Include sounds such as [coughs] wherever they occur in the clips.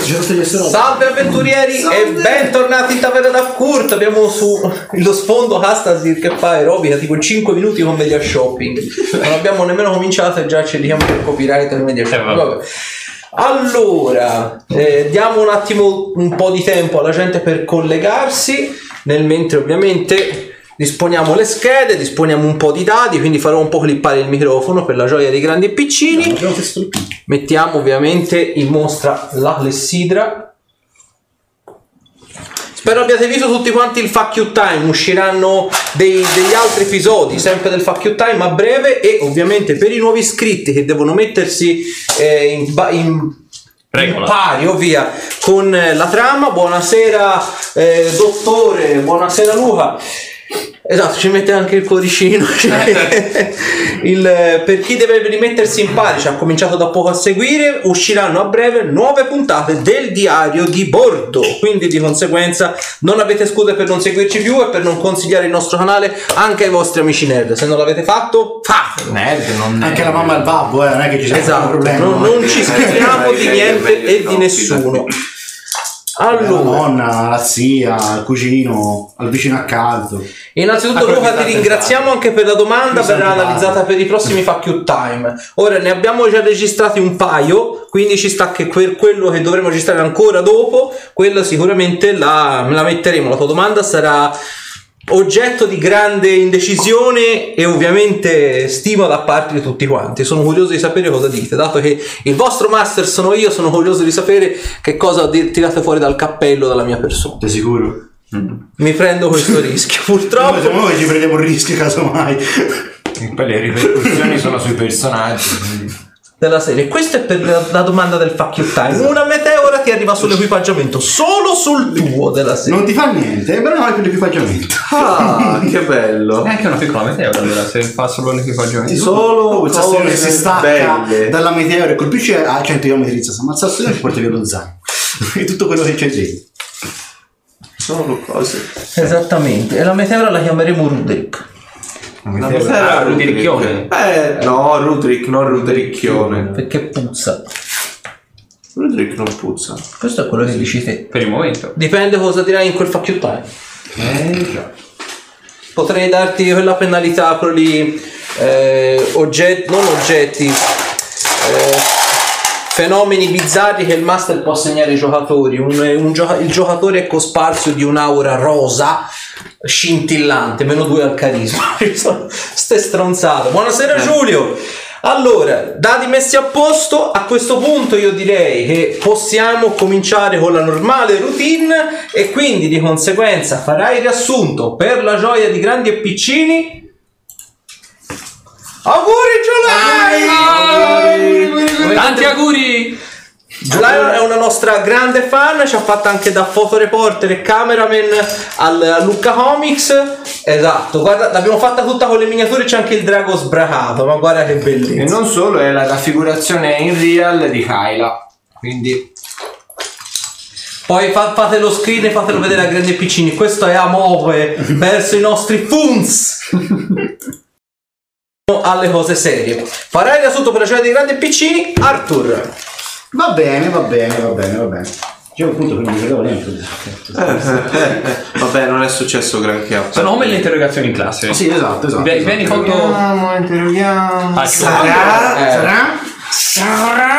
Salve avventurieri e bentornati in Taverna da Kurt. Abbiamo su lo sfondo Hastasir che fa aerobica tipo 5 minuti con media shopping. Non abbiamo nemmeno cominciato e già ci diamo il copyright del media shopping. vabbè. Vabbè. Allora, eh, diamo un attimo un po' di tempo alla gente per collegarsi, nel mentre ovviamente disponiamo le schede, disponiamo un po' di dadi, quindi farò un po' clippare il microfono per la gioia dei grandi e piccini. Mettiamo ovviamente in mostra la clessidra. Spero abbiate visto tutti quanti il Fuck You Time, usciranno dei- degli altri episodi sempre del Fuck You Time a breve e ovviamente per i nuovi iscritti che devono mettersi eh, in, ba- in- Regola. in pari, ovvia, con eh, la trama. Buonasera eh, dottore, buonasera Luca. Esatto, ci mette anche il cuoricino. [laughs] cioè, Il, eh, per chi deve rimettersi in pari, ci ha cominciato da poco a seguire, usciranno a breve nuove puntate del diario di bordo. Quindi di conseguenza non avete scuse per non seguirci più e per non consigliare il nostro canale anche ai vostri amici nerd. Se non l'avete fatto, fatelo. Nerd, non Anche la mamma e il babbo, eh, non è che ci sia Esatto, problemi. non, non ci scriviamo di Eh, niente meglio e no, di nessuno. Eh, La Allora, nonna, la zia, il cugino, al vicino accanto. innanzitutto Ma Luca quello ti che ringraziamo anche per la domanda, Esatto. verrà analizzata per i prossimi Fuck You Time. Ora ne abbiamo già registrati un paio, quindi ci sta che quel- quello che dovremo registrare ancora dopo, quello sicuramente la, la metteremo. La tua domanda sarà oggetto di grande indecisione e ovviamente stima da parte di tutti quanti. Sono curioso di sapere cosa dite, dato che il vostro master sono io, sono curioso di sapere che cosa de- tirate fuori dal cappello dalla mia persona. Sei sicuro? Mi prendo questo rischio, Noi purtroppo. siamo noi che ci prendiamo il rischio casomai. Poi le ripercussioni sono sui personaggi. quindi. della serie. Questa è per la, la domanda del fuck you time. Esatto. Una meteora ti arriva sull'equipaggiamento, solo sul tuo della serie. Non ti fa niente, però non hai più l'equipaggiamento. Ah, che bello. Eh, Neanche una piccola meteora allora, se fa solo l'equipaggiamento. Solo [laughs] Questa storia che si stacca belle. dalla meteora e colpisce a 100 km di distanza, ma il sassolino ci porta via lo zaino. [laughs] E tutto quello che c'è dentro. Solo cose. Esattamente. E la meteora la chiameremo Rudek. Una Ah, Rudiricchione. Eh, no, Rudrick, non Rudericchione. Perché puzza. Rudrick non puzza. Questo è quello che dici te. Per il momento. Dipende cosa dirai in quel fuck you time. Eh, già. Potrei darti quella penalità, quello lì. eh, ogget- non oggetti. eh, fenomeni bizzarri che il master può assegnare ai giocatori. Un- un gioca- il giocatore è cosparso di un'aura rosa scintillante, meno due al carisma. [laughs] Ste stronzate. Buonasera Giulio. Allora, dati messi a posto, a questo punto io direi che possiamo cominciare con la normale routine e quindi di conseguenza farai il riassunto per la gioia di grandi e piccini. Auguri Giulio! Tanti auguri! Lion è una nostra grande fan, ci ha fatto anche da fotoreporter e cameraman al, a Lucca Comics. Esatto, guarda, l'abbiamo fatta tutta con le miniature, c'è anche il drago sbracato, ma guarda che E bellezza. non solo, è la raffigurazione in real di Kyla. Quindi Poi fa- fate lo screen e fatelo vedere a grandi e piccini. Questo è Amoe verso i nostri funz. Alle cose serie. Farai da sotto per la gioia dei grandi e piccini, Arthur. Va bene, va bene, va bene, va bene. C'è un punto che non mi ricordavo neanche. Eh, Eh, Vabbè, non è successo granché. a Sono come parte. le interrogazioni in classe. Sì, esatto, esatto. Vieni- Vieni esatto. conto. interroghiamo. Ah, Sarà? Eh. Sarà? Sarà?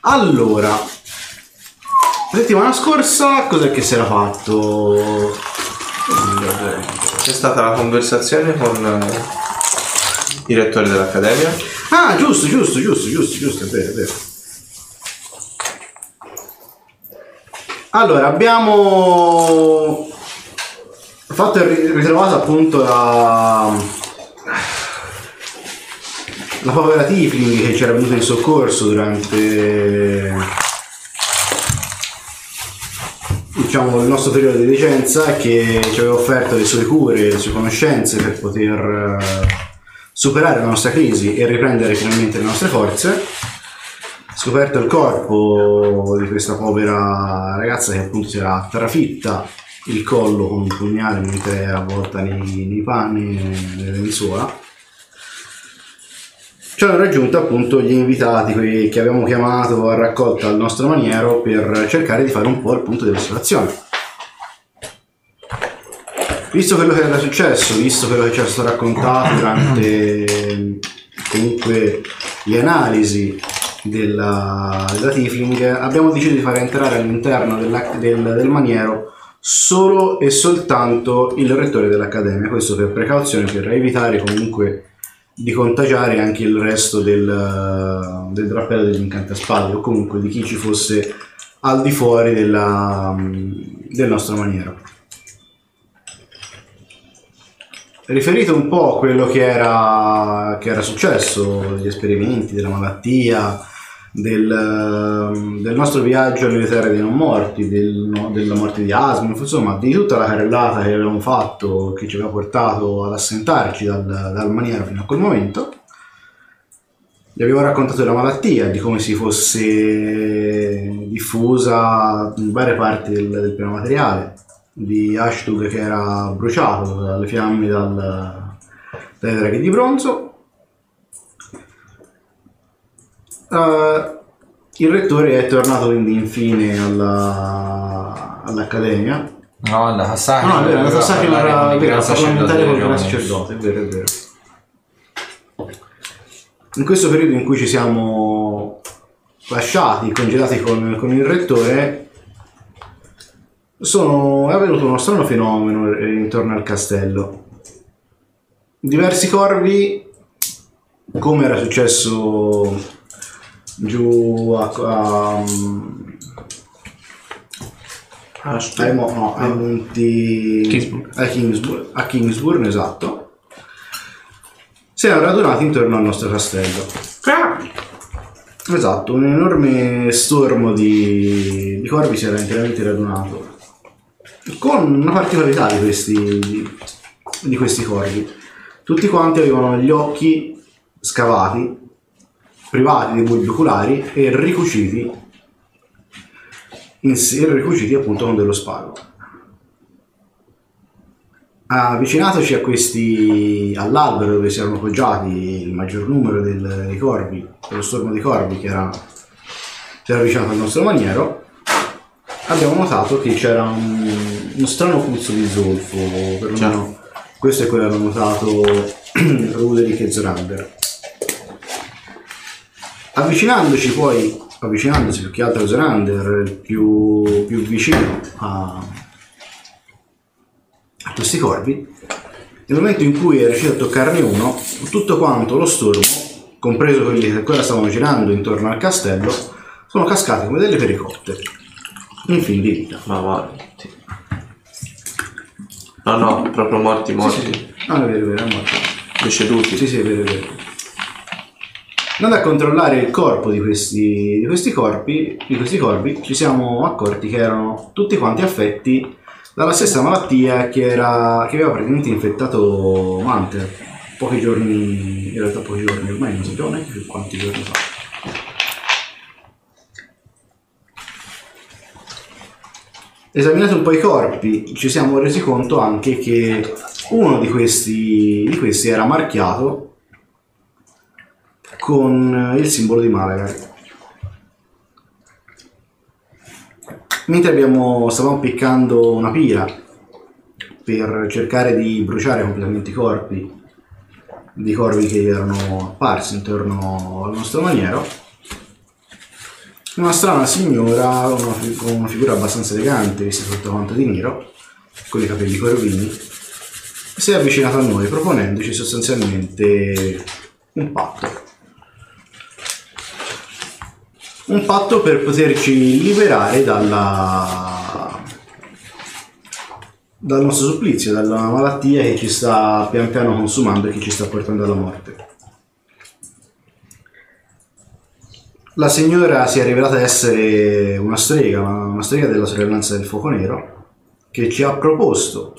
Allora, la settimana scorsa cos'è che si era fatto? C'è stata la conversazione con eh, il rettore dell'accademia. Ah, giusto, giusto, giusto, giusto, giusto, è vero, è vero. Allora, abbiamo fatto e ri- ritrovato appunto la la povera Tifling che ci era venuta in soccorso durante diciamo il nostro periodo di decenza che ci aveva offerto le sue cure, le sue conoscenze per poter eh, superare la nostra crisi e riprendere finalmente le nostre forze. Scoperto il corpo di questa povera ragazza che appunto si era trafitta il collo con un pugnale mentre era avvolta nei, nei panni, nelle lenzuola. ci hanno raggiunto appunto gli invitati quelli che abbiamo chiamato a raccolta al nostro maniero per cercare di fare un po' il punto della situazione. Visto quello che era successo, visto quello che ci è stato raccontato durante eh, comunque le analisi della, della Tifling, abbiamo deciso di far entrare all'interno della- del, del maniero solo e soltanto il rettore dell'accademia, questo per precauzione, per evitare comunque di contagiare anche il resto eh, del, del drappello degli incantaspade o comunque di chi ci fosse al di fuori della- mm, del nostro maniero. Riferito un po' a quello che era, che era successo, degli esperimenti, della malattia, del, ehm, del nostro viaggio nelle terre dei non morti, del- no, della morte di Asmund, insomma di tutta la carrellata che avevamo fatto, che ci aveva portato ad assentarci dal, dal maniero fino a quel momento. Gli abbiamo raccontato della malattia, di come si fosse diffusa in varie parti del, del piano materiale, di Ashtug che era bruciato dalle fiamme dal, dai draghi di bronzo. Eh, il rettore è tornato quindi infine alla- all'accademia. No, la Sasaki. No, no, è vero, la Sasaki eh. parlare era con il vero, gran era parlamentare sacerdote col gran Orione. sacerdote, è vero, è vero. In questo periodo in cui ci siamo lasciati, congedati con, con il rettore, sono- è avvenuto uno strano fenomeno eh, intorno al castello. Diversi corvi, come era successo giù a... a- ai, Eh, mo- no, ai monti Kingsburg. a Kingsburn, a Kingsburn, esatto si erano radunati intorno al nostro castello esatto un enorme stormo di, di corvi si era interamente radunato con una particolarità di questi di questi corvi tutti quanti avevano gli occhi scavati privati dei bulbi oculari e ricuciti in sé, ricuciti appunto con dello spago Avvicinatoci a questi all'albero dove si erano poggiati il maggior numero del- dei corvi, dello stormo dei corvi che era, si era avvicinato al nostro maniero, abbiamo notato che c'era un, uno strano puzzo di zolfo, perlomeno questo è quello che hanno notato [clears throat] Ruderick e Zorander. Avvicinandoci poi, avvicinandosi più che altro a Zorander, il più, più vicino a, a questi corvi, nel momento in cui è riuscito a toccarne uno, tutto quanto lo stormo, compreso quelli che ancora stavano girando intorno al castello, sono cascati come delle pericotte. In fin di vita. Ma morti. No, no, proprio morti, morti. Ah, è vero, è vero, è morto. Deceduti. Sì, sì, è vero, è vero. Andando a controllare il corpo di questi, di questi corpi, di questi corpi, ci siamo accorti che erano tutti quanti affetti dalla stessa malattia che, era, che aveva praticamente infettato Manter pochi giorni, in realtà pochi giorni, ormai non sappiamo neanche più quanti giorni fa. Esaminato un po' i corpi, ci siamo resi conto anche che uno di questi, di questi era marchiato con il simbolo di Malaga. Mentre abbiamo, stavamo piccando una pira per cercare di bruciare completamente i corpi di corvi che erano apparsi intorno al nostro maniero, una strana signora una fi- con una figura abbastanza elegante, vista tutta quanto di nero, con i capelli corvini, si è avvicinata a noi proponendoci sostanzialmente un patto. Un patto per poterci liberare dalla- dal nostro supplizio, dalla malattia che ci sta pian piano consumando e che ci sta portando alla morte. La signora si è rivelata essere una strega, una una strega della sorellanza del fuoco nero, che ci ha proposto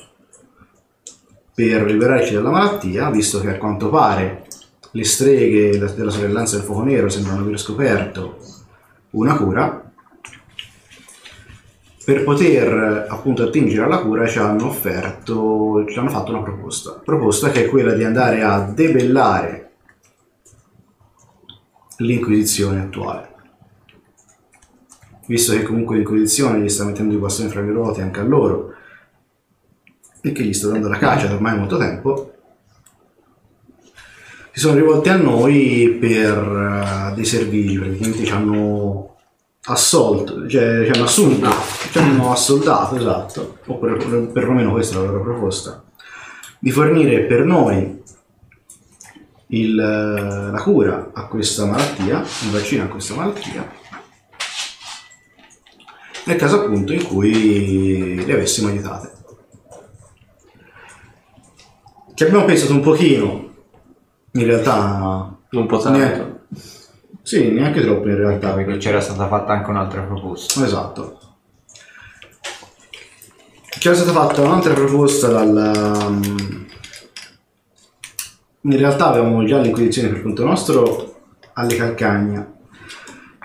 per liberarci dalla malattia, visto che a quanto pare le streghe la- della sorellanza del fuoco nero sembrano aver scoperto una cura, per poter eh, appunto attingere alla cura ci hanno offerto, ci hanno fatto una proposta, proposta che è quella di andare a debellare l'Inquisizione attuale. Visto che comunque l'Inquisizione gli sta mettendo i bastoni fra le ruote anche a loro e che gli sta dando la caccia da ormai molto tempo, si sono rivolti a noi per eh, dei servigi, praticamente ci hanno assolto, cioè ci hanno assunto, ci hanno assoldato, esatto, oppure per- perlomeno questa è la loro proposta, di fornire per noi il, eh, la cura a questa malattia, il vaccino a questa malattia, nel caso appunto in cui le avessimo aiutate. Ci abbiamo pensato un pochino, in realtà Non può tanto. Neanche- Sì, neanche troppo in realtà. Perché perché- c'era stata fatta anche un'altra proposta. Esatto. C'era stata fatta un'altra proposta dal... um, In realtà avevamo già l'inquisizione per conto nostro alle calcagna,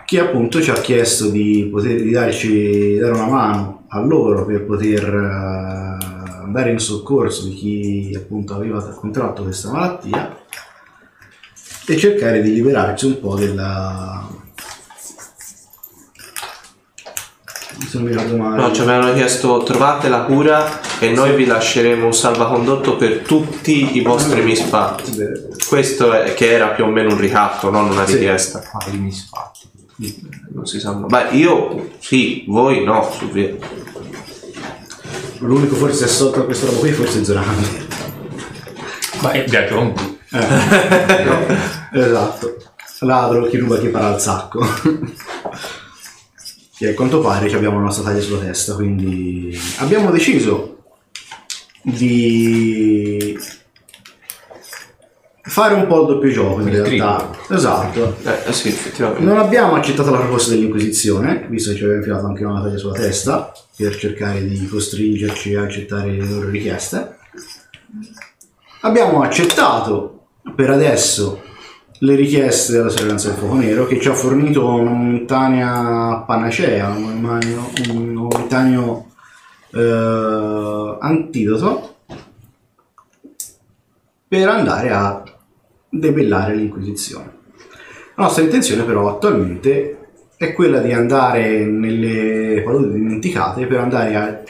che appunto ci ha chiesto di, poter, di darci di dare una mano a loro per poter eh, andare in soccorso di chi appunto aveva contratto questa malattia e cercare di liberarci un po' della... se non mi ricordo male. No, ci avevano chiesto trovate la cura e noi vi lasceremo un salvacondotto per tutti i vostri misfatti. Beh, Questo è, che era più o meno un ricatto, non una Sì. richiesta. Ah, i misfatti. Non si sa. Ma io sì, voi no, su via. Eh, L'unico forse assolto a questa roba qui forse è Zorami. Ma è viaggio con cui. Esatto. Ladro, chi ruba chi para al sacco. che a quanto pare ci abbiamo la nostra taglia sulla testa, quindi abbiamo deciso di fare un po' il doppio gioco in Il realtà. Esatto. Eh sì, effettivamente. Non abbiamo accettato la proposta dell'Inquisizione, visto che ci aveva infilato anche una taglia sulla testa, per cercare di costringerci a accettare le loro richieste. Abbiamo accettato per adesso le richieste della sorveglianza del fuoco nero che ci ha fornito una momentanea panacea, un momentaneo, un momentaneo, eh, antidoto per andare a debellare l'Inquisizione. La nostra intenzione però attualmente è quella di andare nelle paludi dimenticate per andare a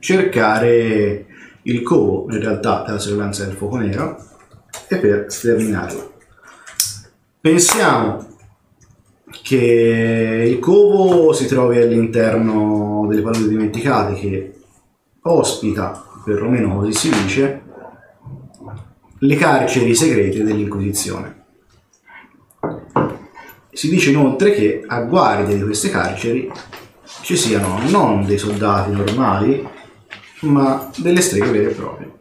cercare il covo in realtà della sorveglianza del fuoco nero e per sterminarlo. Pensiamo che il covo si trovi all'interno delle paludi dimenticate che ospita, perlomeno così si dice, le carceri segrete dell'Inquisizione. Si dice inoltre che a guardia di queste carceri ci siano non dei soldati normali, ma delle streghe vere e proprie.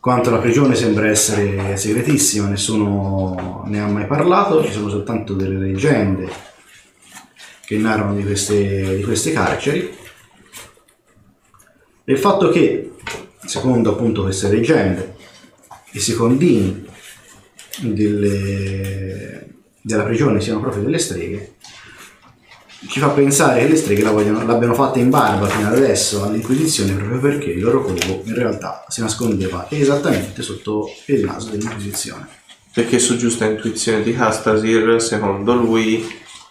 Quanto alla prigione sembra essere segretissima, nessuno ne ha mai parlato, ci sono soltanto delle leggende che narrano di queste, di queste carceri. E il fatto che, secondo appunto queste leggende, i secondini delle- della prigione siano proprio delle streghe ci fa pensare che le streghe la vogliono- l'abbiano fatta in barba fino ad adesso all'Inquisizione proprio perché il loro covo in realtà si nascondeva esattamente sotto il naso dell'Inquisizione. Perché su giusta intuizione di Castasir, secondo lui,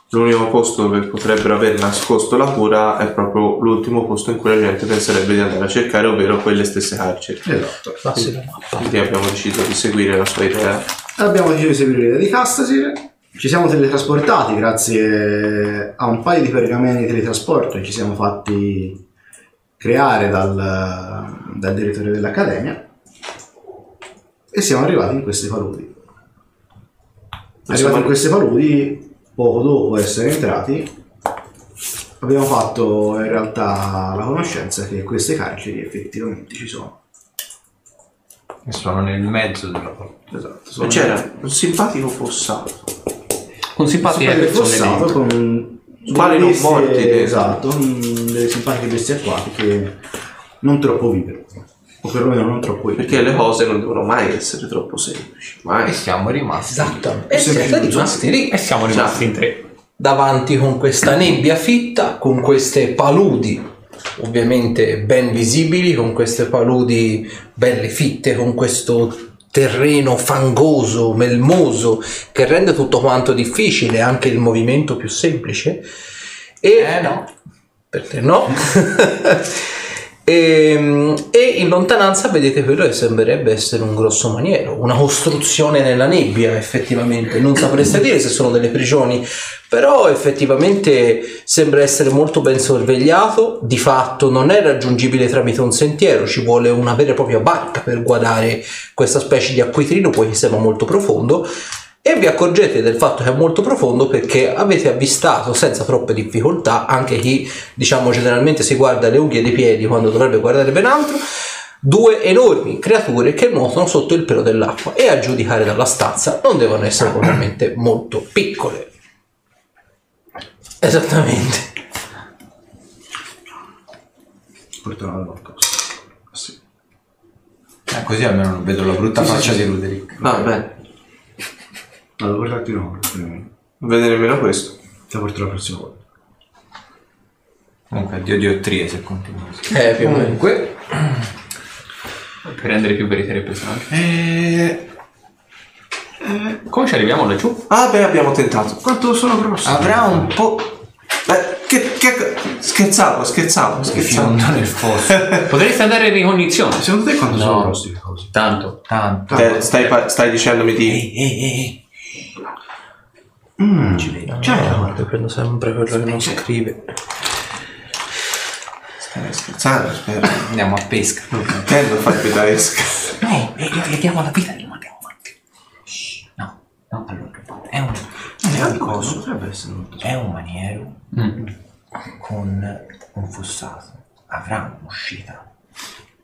l'unico posto dove potrebbero aver nascosto la cura è proprio l'ultimo posto in cui la gente penserebbe di andare a cercare, ovvero quelle stesse carceri. Esatto. Passi la mappa. Quindi abbiamo deciso di seguire la sua idea. Abbiamo deciso di seguire l'idea di Castasir. Ci siamo teletrasportati grazie a un paio di pergameni di teletrasporto che ci siamo fatti creare dal, dal direttore dell'Accademia. E siamo arrivati in queste paludi. Arrivati in queste paludi, poco dopo essere entrati, abbiamo fatto in realtà la conoscenza che queste carceri effettivamente ci sono. E sono nel mezzo della porta. Esatto, E sono- Cioè, C'era un simpatico fossato. Con simpatia eh, Super che sono fossato dentro. con Quali delle non bestie- morti dentro. esatto, con delle simpatiche bestie acquatiche non troppo vive o perlomeno non troppo vive. Perché le cose non devono mai essere troppo semplici. E Mai. siamo rimasti. Esatto. E Sempre siete chiuso. rimasti lì E siamo rimasti in tre. davanti con questa nebbia fitta, con queste paludi ovviamente ben visibili, con queste paludi belle fitte, con questo terreno fangoso, melmoso, che rende tutto quanto difficile, anche il movimento più semplice. E Eh, no. Per te no. [laughs] Ehm, e in lontananza vedete quello che sembrerebbe essere un grosso maniero, una costruzione nella nebbia effettivamente, non sapreste dire se sono delle prigioni, però effettivamente sembra essere molto ben sorvegliato, di fatto non è raggiungibile tramite un sentiero, ci vuole una vera e propria barca per guardare questa specie di acquitrino, poi che sembra molto profondo, e vi accorgete del fatto che è molto profondo perché avete avvistato senza troppe difficoltà anche chi, diciamo, generalmente si guarda le unghie dei piedi quando dovrebbe guardare ben altro. Due enormi creature che nuotano sotto il pelo dell'acqua e a giudicare dalla stazza non devono essere propriamente molto piccole. Esattamente. Fortunato Locos. Sì. Eh, così almeno non vedo la brutta faccia di Ruderick. Vabbè, Ma devo portarti no, prima. non vede nemmeno questo. Te eh, la porterò la prossima volta. Comunque, addio diottrie se continua così. Eh, più o meno. Comunque, Per rendere più veritiero il personaggio. Eh, Come ci arriviamo laggiù? Ah, beh, abbiamo tentato. Quanto sono prossimo? Avrà un po'. Eh, che, che- Scherzavo, scherzavo, che scherzavo. fiondo [laughs] nel fosso. Potresti andare in ricognizione. Secondo te quanto No. sono prossimi le cose? Tanto. Tanto. Te- stai, pa- stai dicendomi di. Mm. Cioè, guarda, prendo sempre quello che non scrive. Stai scherzando, spero. Andiamo a pesca. Intendo far pittoresca. Noi vediamo la vita e rimaniamo avanti. Shh, No, no, allora, è un, Eh, al coso potrebbe essere molto è un maniero con un fossato. Avrà un'uscita.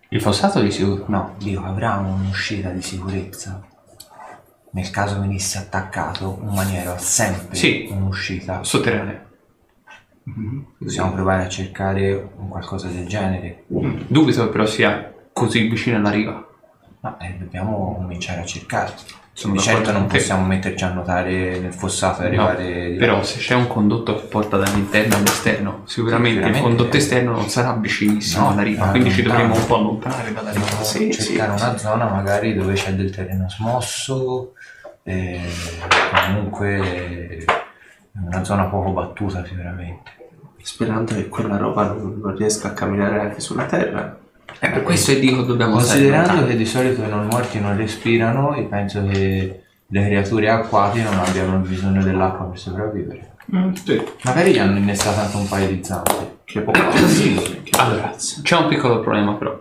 Il fossato di sicuro. No, Dio, avrà un'uscita di sicurezza. Nel caso venisse attaccato, un maniero ha sempre Sì. un'uscita. Sotterraneo. Possiamo provare a cercare un qualcosa del genere. Dubito che però sia così vicino alla riva. Ma eh, dobbiamo cominciare a cercare. Sono di certo d'accordo non con te. possiamo metterci a nuotare nel fossato e No, arrivare... di là. Però se c'è un condotto che porta dall'interno all'esterno, sicuramente, il Sicuramente. condotto esterno non sarà vicinissimo No, alla riva, sarà quindi ci lontano. dovremo un po' allontanare dalla riva. Dobbiamo Sì, cercare una zona magari dove c'è del terreno smosso, eh, comunque eh, una zona poco battuta sicuramente. Sperando che quella roba non, non riesca a camminare anche sulla terra. E per questo io dico dobbiamo Considerando che di solito i non morti non respirano, io penso che le creature acquatiche non abbiano bisogno dell'acqua per sopravvivere. Mm, Magari gli hanno innestato anche un paio di zampe. Che [coughs] poco sì, che Allora, c'è un piccolo problema però.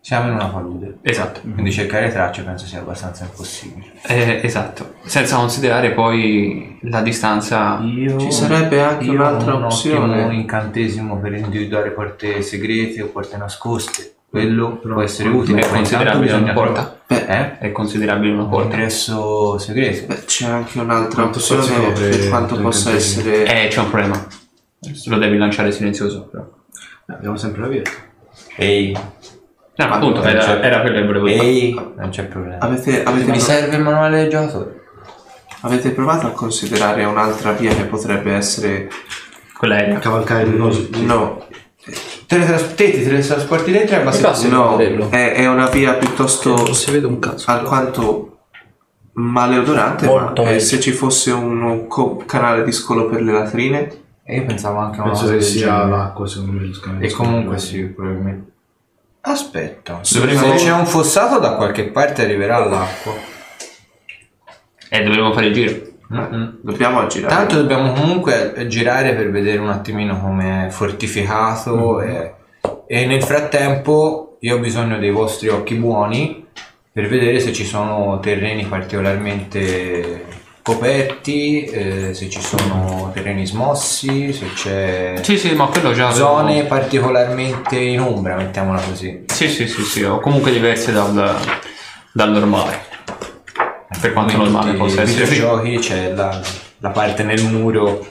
Siamo in una palude, Eh. Esatto. quindi cercare tracce penso sia abbastanza impossibile. Eh, esatto. Senza considerare poi la distanza... Io- Ci sarebbe anche io un'altra ho un opzione. ottimo incantesimo per individuare porte segrete o porte nascoste. Quello può essere Mm, È utile. ma intanto considerabile una bisogna porta. trovare- Eh? È considerabile una Un porta. ingresso segreto. Beh, Eh, c'è anche un'altra Quanto si opzione apre per quanto il possa incantesimo? essere. Eh, c'è un problema. Lo devi lanciare silenzioso però. Eh, Abbiamo sempre la via. Ehi, No, ma appunto, Eh, certo. era, era quello che volevo dire. ehi, non c'è problema. Avete, avete Mi pro- serve il manuale del giocatore. avete provato a considerare un'altra via che potrebbe essere. Quell'aereo. Cavalcare due cose. No, Teletrasp- te ti teletrasporti dentro e Esatto. abbassi Infatti, no, modello. è, è una via piuttosto Non si vede un cazzo. alquanto maleodorante. Molto ma eh, meglio. se ci fosse un co- canale di scolo per le latrine, E io pensavo anche a una Penso cosa che del sia genere. l'acqua, secondo me. lo scambio. cioè, E comunque sì, probabilmente. Aspetta, Dovremmo- se c'è un fossato da qualche parte arriverà l'acqua. Eh, dovremmo fare il giro. Mm-mm. dobbiamo aggirare. Tanto dobbiamo comunque girare per vedere un attimino come è fortificato e, e nel frattempo io ho bisogno dei vostri occhi buoni per vedere se ci sono terreni particolarmente coperti, eh, se ci sono terreni smossi, se c'è Sì, sì, ma quello già... avevo- zone particolarmente in ombra, mettiamola così. Sì, sì, sì, sì, o comunque diverse dal, dal normale. Per quanto Come normale tutti possa i essere. videogiochi c'è la, la parte nel muro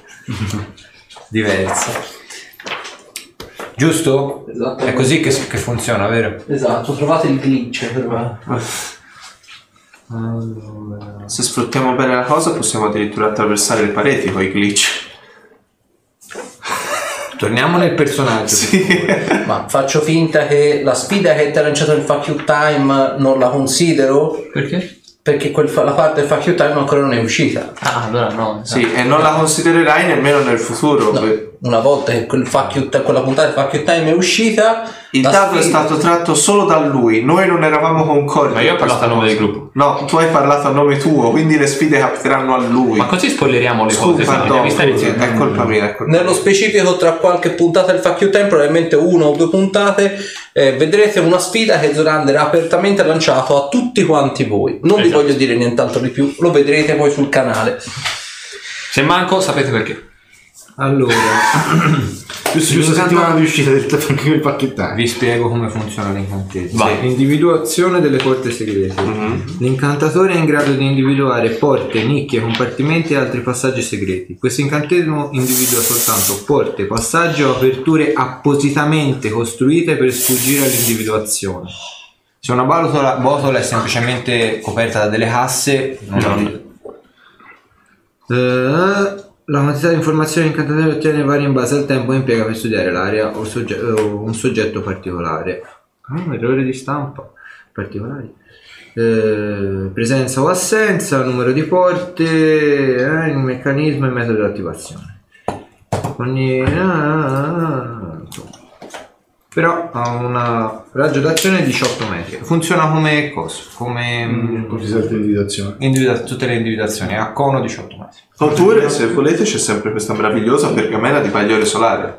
[laughs] diversa. Giusto? È Esattamente. così che, che funziona, vero? Esatto, trovate il glitch però. Se sfruttiamo bene la cosa, possiamo addirittura attraversare le pareti con i glitch. Torniamo nel personaggio. Ma faccio finta che la sfida che ti ha lanciato il fuck you time non la considero Perché? perché quel fa- la parte del fuck you time ancora non è uscita. Ah, allora no. [laughs] Sì, e non la considererai nemmeno nel futuro. No, per- una volta che quel fuck you ti- quella puntata del fuck you time è uscita, Il la dato è sfida- stato tratto solo da lui, noi non eravamo concordi. Ma io ho per parlato a nome del questa cosa. gruppo. No, tu hai parlato a nome tuo, quindi le sfide capiteranno a lui. Ma così spoileriamo le Scusa, cose, se no, no, devi stare scusa, zitto. è colpa mia. È colpa Nello specifico, tra qualche puntata del Fuck You Time, probabilmente una o due puntate, eh, vedrete una sfida che Zorander ha apertamente lanciato a tutti quanti voi. Non vi Esatto. voglio dire nient'altro di più, lo vedrete poi sul canale. Se manco sapete perché. Allora, Giusto, giusto Intanto- settimana di uscita del [laughs] del pacchettare. vi spiego come funziona l'incantesimo. Vai. Sì, Individuazione delle porte segrete. Mhm. L'incantatore è in grado di individuare porte, nicchie, compartimenti e altri passaggi segreti. Questo incantesimo individua soltanto porte, passaggi o aperture appositamente costruite per sfuggire all'individuazione. Se una botola, botola è semplicemente coperta da delle casse, non Eh, la quantità di informazioni che incantatore ottiene varia in base al tempo che impiega per studiare l'area o, il sogge- eh, o un soggetto particolare. Ah, un errore di stampa. Particolari. Eh, presenza o assenza, numero di porte, eh, il meccanismo e il metodo di attivazione. Ogni... ah, ah, ah, insomma. Però ha un raggio d'azione di 18 metri. Funziona come coso, come... mm, individuazione. individua- tutte le individuazioni, a cono 18 metri. mia. Oppure, se volete, c'è sempre questa meravigliosa pergamena di Pagliore Solare.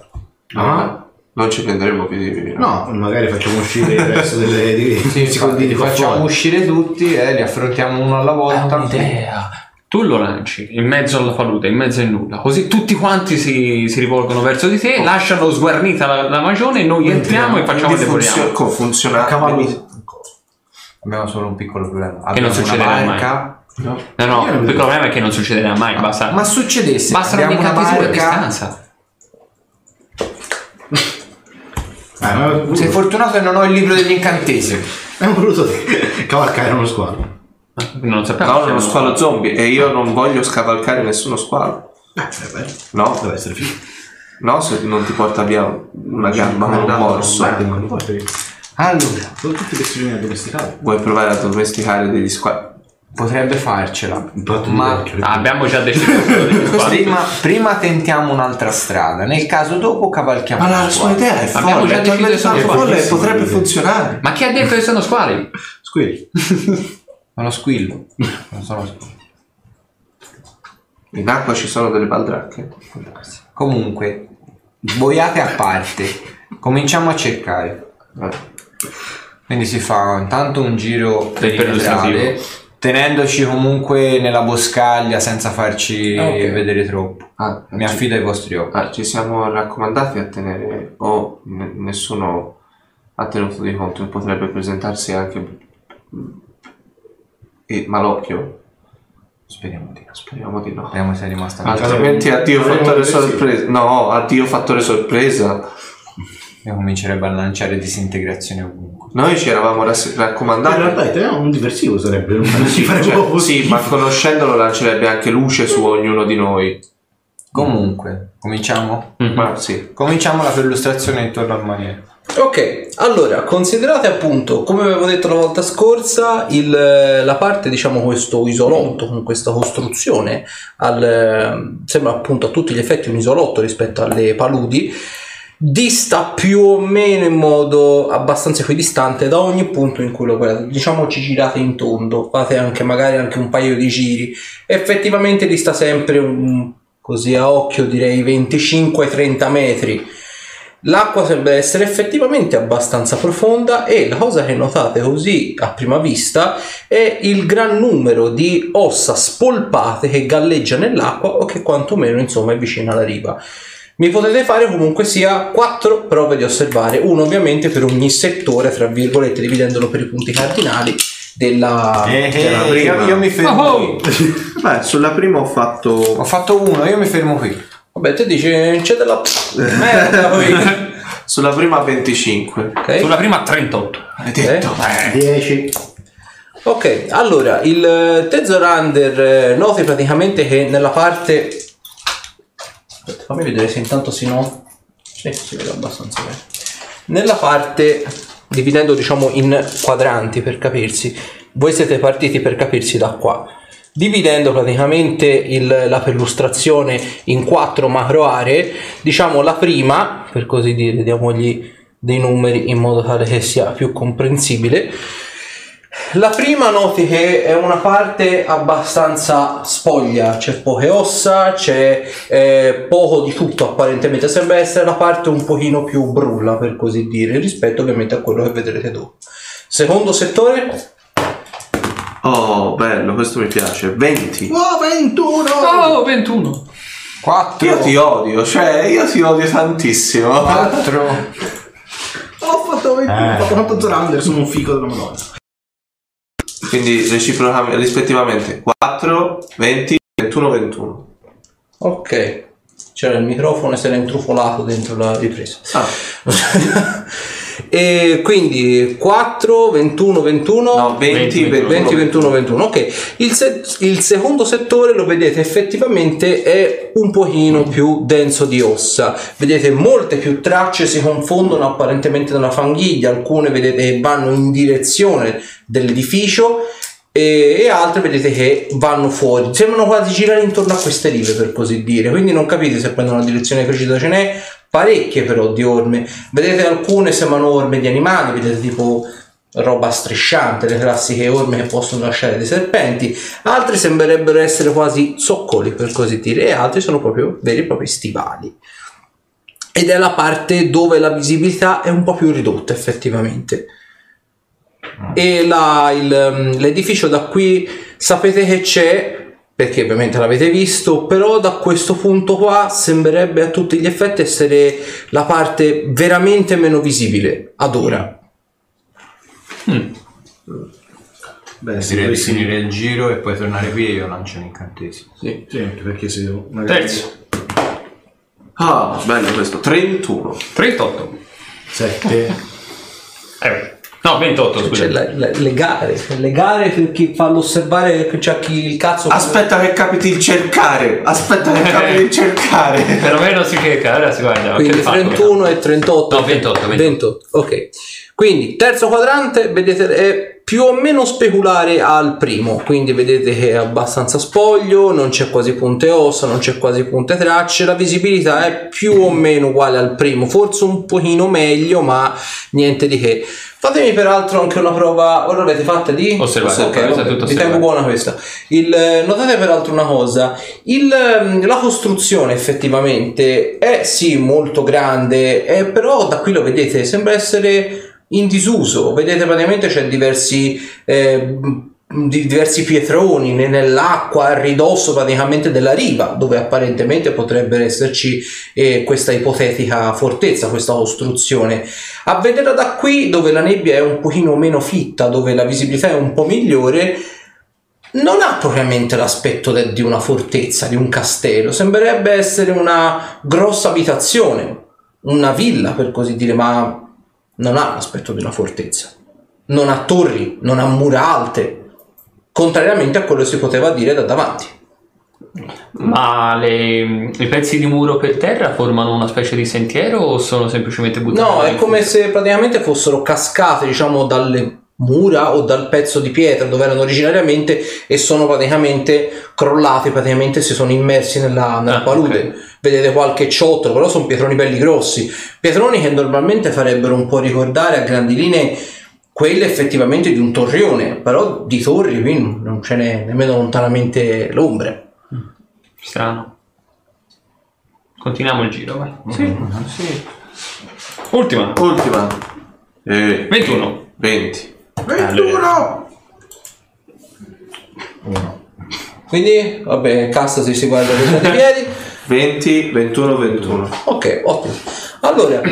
Ah. Non ci prenderemo più No, magari facciamo uscire il resto delle di, Sì, infatti, li facciamo uscire tutti e li affrontiamo uno alla Ah, volta. Tu lo lanci in mezzo alla palude, in mezzo al nulla, così tutti quanti si, si rivolgono verso di te, lasciano sguarnita la, la magione, noi entriamo e facciamo le vogliamo. Con funziona Abbiamo solo un piccolo problema. Che non Abbiamo una succederà mai. barca. No, no, Io non il vedo. problema è che non succederà mai, basta. Ah, Ma succedesse, basta un abbiamo una incantesimo a barca. distanza. Ah, ma è Sei fortunato e non ho il libro degli incantesimi. È un brutto di- cavalcare uno squalo. Non lo sappiamo. No, se è uno non- squalo zombie e io non voglio scavalcare nessuno squalo. Eh, bello. No, Deve essere figo. no, se non ti porta via una gamba con un Mandato, morso. Guarda, guarda, Allora, Sono tutti questi giorni addomesticati. Vuoi provare a domesticare degli squali? potrebbe farcela. Impatto di Ma vecchio. Ah, abbiamo già deciso quello degli squali. prima, prima tentiamo un'altra strada. Nel caso dopo cavalchiamo. Ma la il sua squalo. idea è Cioè, Abbiamo folle, già è deciso talmente che sono folle, squali. potrebbe funzionare. Ma chi ha detto che sono squali? Squirrel. [laughs] Sono squillo. Non sono squillo. In acqua ci sono delle baldracche. Comunque, boiate a parte, cominciamo a cercare. Eh. Quindi si fa intanto un giro Per- per lo perimetrale, tenendoci comunque nella boscaglia senza farci Ah, ok. vedere troppo. Ah, Mi ci- affido ai vostri occhi. ah, ci siamo raccomandati a tenere o ne- nessuno ha tenuto di conto che potrebbe presentarsi anche e malocchio. Speriamo di no. Speriamo di no. Speriamo sia rimasta lì. Altrimenti addio Avremo fattore delle sì. sorpresa. No, addio fattore sorpresa. E comincerebbe a lanciare disintegrazione ovunque. Noi ci eravamo rass- Ma in raccomandati. realtà italiano un diversivo sarebbe. Non si farebbe Cioè, proprio sì, schifo. ma conoscendolo lancerebbe anche luce su ognuno di noi. Comunque, cominciamo? Mm. Mhm. Ma sì. Cominciamo la perlustrazione intorno al maniero. Ok, allora considerate appunto, come avevo detto la volta scorsa, il, eh, la parte, diciamo, questo isolotto con questa costruzione, al, eh, sembra appunto a tutti gli effetti un isolotto rispetto alle paludi, dista più o meno in modo abbastanza equidistante da ogni punto in cui lo guardate. Diciamo ci girate in tondo, fate anche magari anche un paio di giri. Effettivamente dista sempre un, così a occhio direi 25-30 metri. L'acqua sembra essere effettivamente abbastanza profonda e la cosa che notate così a prima vista è il gran numero di ossa spolpate che galleggia nell'acqua o che quantomeno insomma è vicina alla riva. Mi potete fare comunque sia quattro prove di osservare, uno ovviamente per ogni settore, tra virgolette, dividendolo per i punti cardinali della... della- eh, prima. io, io mi fermo Oh, oh. qui. Beh, sulla prima ho Ho fatto. fatto uno, io mi fermo qui. Vabbè, te dici c'è della merda [laughs] qui. [laughs] Sulla prima 25. Ok. Sulla prima 38. Maledetto. Eh. 10. Ok, allora il eh, Tezorander eh, noti praticamente che nella parte. Aspetta, fammi vedere se intanto si no. Sì, si vede abbastanza bene. Nella parte, dividendo diciamo in quadranti per capirsi, voi siete partiti per capirsi da qua, dividendo praticamente il- la perlustrazione in quattro macro aree, diciamo la prima, per così dire, diamogli dei numeri in modo tale che sia più comprensibile. La prima noti che è una parte abbastanza spoglia, c'è poche ossa, c'è eh, poco di tutto apparentemente, sembra essere la parte un pochino più brulla per così dire, rispetto ovviamente a quello che vedrete dopo. Secondo settore, Oh, bello, questo mi piace. 20. Oh, 21! Oh, 21. 4 Io ti odio, cioè io ti odio tantissimo. 4 Ho fatto 21, Eh. ho fatto 14 under, sono un fico della madonna. Quindi reciprocamente, rispettivamente 4, 20, 21, 21. ok, c'era il microfono e se l'è intrufolato dentro la ripresa. Ah, [laughs] e quindi 4, 21, 21. no, 20, 20, 21, 20, 21, 21, ok. Il, se- il secondo settore lo vedete effettivamente è un pochino più denso di ossa. Vedete molte più tracce si confondono apparentemente da una fanghiglia, alcune vedete che vanno in direzione dell'edificio e, e altre vedete che vanno fuori. Sembrano quasi girare intorno a queste rive per così dire, quindi non capite se prendono una direzione precisa, ce n'è parecchie però di orme. Vedete alcune sembrano orme di animali, vedete tipo roba strisciante, le classiche orme che possono lasciare dei serpenti, altri sembrerebbero essere quasi zoccoli per così dire, e altri sono proprio veri e propri stivali. Ed è la parte dove la visibilità è un po' più ridotta effettivamente. E la- il, um, l'edificio da qui sapete che c'è, perché ovviamente l'avete visto, però da questo punto qua sembrerebbe a tutti gli effetti essere la parte veramente meno visibile ad ora. Beh, se Direi di dovessi finire il giro e poi tornare qui e io lancio un incantesimo Sì, sì, anche perché se devo... magari- Terzo. Ah, bello questo, 31. 38. 7. Eh, no, 28, scusa. Cioè, le, le- le gare, le gare per chi fa l'osservare, c'è chi il cazzo. Aspetta che capiti il cercare, aspetta che capiti il cercare. Perlomeno si cerca, allora si guarda. quindi che Cioè, fatto, 31 e 38. No, 28, 28. 28, Ok. Quindi terzo quadrante, vedete, è più o meno speculare al primo. Quindi vedete che è abbastanza spoglio, non c'è quasi punte ossa, non c'è quasi punte tracce. La visibilità è più o meno uguale al primo, forse un pochino meglio, ma niente di che. Fatemi peraltro anche una prova. Ora l'avete fatta di Osservare, Ok, questa è vabbè, tutta vi tengo osservare. buona questa. Il, eh, notate peraltro una cosa: il, ehm, la costruzione effettivamente è sì molto grande, eh, però da qui lo vedete, sembra essere in disuso. Vedete praticamente c'è diversi. eh, di- diversi pietroni ne- nell'acqua a ridosso praticamente della riva dove apparentemente potrebbe esserci eh, questa ipotetica fortezza questa costruzione a vederla da qui dove la nebbia è un pochino meno fitta dove la visibilità è un po' migliore non ha propriamente l'aspetto de- di una fortezza, di un castello, sembrerebbe essere una grossa abitazione, una villa per così dire, ma non ha l'aspetto di una fortezza. Non ha torri, non ha mura alte, contrariamente a quello che si poteva dire da davanti. Ma le- i pezzi di muro per terra formano una specie di sentiero o sono semplicemente buttati? No, lì? è come se praticamente fossero cascate, diciamo, dalle mura o dal pezzo di pietra dove erano originariamente e sono praticamente crollati, praticamente si sono immersi nella, nella Ah, palude. ok. Vedete qualche ciottolo, però sono pietroni belli grossi. Pietroni che normalmente farebbero un po' ricordare a grandi linee quelle effettivamente di un torrione, però di torri qui non ce n'è nemmeno lontanamente l'ombra. Strano. Continuiamo il giro, vai. Ultima. [laughs] Ultima. Eh, 21. 20. 21! Quindi, vabbè, cassa se si guarda con i piedi. 20, 21, 21. Ok, ottimo. Allora,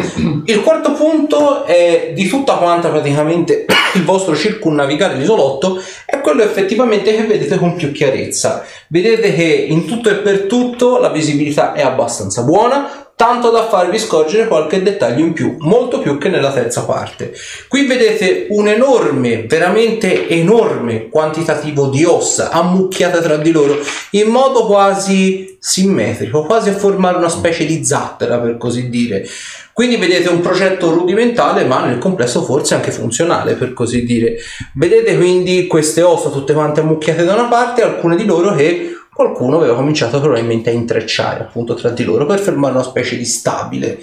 il quarto punto è di tutta quanta praticamente il vostro circunnavigare l'isolotto è quello effettivamente che vedete con più chiarezza. Vedete che in tutto e per tutto la visibilità è abbastanza buona, tanto da farvi scorgere qualche dettaglio in più, molto più che nella terza parte. Qui vedete un enorme, veramente enorme quantitativo di ossa ammucchiate tra di loro in modo quasi simmetrico, quasi a formare una specie di zattera per così dire. Quindi vedete un progetto rudimentale ma nel complesso forse anche funzionale per così dire. Vedete quindi queste ossa tutte quante ammucchiate da una parte, alcune di loro che qualcuno aveva cominciato probabilmente a intrecciare appunto tra di loro per formare una specie di stabile.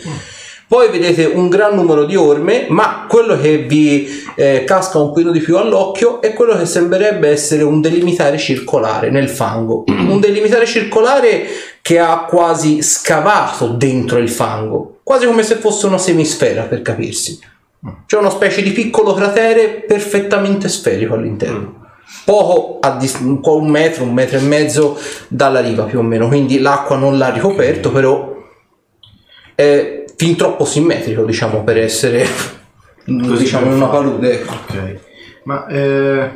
Poi vedete un gran numero di orme, ma quello che vi eh, casca un pochino di più all'occhio è quello che sembrerebbe essere un delimitare circolare nel fango. Un delimitare circolare che ha quasi scavato dentro il fango, quasi come se fosse una semisfera per capirsi. C'è una specie di piccolo cratere perfettamente sferico all'interno. Poco a dis- un po' un metro, un metro e mezzo dalla riva più o meno, quindi l'acqua non l'ha ricoperto, però è fin troppo simmetrico, diciamo, per essere Così diciamo in per una fare. palude. ecco. Ok. Ma eh,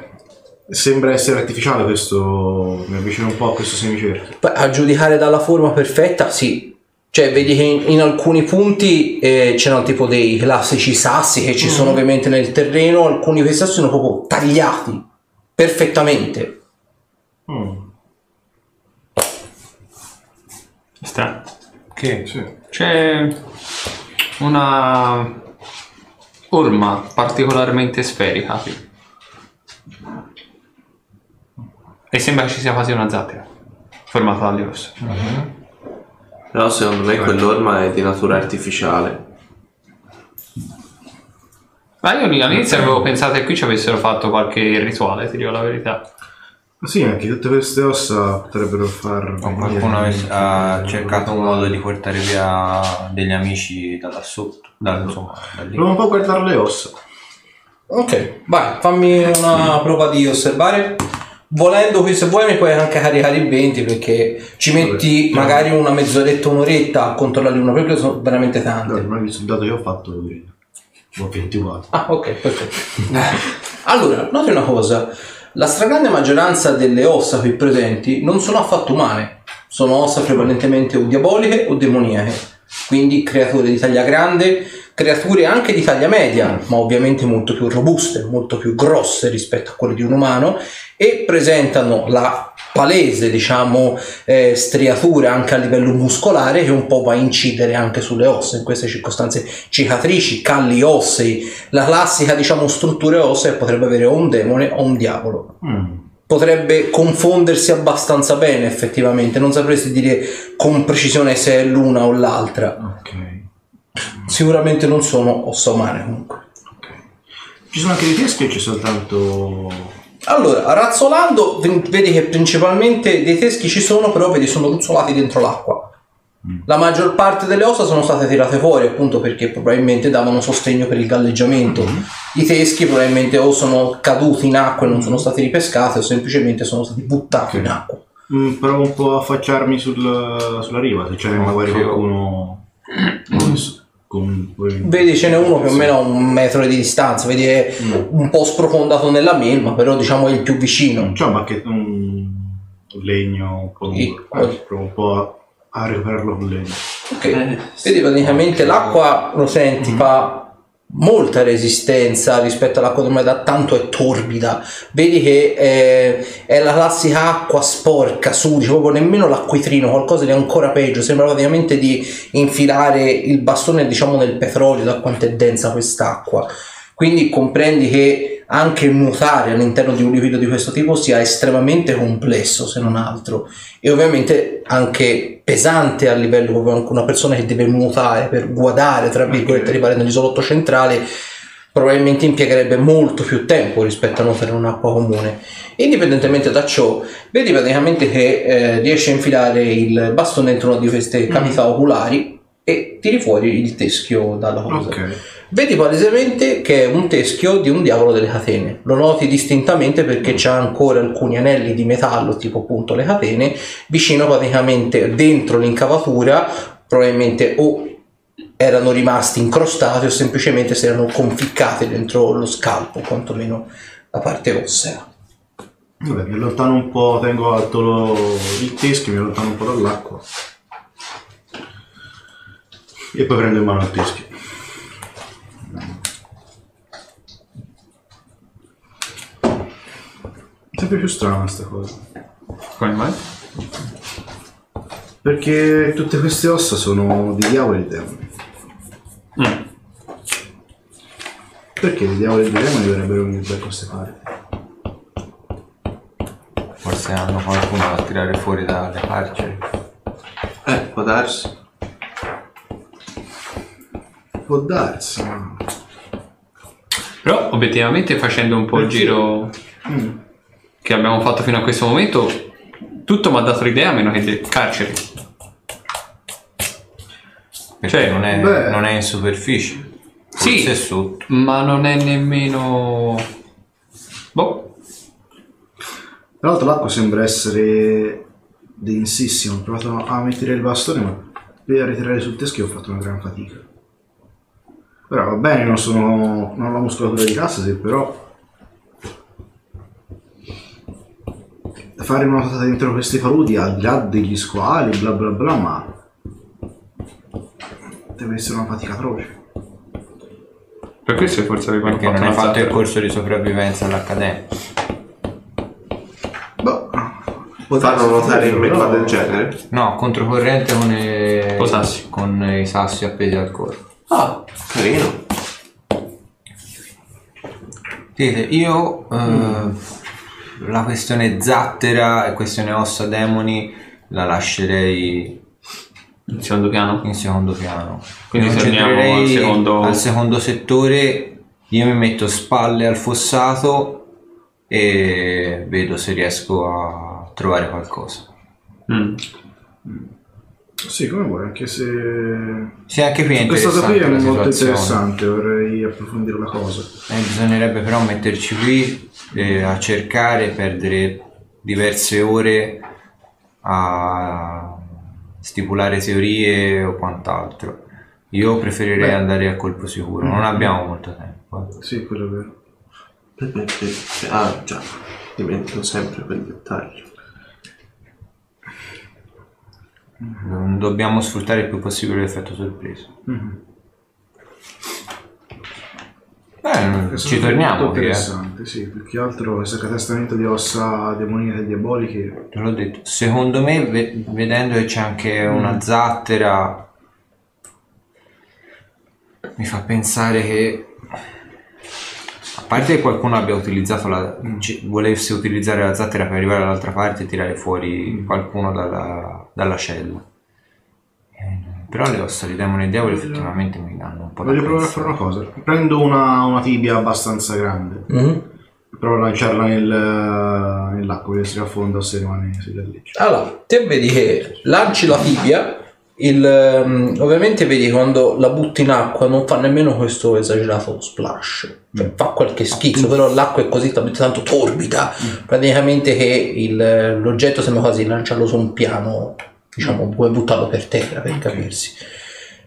sembra essere artificiale questo. Mi avvicino un po' a questo semicerchio. Beh, a giudicare dalla forma perfetta, sì. Cioè, vedi che in, in alcuni punti eh, c'erano tipo dei classici sassi che ci sono ovviamente nel terreno, alcuni di questi sassi sono proprio tagliati perfettamente. Strano. Che? C'è una orma particolarmente sferica. E sembra che ci sia quasi una zattera formata dalle ossa. Però secondo me quell'orma è di natura artificiale. Ma io all'inizio avevo pensato che qui ci avessero fatto qualche rituale, ti dico la verità. Ma sì, anche tutte queste ossa potrebbero far. O qualcuno avesse- ha cercato un modo di portare via degli amici da là sotto, da, insomma, da lì. Provo un po' a guardare le ossa. Ok, vai, fammi una prova di osservare. Volendo qui, se vuoi, mi puoi anche caricare il 20 perché ci metti magari una mezz'oretta, un'oretta a controllare una perché sono veramente Allora, tante. ormai il soldato che ho fatto lo vedo. Ho 24. Ah, ok, perfetto. Allora, noti una cosa, la stragrande maggioranza delle ossa qui presenti non sono affatto umane, sono ossa prevalentemente o diaboliche o demoniache, quindi creature di taglia grande, creature anche di taglia media, ma ovviamente molto più robuste, molto più grosse rispetto a quelle di un umano e presentano la palese, diciamo, eh, striatura anche a livello muscolare che un po' va a incidere anche sulle ossa in queste circostanze, cicatrici, calli ossei, la classica diciamo struttura ossea potrebbe avere o un demone o un diavolo Mm, potrebbe confondersi abbastanza bene effettivamente non sapresti dire con precisione se è l'una o l'altra Ok. sicuramente non sono ossa umane comunque Ci sono anche dei teschi o c'è soltanto. allora razzolando v- vedi che principalmente dei teschi ci sono però vedi sono ruzzolati dentro l'acqua la maggior parte delle ossa sono state tirate fuori appunto perché probabilmente davano sostegno per il galleggiamento i teschi probabilmente o sono caduti in acqua e non sono stati ripescati o semplicemente sono stati buttati in acqua. Mm, provo un po' a affacciarmi sul- sulla riva, se c'è magari Occhio. qualcuno. con- con- Vedi ce n'è uno più o meno a un metro di distanza, vedi è un po' sprofondato nella melma, però diciamo è il più vicino. C'è un bacchetto, un un legno, un po' Sì. lungo. Eh, provo un po' a, a recuperarlo con legno. Ok, Vedi praticamente l'acqua lo senti, fa molta resistenza rispetto all'acqua normale, tanto è torbida. Vedi che eh, è, la classica acqua sporca, sudice, proprio nemmeno l'acquitrino, qualcosa di ancora peggio. Sembra praticamente di infilare il bastone diciamo nel petrolio da quanto è densa quest'acqua. Quindi comprendi che anche nuotare all'interno di un liquido di questo tipo sia estremamente complesso, se non altro e ovviamente anche pesante a livello proprio anche una persona che deve nuotare per guadare tra virgolette arrivare nell'isolotto centrale probabilmente impiegherebbe molto più tempo rispetto a nuotare in un'acqua comune indipendentemente da ciò vedi praticamente che eh, riesci a infilare il bastone dentro una di queste cavità oculari e tiri fuori il teschio dalla cosa Ok. Vedi palesemente che è un teschio di un diavolo delle catene. Lo noti distintamente perché c'ha ancora alcuni anelli di metallo, tipo appunto le catene, vicino praticamente dentro l'incavatura, probabilmente o erano rimasti incrostati o semplicemente si erano conficcati dentro lo scalpo, quantomeno la parte ossea. Vabbè, mi allontano un po', tengo alto lo- il teschio, mi allontano un po' dall'acqua. E poi prendo in mano il teschio. Sempre più strana sta cosa. Come mai? Perché tutte queste ossa sono di diavoli e demoni. Mm. Perché i diavoli e i demoni dovrebbero venire da queste parti? Forse hanno qualcuno da tirare fuori dalle carceri. Eh, può darsi. Può darsi. ma- Però obiettivamente facendo un po' il giro Mm. che abbiamo fatto fino a questo momento, tutto mi ha dato l'idea, a meno che del carcere. Perché Cioè, non, è, beh. non è in superficie. Sì. Forse è sotto. Ma non è nemmeno... Boh. Tra l'altro l'acqua sembra essere densissima. Ho provato a mettere il bastone, ma per ritirare sul teschio ho fatto una gran fatica. Però va bene, non sono. non ho la muscolatura di cassa, sì, però. Fare una notata dentro questi paludi al di là degli squali, bla bla bla, ma. Deve essere una fatica atroce. Per questo forse avevano Perché fatto non una hai fatto il zattera. corso di sopravvivenza all'accademia. Boh. può Fanno darsi notare in atroce, mecca però- del genere. No, controcorrente con, i- Con sassi. con i sassi appesi al corpo. Ah, carino. Dite, io eh, Mm. la questione zattera e questione ossa demoni la lascerei Il secondo piano. in secondo piano. Quindi Mi torniamo concentrerei al secondo- al secondo settore, io mi metto spalle al fossato e vedo se riesco a trovare qualcosa. Mm. Sì, come vuoi, anche se. Sì, anche qui è Questa cosa interessante qui è la molto situazione. interessante, vorrei approfondire la cosa. Eh, bisognerebbe però metterci qui eh, a cercare, perdere diverse ore a stipulare teorie o quant'altro. Io preferirei Beh. Mm. andare a colpo sicuro, non abbiamo molto tempo. eh. Sì, quello è vero. Ah, già. Dimentico sempre quel dettaglio. Non dobbiamo sfruttare il più possibile l'effetto sorpresa. Mm-hmm. Beh, Questo ci è torniamo, molto qui, eh. interessante, sì, più che altro il sacratestamento di ossa demoniache e diaboliche. te l'ho detto. Secondo me, ve- vedendo che c'è anche Mm. una zattera, mi fa pensare che. A parte che qualcuno abbia utilizzato la. Mm. ci- volesse utilizzare la zattera per arrivare dall'altra parte e tirare Mm. fuori qualcuno dalla, dalla cella. Eh, Però le ossa di demone e diavolo effettivamente mi danno un po' da Voglio provare a pensare. fare una cosa. Prendo una, una tibia abbastanza grande, Mhm. provo a lanciarla nel- nell'acqua, vedere se affonda o se rimane se galleggia. Allora, te vedi che lanci la tibia, il, ehm, ovviamente vedi quando la butti in acqua non fa nemmeno questo esagerato splash, cioè fa qualche schizzo, però l'acqua è così tanto, tanto torbida, praticamente che il- l'oggetto sembra quasi lanciarlo su un piano, diciamo, puoi buttarlo per terra per capirsi.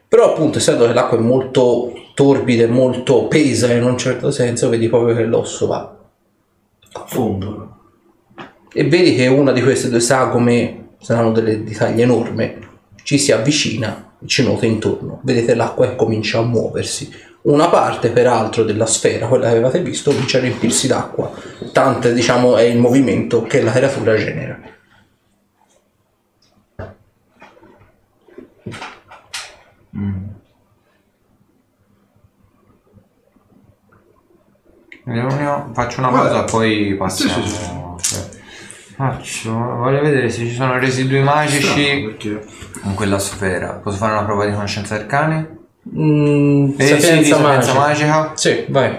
Però appunto, essendo che l'acqua è molto torbida e molto pesa in un certo senso, vedi proprio che l'osso va A fondo. e vedi che una di queste due sagome, saranno delle di taglia enorme, ci si avvicina e ci nota intorno. Vedete l'acqua che comincia a muoversi. Una parte, peraltro, della sfera, quella che avevate visto, comincia a riempirsi d'acqua. Tanto, diciamo, è il movimento che la creatura genera. Vediamo un attimo, Faccio una Vabbè. pausa, poi passiamo. cioè, sì, sì, Faccio, voglio vedere se ci sono residui Strano, magici perché in quella sfera. Posso fare una prova di conoscenza arcane? Mm, Eh, sì, di sapienza magica. Sì, vai.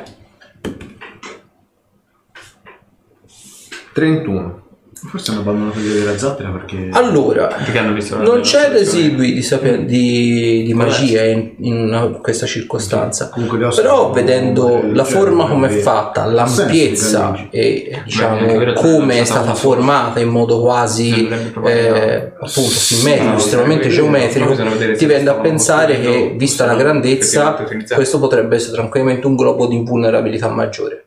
31. forse hanno abbandonato l'idea della zattera perché. Allora, Perché hanno visto la non c'è della situazione. residui di, sapere- di- di magia in, in questa circostanza. Comunque le ossa Però sono- vedendo la cioè, forma come è vedi- fatta, Senso l'ampiezza di e Beh, anche diciamo vero, come è è stata stata un- formata in modo quasi Bisognerebbe provare eh, appunto no, simmetrico, estremamente bisogna vedere, geometrico, bisogna vedere se ti vende a stavano pensare costruendo, che vista se la no, grandezza effettivamente utilizzati. questo potrebbe essere tranquillamente un globo di vulnerabilità maggiore.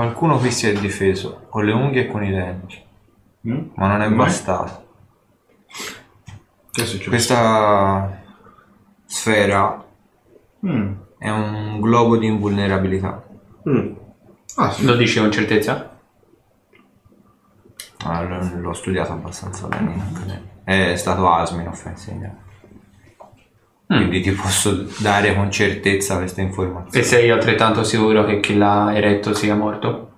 Qualcuno qui si è difeso con le unghie e con i denti, Mm? ma non è bastato. Che è successo? Questa sfera Mm. è un globo di invulnerabilità. Mm. Ah, sì. Lo dici con certezza? Ah, l- L'ho studiato abbastanza bene. anche me. È stato Asminoff a insegnare. Mm. Quindi ti posso dare con certezza questa E informazione. sei altrettanto sicuro che chi l'ha eretto sia morto?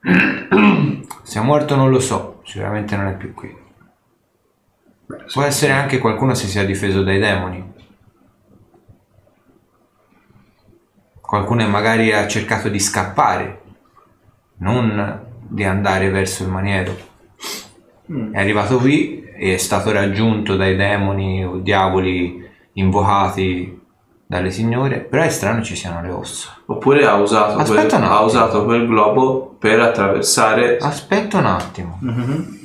Se è morto non lo so, sicuramente non è più qui. Può essere anche qualcuno si sia difeso dai demoni. Qualcuno magari ha cercato di scappare, non di andare verso il maniero. È arrivato qui e è stato raggiunto dai demoni o diavoli invocati dalle signore, però è strano ci siano le ossa. Oppure ha usato, quel, Aspetta un attimo. ha usato quel globo per attraversare. Ah. Aspetta un attimo. Mhm.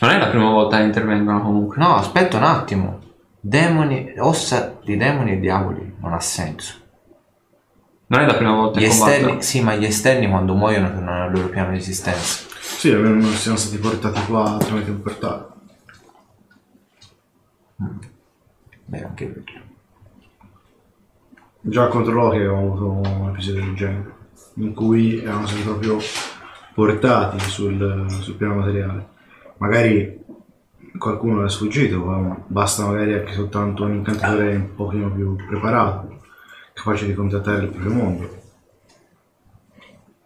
Non è la prima volta che intervengono comunque. No, aspetta un attimo. Demoni, ossa di demoni e diavoli non ha senso. Non è la prima volta Gli che esterni, combattono. sì, ma gli esterni quando muoiono tornano al loro piano di esistenza. Sì, almeno non siamo stati portati qua tramite un portale. Beh, anche perché. Già controllò che ho avuto un episodio del genere, in cui erano stati proprio portati sul, sul piano materiale. Magari qualcuno è sfuggito, ma basta magari anche soltanto un incantatore un pochino più preparato, capace di contattare il proprio mondo.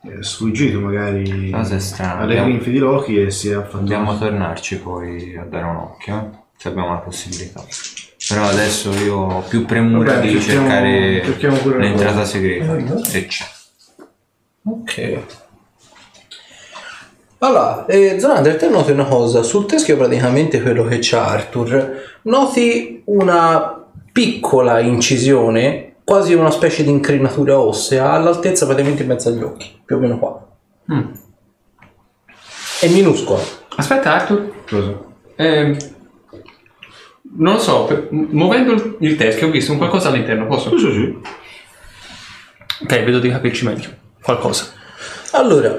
È sfuggito magari Cosa è alle strana, Ah, abbiamo- grinfie di Loki e si è fatto... Dobbiamo tornarci poi a dare un occhio, eh, se abbiamo la possibilità. Però adesso io ho più premura Vabbè, di cerchiamo- cercare cerchiamo pure una l'entrata cosa. segreta. Se c'è. Ok. Allora, eh, Zonander, te noti una cosa, sul teschio praticamente quello che c'ha Arthur, noti una piccola incisione, quasi una specie di incrinatura ossea, all'altezza praticamente in mezzo agli occhi, più o meno qua. Mm. È minuscola. Aspetta, Arthur. Cosa? Ehm, non lo so, per- muovendo il, il teschio ho visto un qualcosa all'interno, posso? Sì, sì. Ok, vedo di capirci meglio. Qualcosa. Allora,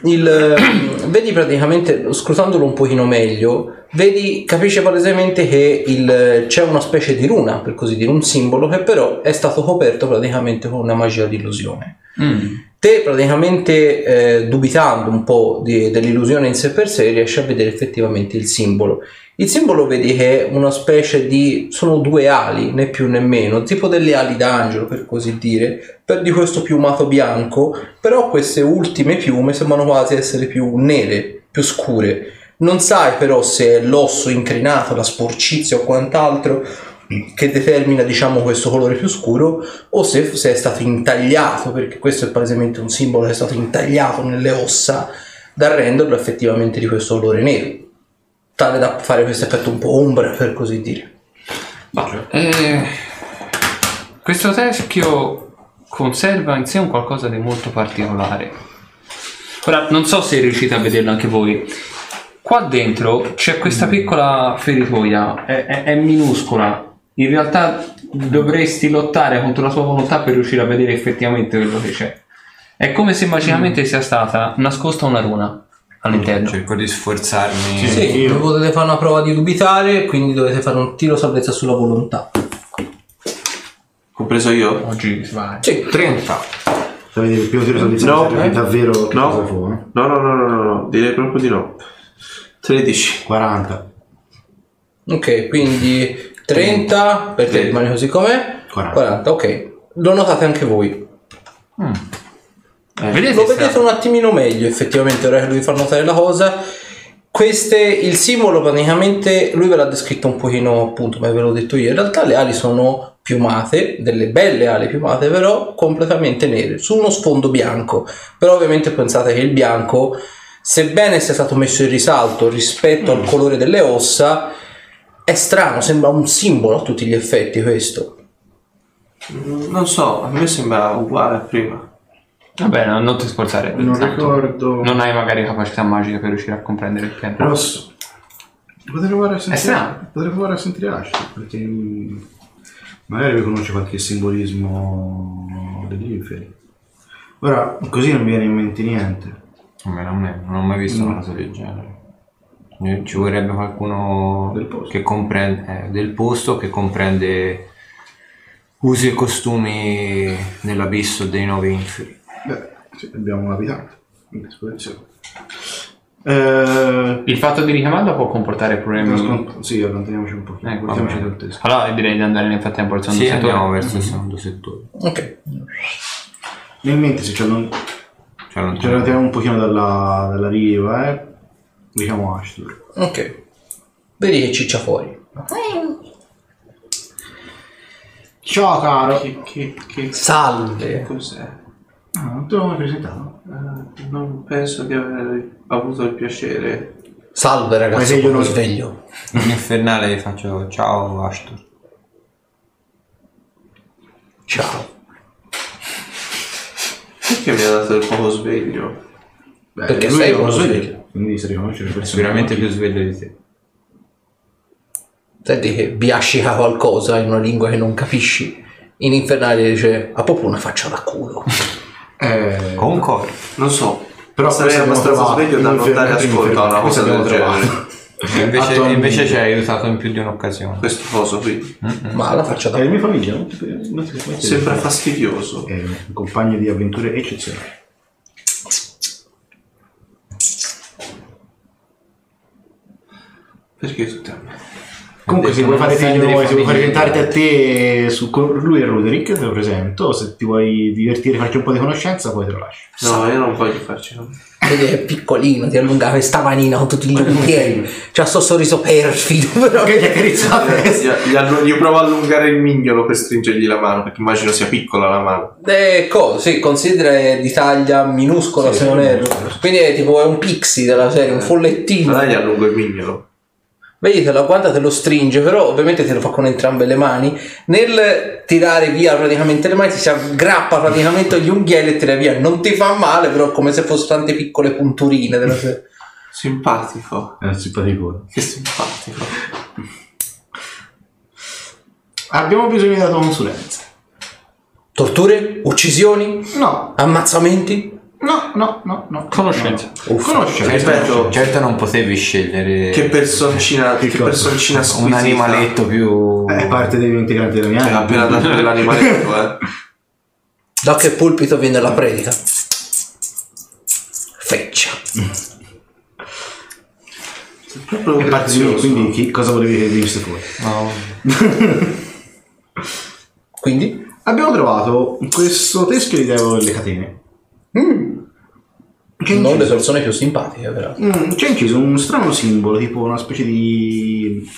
[clears throat] il, ehm, vedi praticamente, scrutandolo un pochino meglio, vedi, capisci palesemente che il- c'è una specie di runa, per così dire, un simbolo che però è stato coperto praticamente con una magia di illusione. Mm. Te praticamente eh, dubitando un po' di- dell'illusione in sé per sé riesci a vedere effettivamente il simbolo. Il simbolo vedi che è una specie di... sono due ali, né più né meno, tipo delle ali d'angelo per così dire, per di questo piumato bianco, però queste ultime piume sembrano quasi essere più nere, più scure. Non sai però se è l'osso incrinato, la sporcizia o quant'altro che determina diciamo questo colore più scuro o se, se è stato intagliato, perché questo è palesemente un simbolo che è stato intagliato nelle ossa da renderlo effettivamente di questo colore nero, tale da fare questo effetto un po' ombra per così dire. Eh, questo teschio conserva in sé un qualcosa di molto particolare. Ora, non so se riuscite a vederlo anche voi. Qua dentro c'è questa piccola feritoia, è, è- è minuscola. In realtà dovresti lottare contro la tua volontà per riuscire a vedere effettivamente quello che c'è. È come se magicamente sia stata nascosta una runa all'interno. Cerco di sforzarmi. Sì, io- potete fare una prova di dubitare, quindi dovete fare un tiro salvezza sulla volontà. Compreso io? Oggi si va. Sì, 30. Sapete il primo tiro salvezza No, serve eh. davvero che No. cosa fu, eh? No, no, no, no, no, no, direi proprio di no. 13. 40, Ok, quindi 30, per te Sì. rimane così com'è? 40. 40, ok. Lo notate anche voi. Vedete? lo sta- vedete un attimino meglio effettivamente ora che lui fa notare la cosa queste, il simbolo praticamente lui ve l'ha descritto un pochino appunto come ve l'ho detto io in realtà le ali sono piumate delle belle ali piumate però completamente nere su uno sfondo bianco però ovviamente pensate che il bianco sebbene sia stato messo in risalto rispetto al colore delle ossa è strano sembra un simbolo a tutti gli effetti questo Mm, Non so, a me sembra uguale a prima. Vabbè, no, non ti sforzare. non tanto. ricordo. Esatto. Non hai magari capacità magica per riuscire a comprendere il piano. Rosso. Potrei provare a sentire, strano. potrei provare a sentire Ash, perché mm, magari riconosce qualche simbolismo degli inferi. Ora, così non mi viene in mente niente. Almeno a me, non ho mai visto una cosa del genere. Eh, Ci vorrebbe qualcuno Del posto. che comprende, eh, del posto che comprende usi e costumi dell'abisso dei nove inferi. Beh, sì, abbiamo un abitante in disposizione. Eh, mm. Il fatto di richiamarla può comportare problemi. nascon- sì, allontaniamoci un po'. Ecco, Guardiamoci vabbè. dal testo. Allora direi di andare nel frattempo al secondo Sì, settore. andiamo verso il secondo settore. Ok. Mi in mente se ci allon- Cioè, non ci allontaniamo un pochino dalla, dalla riva, eh. Diciamo Ashtur. Ok. Vedi che ciccia fuori. Ciao caro! Che, che, che Salve. cos'è? Ah, non te l'ho mai presentato. Eh, non penso di aver avuto il piacere. Salve Ma ragazzi, sei sono uno- sveglio. In infernale faccio ciao Ashton. Ciao. Perché mi ha dato il poco sveglio? Beh, Perché lui sei è uno sveglio. Quindi si riconosce le persone. Sicuramente più sveglio di te. Senti che biascica qualcosa in una lingua che non capisci. In infernale dice, ha proprio una faccia da [laughs] culo. Eh, Concordo. Non so. però sarei questo abbiamo abbastanza trovato, sveglio da un non dare inferno- ascolto a una questo cosa del abbiamo trovato. genere. Invece, Attualmente. invece ci hai aiutato in più di un'occasione. Questo coso qui. Ma ha la faccia da È la mia famiglia, non ti, non ti puoi chiedere. Sembra fastidioso. È Eh, un compagno di avventure eccezionale. Perché tutti a me? Comunque, se Detto, vuoi non fare te offendere noi, i se vuoi fare familiari. rientrarti a te su con lui e Roderick, te lo presento. Se ti vuoi divertire, farci un po' di conoscenza, poi te lo lascio. No, io non voglio farci. no. Vedi che è piccolino, ti allunga questa manina con tutti [laughs] gli occhieri. C'ha sto sorriso perfido, [laughs] però. Ok, ti ha carizzato la Eh, testa. Gli, gli allu- gli provo a allungare il mignolo per stringergli la mano, perché immagino sia piccola la mano. Ecco, sì, considera è di taglia minuscola Sì, se non sì, Eh. erro. minuscola. Quindi è tipo è un pixie della serie, un Allora follettino. Eh, gli allungo il mignolo. Vedi, te lo guarda, te lo stringe, però ovviamente te lo fa con entrambe le mani. Nel tirare via praticamente le mani, ti si aggrappa praticamente agli unghielli e tira via. Non ti fa male, però come se fossero tante piccole punturine della serie. Simpatico. È un simpatico. Che simpatico. Abbiamo bisogno della tua consulenza. Torture? Uccisioni? No, Ammazzamenti? no, no, no. no Conoscenza. No, no. Conoscenza. Ripeto, Certo non potevi scegliere che personcina, che Che cosa? personcina Eh, un squisita. animaletto più... È parte degli integranti della mia Mi ha appena dato dell'animaletto, eh. Da che pulpito viene la predica? Feccia. Proprio È parte di me, grazioso. quindi chi- cosa volevi che venisse fuori? No. Quindi? Abbiamo trovato questo teschio di Diavolo delle Catene. Mm. C'è Non le inciso- persone più simpatiche, però. Mm, c'è inciso un strano simbolo, tipo una specie di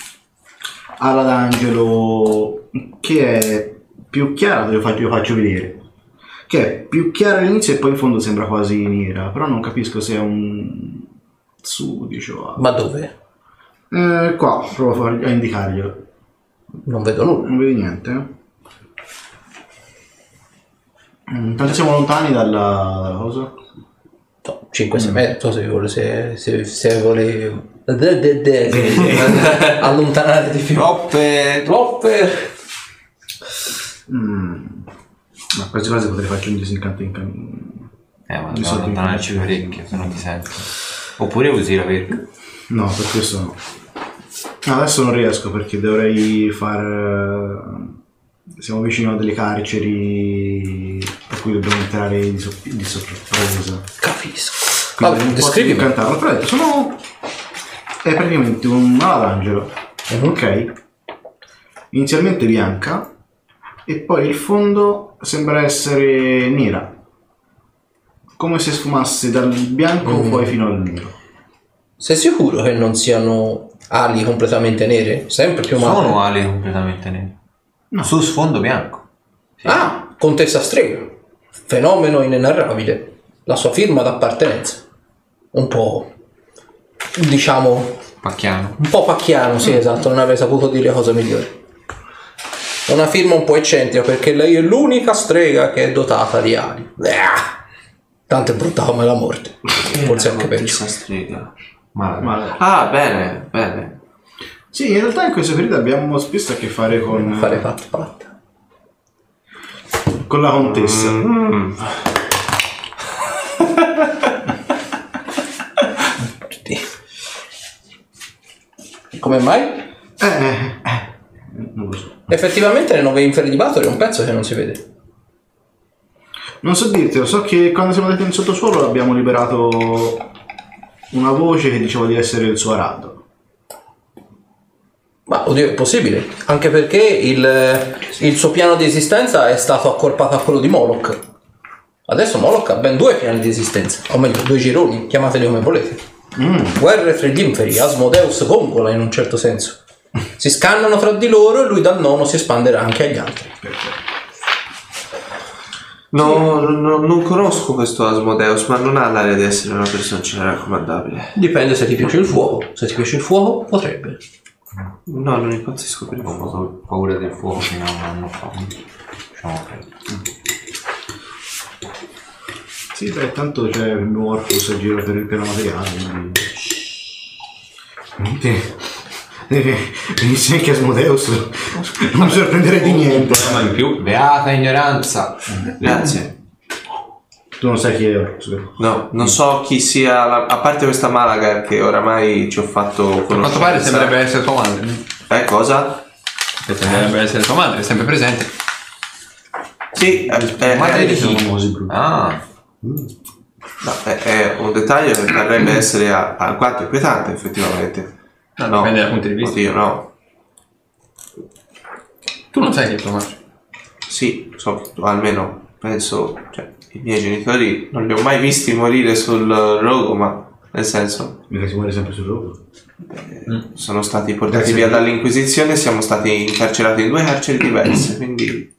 ala d'angelo che è più chiara, te lo faccio, lo faccio vedere. Che è più chiara all'inizio e poi in fondo sembra quasi nera, però non capisco se è un "Ah, sudicio. o altro. Ma dove? Eh, qua, provo a, far- a indicarglielo. Non vedo nulla. Non vedi niente? eh? Mm, Tanto siamo lontani dalla, dalla cosa. No, 5-6 metri, non so se vuole, se, se, se vuole de- de- de- allontanare di più. Troppe... Troppe. Mm. Ma queste cose potrei farci un disincanto in cammino. Eh, ma Mi dobbiamo sono allontanarci parecchio, se no ti sento. Oppure usi la verga. No, per questo no. No, Adesso non riesco perché dovrei far... eh, Siamo vicino a delle carceri a cui dobbiamo entrare di, sop- di sorpresa. Capisco. Quindi Vabbè, non posso descrivimi. cantarlo. Tra l'altro sono... È praticamente un malangelo. Ok. Inizialmente bianca e poi il fondo sembra essere nera. Come se sfumasse dal bianco Mm. poi fino al nero. Sei sicuro che non siano ali completamente nere? Sempre più male. Sono ali completamente nere. No. Su sfondo bianco. Ah, Contessa Strega. Fenomeno inenarrabile. La sua firma d'appartenenza. Un po'... diciamo Pacchiano. un po' pacchiano, sì, esatto, non avrei saputo dire cosa migliore. È una firma un po' eccentrica perché lei è l'unica strega che è dotata di ali. Ah, tanto è brutta come la morte. Forse anche peggio. Contessa strega. Ma... Ma Ah, bene, bene. sì, in realtà in questo periodo abbiamo spesso a che fare con, Fare pat pat. con la contessa. Mm. Tutti. Come mai? Eh, eh, eh, non lo so. Effettivamente le nove inferi di Bator è un pezzo che non si vede. Non so dirtelo, so che quando siamo andati in sottosuolo abbiamo liberato una voce che diceva di essere il suo araldo. Ma oddio, è possibile. Anche perché il, il suo piano di esistenza è stato accorpato a quello di Moloch. Adesso Moloch ha ben due piani di esistenza, o meglio, due gironi, chiamateli come volete. Mm. Guerre tra gli inferi, Asmodeus gongola in un certo senso. Si scannano tra di loro e lui dal nono si espanderà anche agli altri. No, no, non conosco questo Asmodeus, ma non ha l'aria di essere una personcina raccomandabile. Dipende se ti piace il fuoco. Se ti piace il fuoco, potrebbe. No, non impazzisco per il Ho fuoco. avuto paura del fuoco fino a un anno fa. Diciamo che- Sì, beh, tanto c'è il Morphus a giro per il piano materiale. quindi- Niente. Eh, Venisse anche Asmodeus, non mi sorprenderei di niente. Problema in più. Beata ignoranza. Mm. Grazie. Tu non sai chi è Orcus. No, non so chi sia, la- a parte questa Malaga che oramai ci ho fatto A quanto conoscenza. pare sembrerebbe essere tua Mm. madre. Eh, cosa? Che sembrerebbe essere tua madre, è sempre presente. Eh, Sì, eh, eh, Madre di diciamo. Sono chi? così brutti. Ah, No, è, è un dettaglio che parrebbe essere a- alquanto inquietante, effettivamente. No, dipende dal punto di vista. Oddio, no. Tu non sai chi è tua madre. Sì, so, almeno penso, cioè, i miei genitori non li ho mai visti morire sul rogo, ma nel senso, Mica si muore sempre sul rogo. Mm. sono stati portati via dall'Inquisizione, siamo stati incarcerati in due carceri diverse, quindi...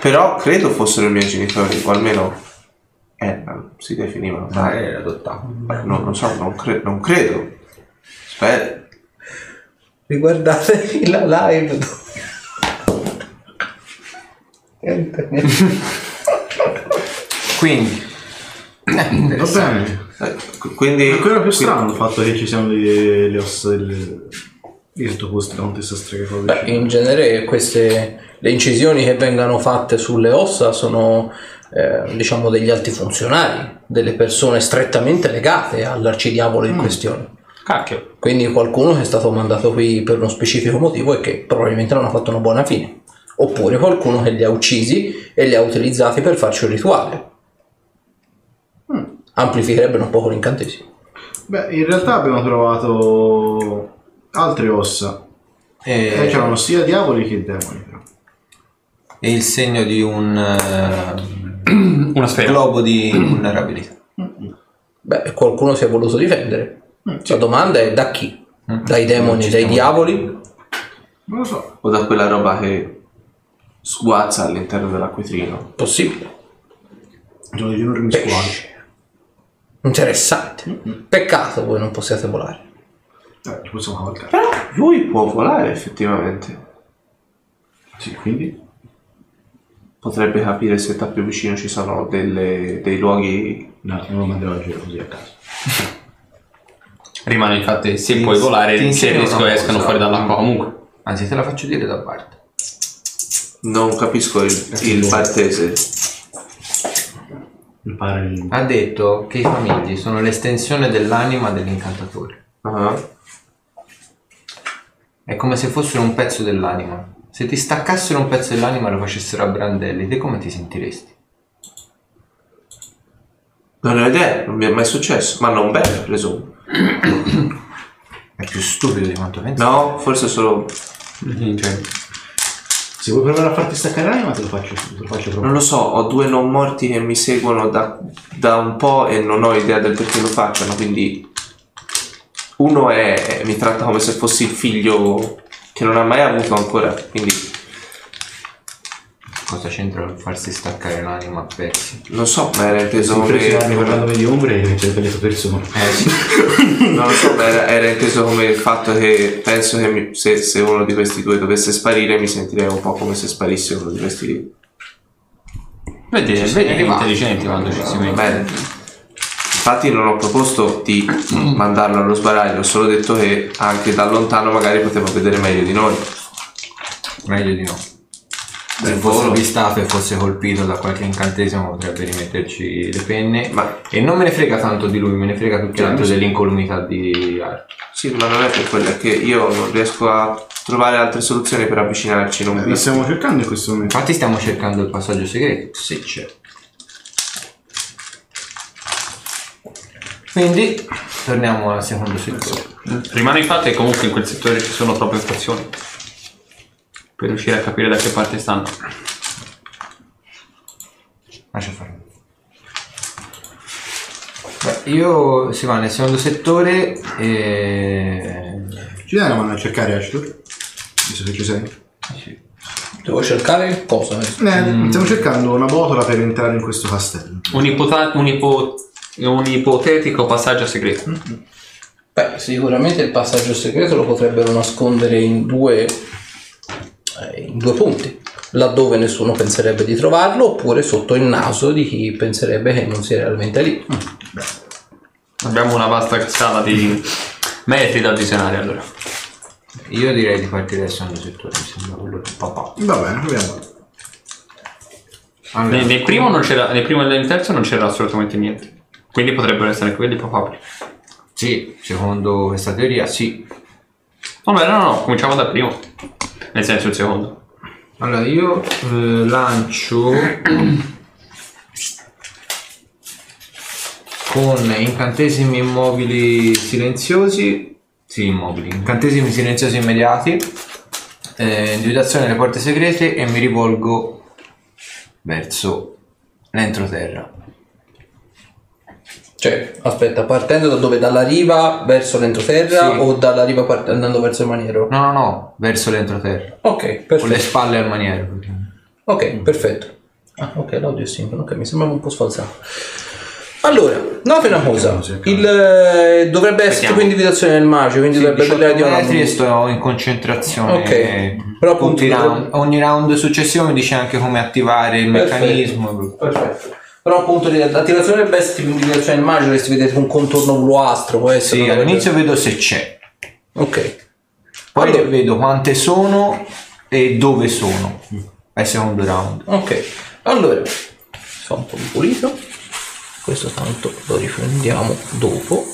Però credo fossero i miei genitori, o almeno erano, si definivano tali. è adottato. Beh, non lo so, non, cre- non credo. Spero. Riguardate la live. Niente, niente. Quindi, Va bene. Eh, qu- Quindi... È ancora più qui- strano il fatto che ci siano le, le ossa delle- di sottoposti da contessa strega qua Beh, vicino. Eh, in genere queste le incisioni che vengano fatte sulle ossa sono eh, diciamo degli alti funzionari, delle persone strettamente legate all'arcidiavolo in questione. Cacchio. Quindi qualcuno che è stato mandato qui per uno specifico motivo e che probabilmente non ha fatto una buona fine. Oppure qualcuno che li ha uccisi e li ha utilizzati per farci un rituale. Amplificherebbero un po' l'incantesimo. Beh, in realtà abbiamo trovato altre ossa. Eh, c'erano sia diavoli che demoni. però. è il segno di un eh, [clears throat] Mm, Una sfera. globo di vulnerabilità. Beh, qualcuno si è voluto difendere. La domanda è da chi? Mm. Dai demoni, dai diavoli? Non lo so. o da quella roba che sguazza all'interno dell'acquetrino. Possibile. Sono degli enormi squali. Pesce. Interessante. Peccato voi non possiate volare. Eh, ci possiamo cavalcare. Però lui può volare effettivamente. Sì, quindi? Potrebbe capire se da più vicino ci sono delle- dei luoghi. No, non lo manderò a giro così a caso. Rimane il fatto che se Ti puoi ins- ti volare, se insegno riesco una escono cosa. fuori dall'acqua comunque. Anzi, te la faccio dire da parte. Non capisco il, il partese. Impara il... Ha detto che i famigli sono l'estensione dell'anima dell'incantatore. Ah, È come se fossero un pezzo dell'anima. Se ti staccassero un pezzo dell'anima e lo facessero a brandelli, te come ti sentiresti? Non ho idea, non mi è mai successo. Ma non bene, presumo. È più stupido di quanto pensi. No, forse solo. Se vuoi provare a farti staccare l'anima te lo faccio, te lo faccio Non provare. lo so, ho due non morti che mi seguono da, da un po' e non ho idea del perché lo facciano, quindi. Uno è. mi tratta come se fossi il figlio che non ha mai avuto ancora, quindi. Cosa c'entra il farsi staccare l'anima a pezzi? Non so, ma era inteso Sono preso anni come. parlandomi di ombre e c'è tagliato persone. Eh sì. Non lo so, ma era, era inteso come il fatto che penso che mi- se, se uno di questi due dovesse sparire, mi sentirei un po' come se sparisse uno di questi. Vedi, Ci vedi sei che arrivato. intelligenti quando ci si mette. Bene. Infatti non ho proposto di mandarlo allo sbaraglio, ho solo detto che anche da lontano magari poteva vedere meglio di noi. Meglio di no. Se fosse avvistato e fosse colpito da qualche incantesimo potrebbe rimetterci le penne. Ma Cioè, E non me ne frega tanto di lui, me ne frega più che altro dell'incolumità di Art. Sì, ma non è per quello, è che io non riesco a trovare altre soluzioni per avvicinarci. Non Eh, vi- La stiamo cercando in questo momento. Infatti stiamo cercando il passaggio segreto, se c'è. Quindi torniamo al secondo settore. Rimane il fatto che comunque in quel settore ci sono troppe fazioni per riuscire a capire da che parte stanno. Lascia fare. Beh, io si va nel secondo settore eh, e... Ci dai una mano a cercare Ashtur? Visto che ci sei. Devo cercare cosa? Eh, Mm. Stiamo cercando una botola per entrare in questo castello. Un, ipota- un ipo- un ipotetico passaggio segreto. Beh, sicuramente il passaggio segreto lo potrebbero nascondere in due, eh, in due punti, laddove nessuno penserebbe di trovarlo, oppure sotto il naso di chi penserebbe che non sia realmente lì. Abbiamo una vasta scala di metri da visionare allora. Io direi di partire dal secondo settore, mi sembra quello del papà. Va bene, proviamo. Nel, nel primo non c'era, nel primo e nel terzo non c'era assolutamente niente. Quindi potrebbero essere quelli papabili. Sì, secondo questa teoria sì. Vabbè, no, no, no, cominciamo dal primo. Nel senso il secondo. Allora io eh, lancio con incantesimi immobili silenziosi, sì immobili, incantesimi silenziosi immediati, eh, individuazione delle porte segrete e mi rivolgo verso l'entroterra. Cioè, aspetta, partendo da dove? Dalla riva verso l'entroterra Sì. o dalla riva part- andando verso il maniero? No, no, no, verso l'entroterra, Ok, con le perfetto. spalle al maniero. Ok, Mm. perfetto. Ah, ok, l'audio è sincrono, ok, mi sembrava un po' sfalsato. Allora, nota una cosa, il, eh, dovrebbe essere tipo individuazione del magio, quindi dovrebbe parlare di 18 una... metri e sto in concentrazione. Ok. eh, Però appunto tutti i dovrebbe- round- ogni round successivo mi dice anche come attivare il Perfetto. meccanismo. Perfetto. Però appunto l'attivazione dovrebbe essere tipo individuazione del magio, dovresti vedere un contorno bluastro, può essere... Sì, una cosa- all'inizio vedo se c'è, Ok, poi Allora. vedo quante sono e dove sono. Al secondo round. ok. Allora, fa un po' di pulito. Questo tanto lo riprendiamo dopo.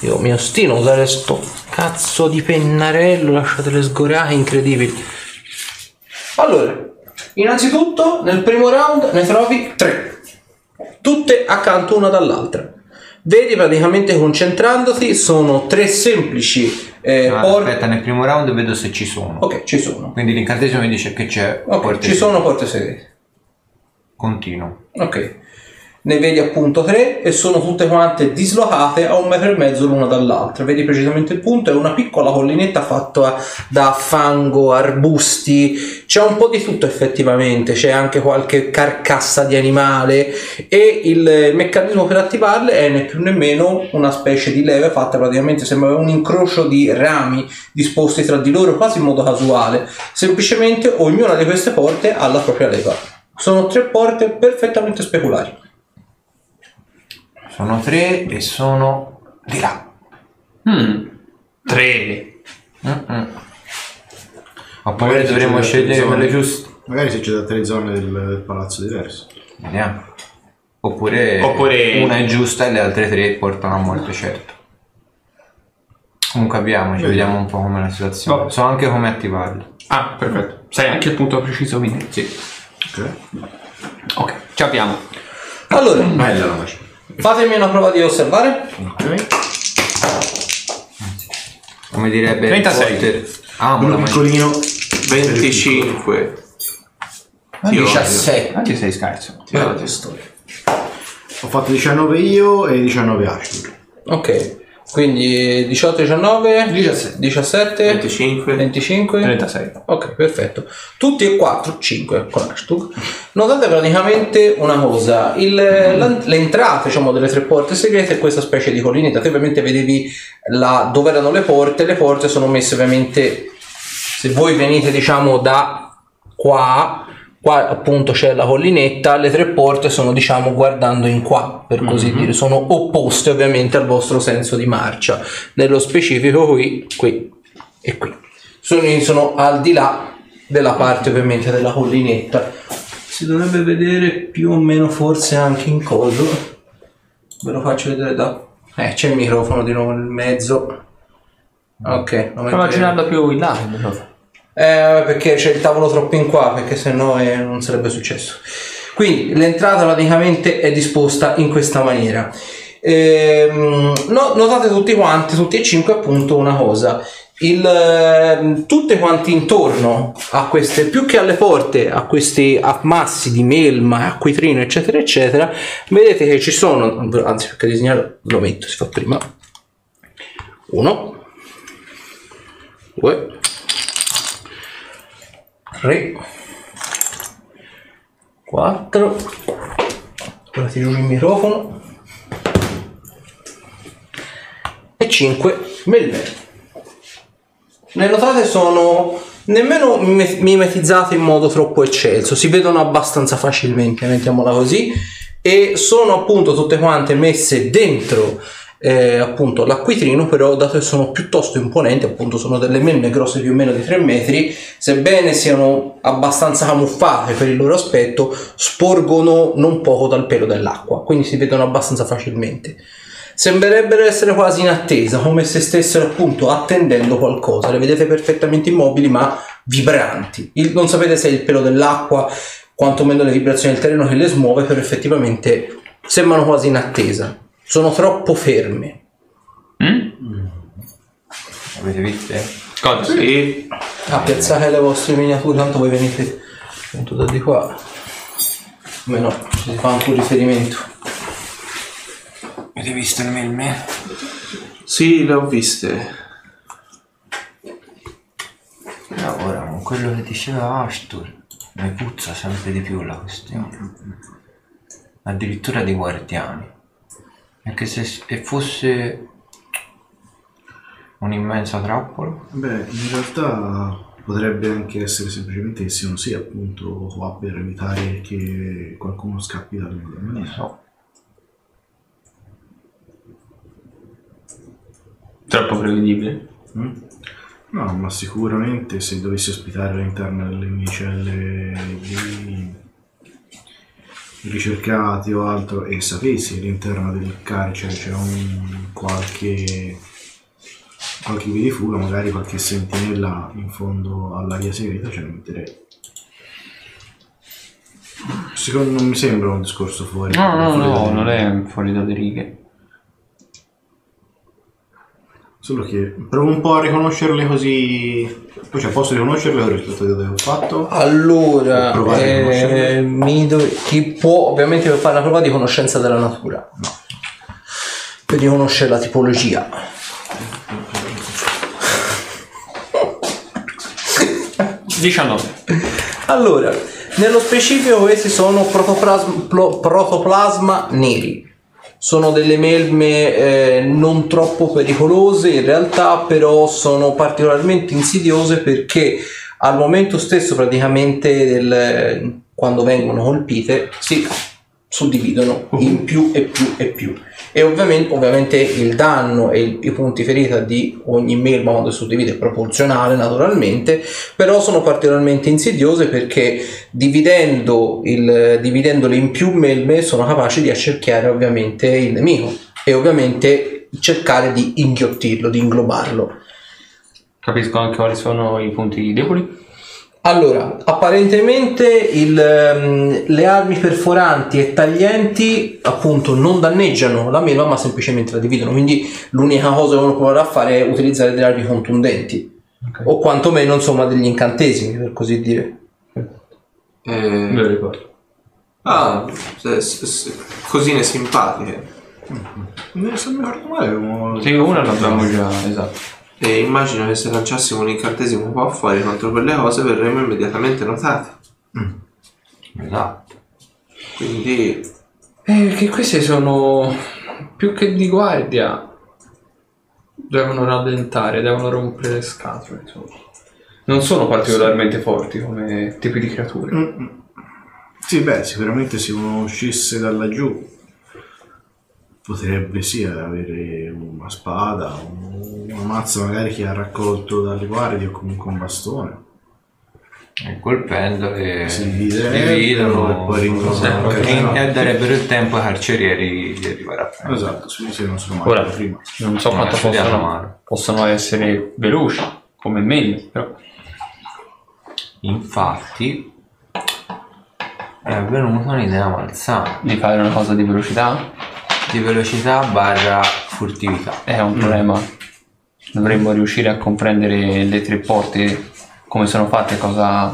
Io mi ostino a usare sto cazzo di pennarello, lasciate le sgorate incredibili. Allora, innanzitutto nel primo round ne trovi tre, tutte accanto una dall'altra. Vedi praticamente concentrandoti, sono tre semplici eh, Ah, por- Aspetta, nel primo round vedo se ci sono. Ok, ci sono. Quindi l'incantesimo mi dice che c'è. Ok, porte ci se- sono porte segrete. Continuo. Ok. Ne vedi appunto tre e sono tutte quante dislocate a un metro e mezzo l'una dall'altra. Vedi precisamente il punto, è una piccola collinetta fatta da fango, arbusti, c'è un po' di tutto effettivamente, c'è anche qualche carcassa di animale e il meccanismo per attivarle è né più né meno una specie di leve fatta praticamente sembra un incrocio di rami disposti tra di loro quasi in modo casuale. Semplicemente ognuna di queste porte ha la propria leva. Sono tre porte perfettamente speculari. Sono tre e sono di là. Mm. Tre. Mm-mm. Mm, Ma poi Magari dovremmo ci sono scegliere delle quelle zone- giuste. Magari se c'è da tre zone del, del palazzo diverse. Vediamo. Oppure, Oppure- una è giusta e le altre tre portano a morte, certo. Comunque abbiamoci, vediamo un po' come è la situazione. Oh. So anche come attivarlo. Ah, perfetto. Sai anche il punto preciso, quindi. Sì. Ok. Ok, ci abbiamo. Allora, Bella la magia. fatemi una prova di osservare. Ok. Come direbbe 36. Potter. Ah, ma la Quello magia. piccolino. 25. Ti odio. 17. Anche sei scarso. Ti odio. Ho fatto 19 io e 19 Ashtur. Ok, quindi 18, 19, 17, Eh, 25. 25, 36. Ok, perfetto. Tutti e quattro, 5 con Ashtug. Notate praticamente una cosa: il- Mm-hmm. la- le entrate diciamo, delle tre porte segrete è questa specie di collinetta. Te ovviamente vedevi la- dove erano le porte. Le porte sono messe ovviamente. Se voi venite, diciamo, da qua, qua appunto c'è la collinetta. Le tre porte sono, diciamo, guardando in qua, per così dire, sono opposte ovviamente al vostro senso di marcia. Nello specifico, qui, qui e qui sono, sono al di là della parte ovviamente della collinetta. Si dovrebbe vedere più o meno forse anche in collo. Ve lo faccio vedere da... Eh, c'è il microfono di nuovo nel mezzo. Ok, lo Prova a metto io. girarlo più in là. il microfono. Eh, perché c'è il tavolo troppo in qua, perché sennò eh, non sarebbe successo. Quindi l'entrata praticamente è disposta in questa maniera. Ehm, no- notate tutti quanti, tutti e cinque appunto una cosa. Il, ehm, tutte quanti intorno a queste, più che alle porte, a questi ammassi di melma, acquitrino, eccetera, eccetera, vedete che ci sono, anzi perché disegnare lo metto, si fa prima. Uno, due, 3 4 ora tiro giù il microfono e 5 melme le notate sono nemmeno mime- mimetizzate in modo troppo eccelso si vedono abbastanza facilmente mettiamola così e sono appunto tutte quante messe dentro eh, appunto l'acquitrino però dato che sono piuttosto imponenti appunto sono delle melme grosse più o meno di 3 metri sebbene siano abbastanza camuffate per il loro aspetto sporgono non poco dal pelo dell'acqua quindi si vedono abbastanza facilmente sembrerebbero essere quasi in attesa come se stessero appunto attendendo qualcosa le vedete perfettamente immobili ma vibranti Il- non sapete se è il pelo dell'acqua quantomeno le vibrazioni del terreno che le smuove però effettivamente sembrano quasi in attesa sono troppo ferme Mm? Avete visto? eh? Cosa? Sì. Ah, piazzate le vostre miniature, tanto voi venite appunto da di qua. Come no, ci si fa anche un riferimento. Avete visto le melme? Sì, le ho viste. Però Eh, ora, con quello che diceva Ashtur, mi puzza sempre di più la questione. Addirittura dei guardiani. Perché se se fosse un'immensa trappola, Beh, in realtà potrebbe anche essere semplicemente che siano sì, appunto, qua per evitare che qualcuno scappi dalle non maniere. so. Troppo prevedibile. No, ma sicuramente se dovessi ospitare all'interno delle micelle di ricercati o altro e sapessi che all'interno del carcere c'è un qualche qualche via di fuga, magari qualche sentinella in fondo alla via segreta ce la metterei. Secondo non mi sembra un discorso fuori. No, no, fuori no, dalle- non è fuori dalle righe. Solo che provo un po' a riconoscerle così. Poi cioè, posso riconoscerle rispetto a quello che ho fatto. Allora, Provate a eh, conoscerle. mi dove- chi può ovviamente per fare una prova di conoscenza della natura. Per riconoscere la tipologia. Allora, nello specifico questi sono protoplasma, plo- protoplasma neri. Sono delle melme eh, non troppo pericolose in realtà, però sono particolarmente insidiose perché al momento stesso praticamente del- quando vengono colpite si suddividono in più e più e più. E ovviamente, ovviamente il danno e il- i punti ferita di ogni melma quando si suddivide è proporzionale naturalmente, però sono particolarmente insidiose perché dividendo il- dividendole in più melme sono capaci di accerchiare ovviamente il nemico e ovviamente cercare di inghiottirlo, di inglobarlo. Capisco anche quali sono i punti deboli. Allora, apparentemente il, ehm, le armi perforanti e taglienti appunto non danneggiano la melma ma semplicemente la dividono, quindi l'unica cosa che uno proverà a fare è utilizzare delle armi contundenti o quantomeno insomma degli incantesimi per così dire. Eh, Me lo ricordo. ah, se- se- se- cosine simpatiche. Eh, Se non mi ricordo male, avevo- Sì, una l'abbiamo già, esatto. E immagino che se lanciassimo un incantesimo qua fuori contro quelle cose verremmo immediatamente notati. Esatto. Quindi Eh, che queste sono più che di guardia. Devono rallentare, devono rompere le scatole, insomma. Non sono particolarmente forti come tipi di creature. Mm, mm. Sì, beh, sicuramente se uno uscisse da laggiù potrebbe sì avere una spada, un- una mazza magari che ha raccolto dalle guardie o comunque un bastone. E colpendo e Si dividono, dividono e poi rincorrono. Perché in- Ok. eh, darebbero il tempo ai carcerieri di arrivare a prendere. Esatto, sì, sì, non sono Ora, mai prima. non so Ma quanto ci diamo male. possono, possono essere veloci, come meglio, però Infatti è venuta un'idea malsana di fare una cosa di velocità di velocità barra furtività. è un problema. Dovremmo riuscire a comprendere le tre porte, come sono fatte, cosa...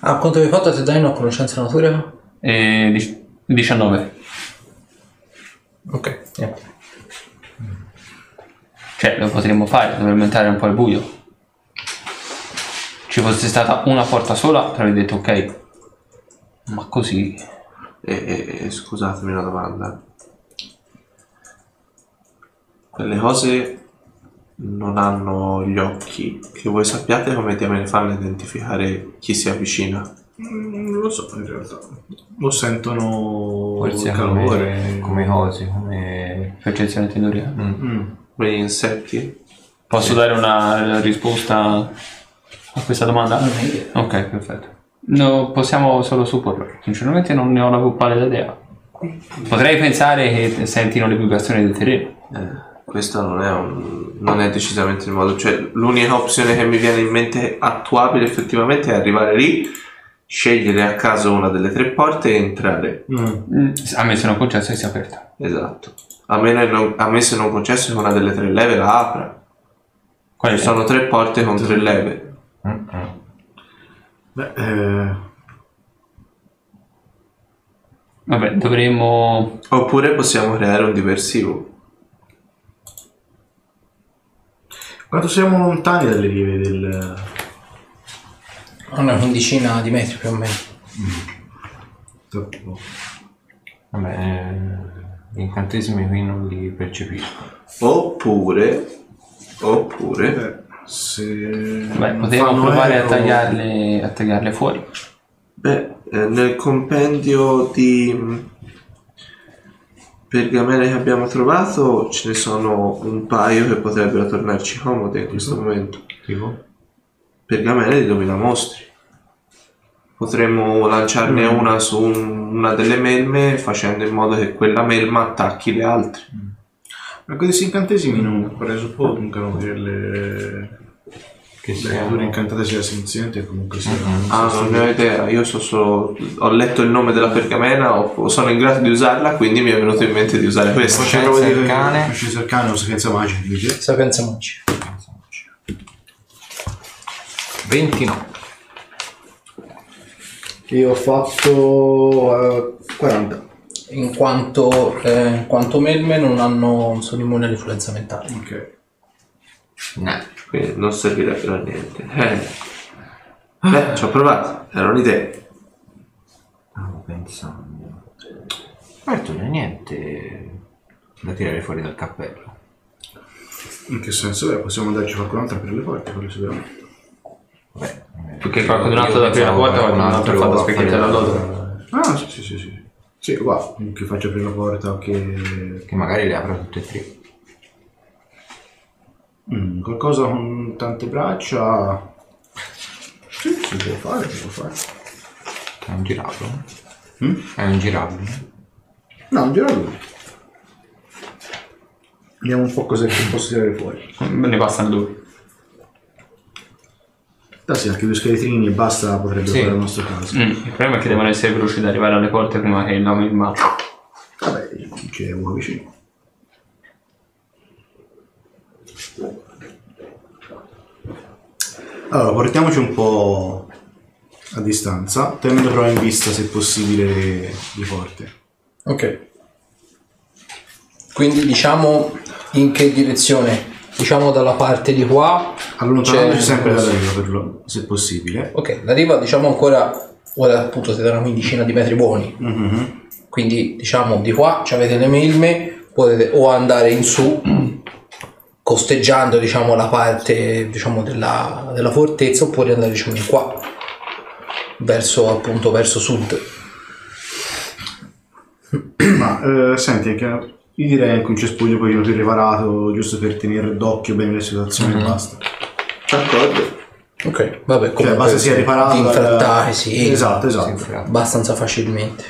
Ah, quanto avevi fatto se dai una conoscenza natura? eh, dic- 19. Ok, niente. Cioè, lo potremmo fare, dovremmo entrare un po' al buio. Ci fosse stata una porta sola, avrei detto ok. Ma così... E, e- e scusatemi una domanda. Quelle cose non hanno gli occhi. Che voi sappiate come diamine fanno a identificare chi si avvicina. Mm, Non lo so in realtà. Lo sentono Forse il calore. come, come cose, come... Percezione e teoria. Mm. Mm, Quegli insetti? Posso dare una risposta a questa domanda? Ok, perfetto. No, possiamo solo supporlo. Sinceramente non ne ho la più pallida idea. Potrei pensare che sentino le vibrazioni del terreno. Eh, questo non è, un- non è decisamente il modo. Cioè, l'unica opzione che mi viene in mente attuabile effettivamente è arrivare lì, scegliere a caso una delle tre porte e entrare. Mm, A me se non concesso che sia aperta. Esatto. A me, non- a me se non concesso che una delle tre leve la apra. Quali Ci sono tre porte con tre leve. Beh, eh, Vabbè, dovremmo... Oppure possiamo creare un diversivo. quanto siamo lontani dalle rive del... eh, Una quindicina di metri più o meno. troppo? Vabbè, eh, gli incantesimi qui non li percepisco. Oppure, oppure, Eh, se Beh, non potremmo fanno provare a eco- tagliarle, a tagliarle fuori. beh, eh, nel compendio di mh, pergamene che abbiamo trovato ce ne sono un paio che potrebbero tornarci comode in questo momento. Tipo? Pergamene di domina mostri. Potremmo lanciarne una su un- una delle melme facendo in modo che quella melma attacchi le altre. Ma questi incantesimi non Mm. presuppongano che le... Che Le creature incantate sia senziente e comunque sia... Ah, non ne ho idea, io so solo. Ho letto il nome della pergamena, ho- sono in grado di usarla, quindi mi è venuto in mente di usare questa. C'è roba il cane. Coscienza del cane, una sapienza magica, dice. Sapienza magica. 29. Io ho fatto... eh, 40. In quanto, eh, in quanto melme non hanno, sono immuni all'influenza mentale. Ok. No. Quindi non servirebbe a niente. Eh. Beh, ci ho provato, era un'idea. Ah, Stavo pensando. Alberto, non è niente da tirare fuori dal cappello. In che senso? Beh, possiamo darci qualcun'altra per le porte, quello sicuramente. Vabbè, eh, Più che io- qualcun altro io da aprire la pensavo porta, qualcun altro qualcun fa da altro specchietto alla aprire la- Ah, sì, sì, sì, sì. Sì, qua, che faccio aprire la porta o che... Che magari le apra tutte e tre. Mm, qualcosa con tante braccia... Sì, si può fare, si può fare. È un girabile. Mm? È un girabile. No, un giro Vediamo un po' cosa che posso tirare fuori. Ne passano due. Ah sì, anche due scheletrini e basta potrebbe Sì. fare il nostro caso. Mm, Il problema è che devono essere veloci ad arrivare alle porte prima che il nome in mano. Vabbè, c'è uno vicino. Allora, portiamoci un po' a distanza, tenendo però in vista, se possibile, di porte. Ok. Quindi diciamo in che direzione? Diciamo dalla parte di qua. Allontanandoci C'è- sempre dalla riva, per lo- se possibile. Ok, la riva diciamo ancora, ora appunto siete a una quindicina di metri buoni. Mhm. Quindi diciamo di qua ci avete le melme, potete o andare in su costeggiando diciamo la parte diciamo della, della fortezza oppure andare diciamo di qua verso appunto verso sud. Ma eh, senti, che io direi anche un cespuglio poi più riparato, giusto per tenere d'occhio bene le situazioni e basta. D'accordo. Ok, vabbè, Cioè, basta sia riparato. Di dal- infrattarsi, Esatto, esatto. abbastanza facilmente.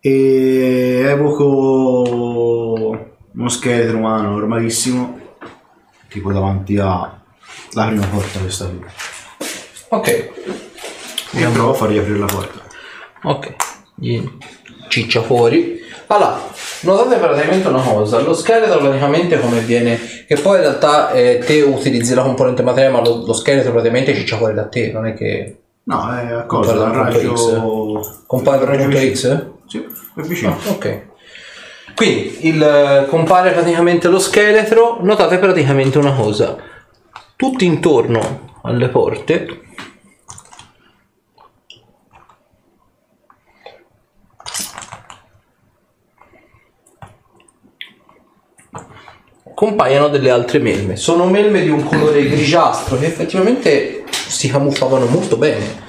E evoco uno scheletro umano normalissimo, tipo davanti alla prima porta che sta qui. Ok, E provo a fargli aprire la porta. ok. Gli Ciccia fuori. Allora, notate praticamente una cosa, lo scheletro praticamente come viene, che poi in realtà eh, te utilizzi la componente materia, ma lo, lo scheletro praticamente ciccia fuori da te, non è che... No, è a cosa? Compare Dal dal punto raggio. Compare dal raggio punto vicino. X? Ah, Sì, è vicino. Ok. Quindi il, eh, compare praticamente lo scheletro. Notate praticamente una cosa. Tutti intorno alle porte compaiono delle altre melme. Sono melme di un colore grigiastro che effettivamente si camuffavano molto bene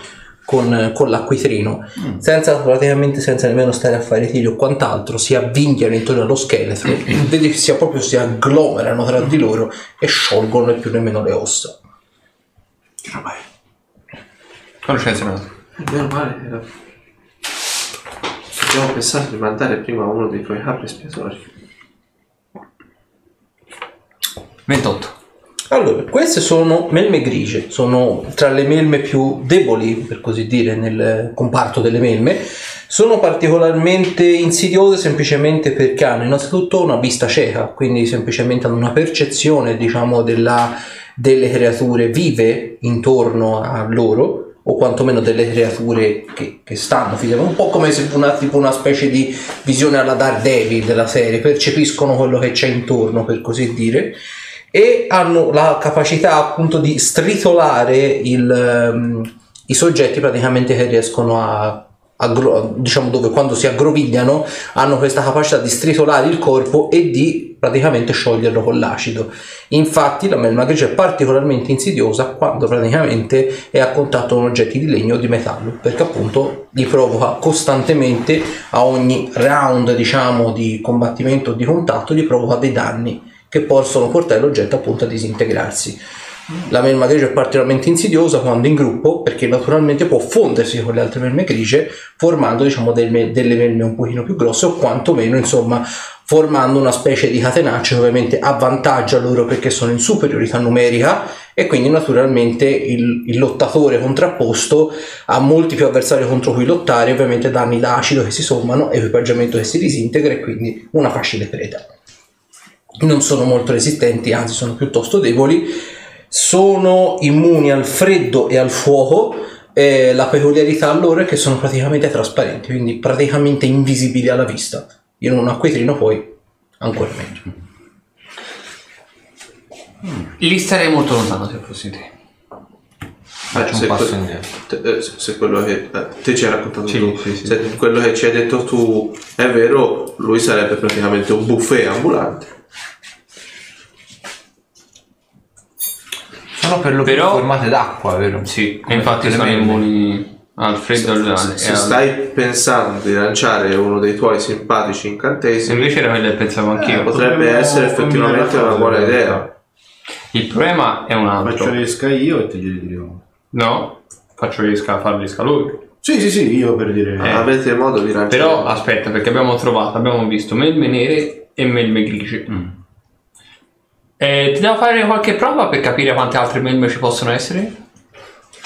con, con l'acquitrino, senza praticamente senza nemmeno stare a fare tiri o quant'altro, si avvinghiano intorno allo [clears throat] scheletro, vedi che sia proprio si agglomerano tra di loro e sciolgono e più nemmeno le ossa. Conoscenza no. Meno male era... Abbiamo pensato di mandare prima uno dei tuoi capi espiatori. 28. Allora, queste sono melme grigie, sono tra le melme più deboli, per così dire, nel comparto delle melme. Sono particolarmente insidiose semplicemente perché hanno innanzitutto una vista cieca, quindi semplicemente hanno una percezione, diciamo, della- delle creature vive intorno a loro, o quantomeno delle creature che, che stanno, fidate, un po' come se una, tipo una specie di visione alla Daredevil della serie, percepiscono quello che c'è intorno, per così dire e hanno la capacità appunto di stritolare il, ehm, i soggetti praticamente che riescono a, a gro- diciamo dove quando si aggrovigliano hanno questa capacità di stritolare il corpo e di praticamente scioglierlo con l'acido infatti la melma grigia è particolarmente insidiosa quando praticamente è a contatto con oggetti di legno o di metallo perché appunto li provoca costantemente a ogni round diciamo di combattimento o di contatto gli provoca dei danni che possono portare l'oggetto appunto a disintegrarsi. La melma grigia è particolarmente insidiosa quando in gruppo perché naturalmente può fondersi con le altre melme grigie formando diciamo delle, delle melme un pochino più grosse o quantomeno insomma formando una specie di catenaccio che ovviamente avvantaggia loro perché sono in superiorità numerica e quindi naturalmente il, il lottatore contrapposto ha molti più avversari contro cui lottare ovviamente danni da acido che si sommano equipaggiamento che si disintegra e quindi una facile preda non sono molto resistenti, anzi sono piuttosto deboli, sono immuni al freddo e al fuoco. eh, la peculiarità loro è che sono praticamente trasparenti, quindi praticamente invisibili alla vista. In un acquetrino poi ancora meglio. Lì starei molto lontano se fossi te. Faccio un se passo que- indietro. te- eh, se, se quello che eh, te ci hai raccontato Sì, tu, sì, sì. se quello che ci hai detto tu è vero, lui sarebbe praticamente un buffet ambulante. Sono per lo più Però- formate d'acqua, vero? Sì, Come e infatti tutte le sono mele. immuni al Eh, freddo e al- Se, se e al- stai pensando di lanciare uno dei tuoi simpatici Se incantesimi, invece era quello che pensavo anch'io. potrebbe potremmo essere effettivamente combinare una la buona cosa. idea. Il problema è un Faccio altro. l'esca io e te gli dirò. No, faccio riesca a farli esca lui. Sì, sì, sì, io per dire. Eh. Avete modo di lanciare Però aspetta, perché abbiamo trovato, abbiamo visto melme nere e melme grigie. Mm. Eh, ti devo fare qualche prova per capire quante altre melme ci possono essere?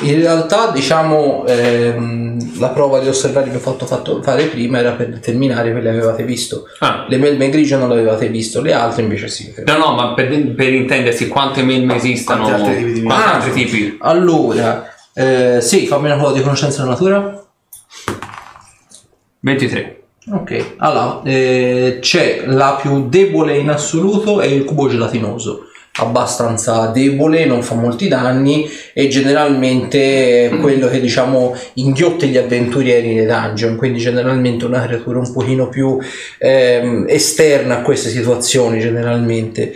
In realtà, diciamo, ehm, la prova di osservare che vi ho fatto, fatto fare prima era per determinare che le avevate visto. Ah, Le melme grigie non le avevate visto, le altre invece sì. no, no, ma per, per intendersi quante melme esistono, Quanti altri tipi di melme? quanti altri tipi? Allora, eh, sì, fammi una prova di conoscenza della natura. 23. Ok, allora eh, c'è la più debole in assoluto è il cubo gelatinoso, abbastanza debole, non fa molti danni e generalmente è quello che diciamo inghiotte gli avventurieri nei dungeon, quindi generalmente una creatura un pochino più ehm, esterna a queste situazioni generalmente.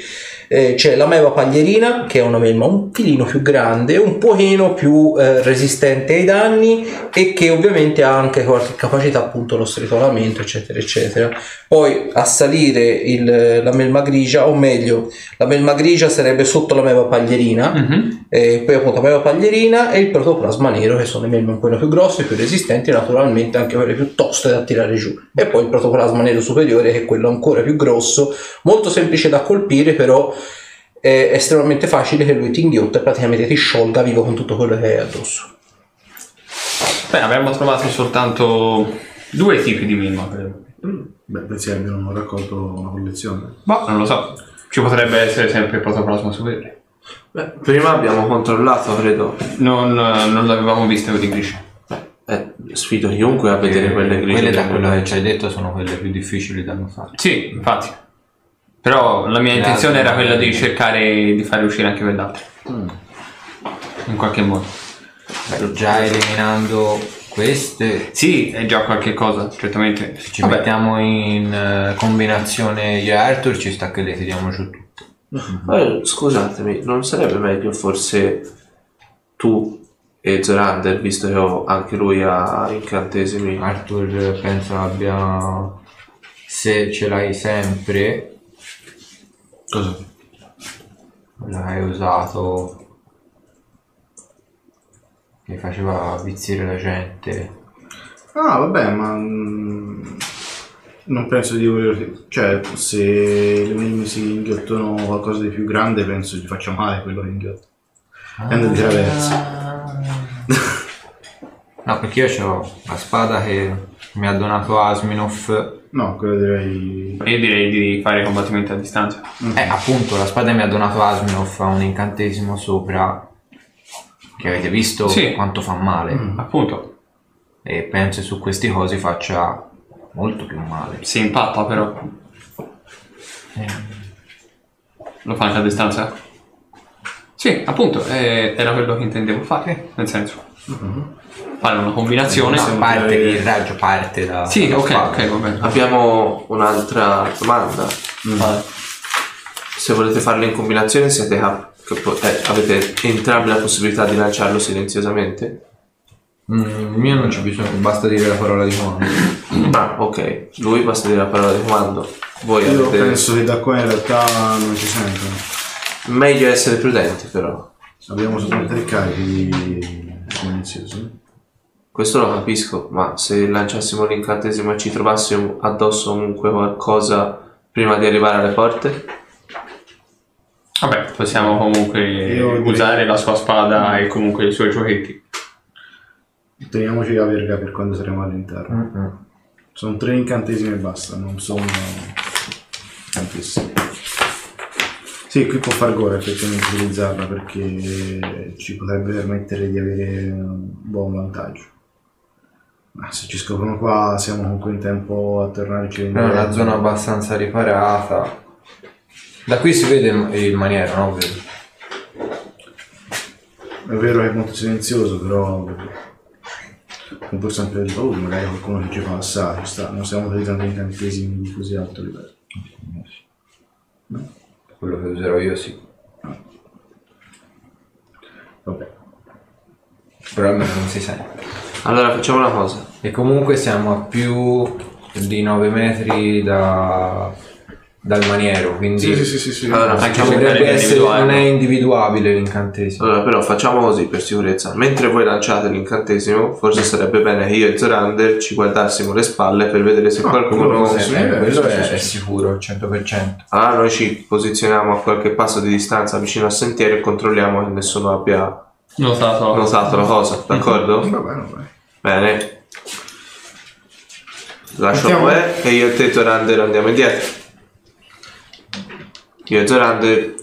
Eh, c'è la meva paglierina, che è una melma un filino più grande, un pochino più eh, resistente ai danni e che ovviamente ha anche qualche capacità appunto lo stritolamento, eccetera, eccetera. Poi a salire il- la melma grigia, o meglio, la melma grigia sarebbe sotto la meva paglierina, Mhm. e poi appunto la meva paglierina e il protoplasma nero che sono le melme un po' più grosse, più resistenti, naturalmente anche quelle più toste da tirare giù. E poi il protoplasma nero superiore che è quello ancora più grosso, molto semplice da colpire però è estremamente facile che lui ti inghiotta e praticamente ti sciolga vivo con tutto quello che hai addosso. Beh, abbiamo trovato soltanto due tipi di mimma, credo. Beh, pensi che abbiano raccolto una collezione. Boh, non lo so. Ci potrebbe essere sempre il protoplasma superiore. Beh, prima abbiamo controllato, credo. Non, eh, non l'avevamo visto di grigia. Eh, sfido chiunque a Eh, vedere quelle grigie. Quelle da del- quello che ci hai detto sono quelle più difficili da notare. Sì, infatti. Però la mia intenzione era quella di cercare di fare uscire anche quell'altro. In qualche modo. Beh, già eliminando queste, Sì, è già qualche cosa, certamente. se ci Vabbè, mettiamo in eh, combinazione io e Arthur ci sta che le tiriamo giù tutte. Eh, scusatemi, non sarebbe meglio forse tu e Zorander, visto che ho- anche lui ha incantesimi. Arthur eh, penso abbia, se ce l'hai sempre, Cosa? l'hai usato, che faceva vizzire la gente. Ah, vabbè, ma mm, non penso di voler... Cioè, se le mini si inghiottono qualcosa di più grande, penso gli faccia male quello che inghiotta. E Ah. andate di traverso. [laughs] No, perché io ho la spada che mi ha donato Asminov. No, quello direi... io direi di fare combattimenti a distanza. Eh, appunto, la spada che mi ha donato Asminov ha un incantesimo sopra che avete visto Sì. Mm. quanto fa male. Appunto, E penso su queste cose faccia molto più male. si impappa però. Lo fa anche a distanza? Sì, appunto, eh, era quello che intendevo fare, nel senso. Fare una combinazione. Una parte che il raggio parte da. Sì, dalla ok, spada. ok, va bene. Abbiamo un'altra domanda. Eh, Se volete farlo in combinazione siete cap- che po- eh, avete entrambi la possibilità di lanciarlo silenziosamente? Mm, mio non c'è bisogno, basta dire la parola di comando. Mm. Ah, ok. Lui basta dire la parola di comando. Voi Io avete... penso che da qua in realtà non ci sentono. Meglio essere prudenti però. Abbiamo soltanto tre carichi di silenzioso. Questo lo capisco, ma se lanciassimo l'incantesimo e ci trovassimo addosso comunque qualcosa prima di arrivare alle porte? Vabbè, possiamo comunque Io direi- usare la sua Mm. spada e comunque i suoi giochetti. Teniamoci la verga per quando saremo all'interno. Sono tre incantesimi e basta, non sono tantissimi. Sì, qui può far gore effettivamente utilizzarla perché ci potrebbe permettere di avere un buon vantaggio. Ma se ci scoprono qua siamo comunque in tempo a tornarci È una Eh, zona abbastanza riparata. Da qui si vede il, il maniero, no? Vedi? È vero che è molto silenzioso, però un po' sempre di paura, magari qualcuno che ci fa assare, ci sta. non stiamo utilizzando incantesimi di così alto livello. Quello che userò io sì. Vabbè. Però almeno non si sente. Allora facciamo una cosa. E comunque siamo a più di 9 metri da- dal maniero, quindi Sì, sì, sì, sì, sì. Allora, Anche facciamo dovrebbe bene essere- individuarlo. non Diciamo è individuabile l'incantesimo. Allora, però facciamo così per sicurezza. Mentre voi lanciate l'incantesimo, forse sarebbe bene che io e Zorander ci guardassimo le spalle per vedere se Ah, qualcuno. quello sì. Eh, beh, quello sì, è, sì, sì. è sicuro al 100%. Allora Ah, noi ci posizioniamo a qualche passo di distanza vicino al sentiero e controlliamo che nessuno abbia Notato. notato la cosa, d'accordo? [laughs] Va bene, va bene. Bene. Lascio a Partiamo. me e io e te Zorander andiamo indietro. Io e Zorander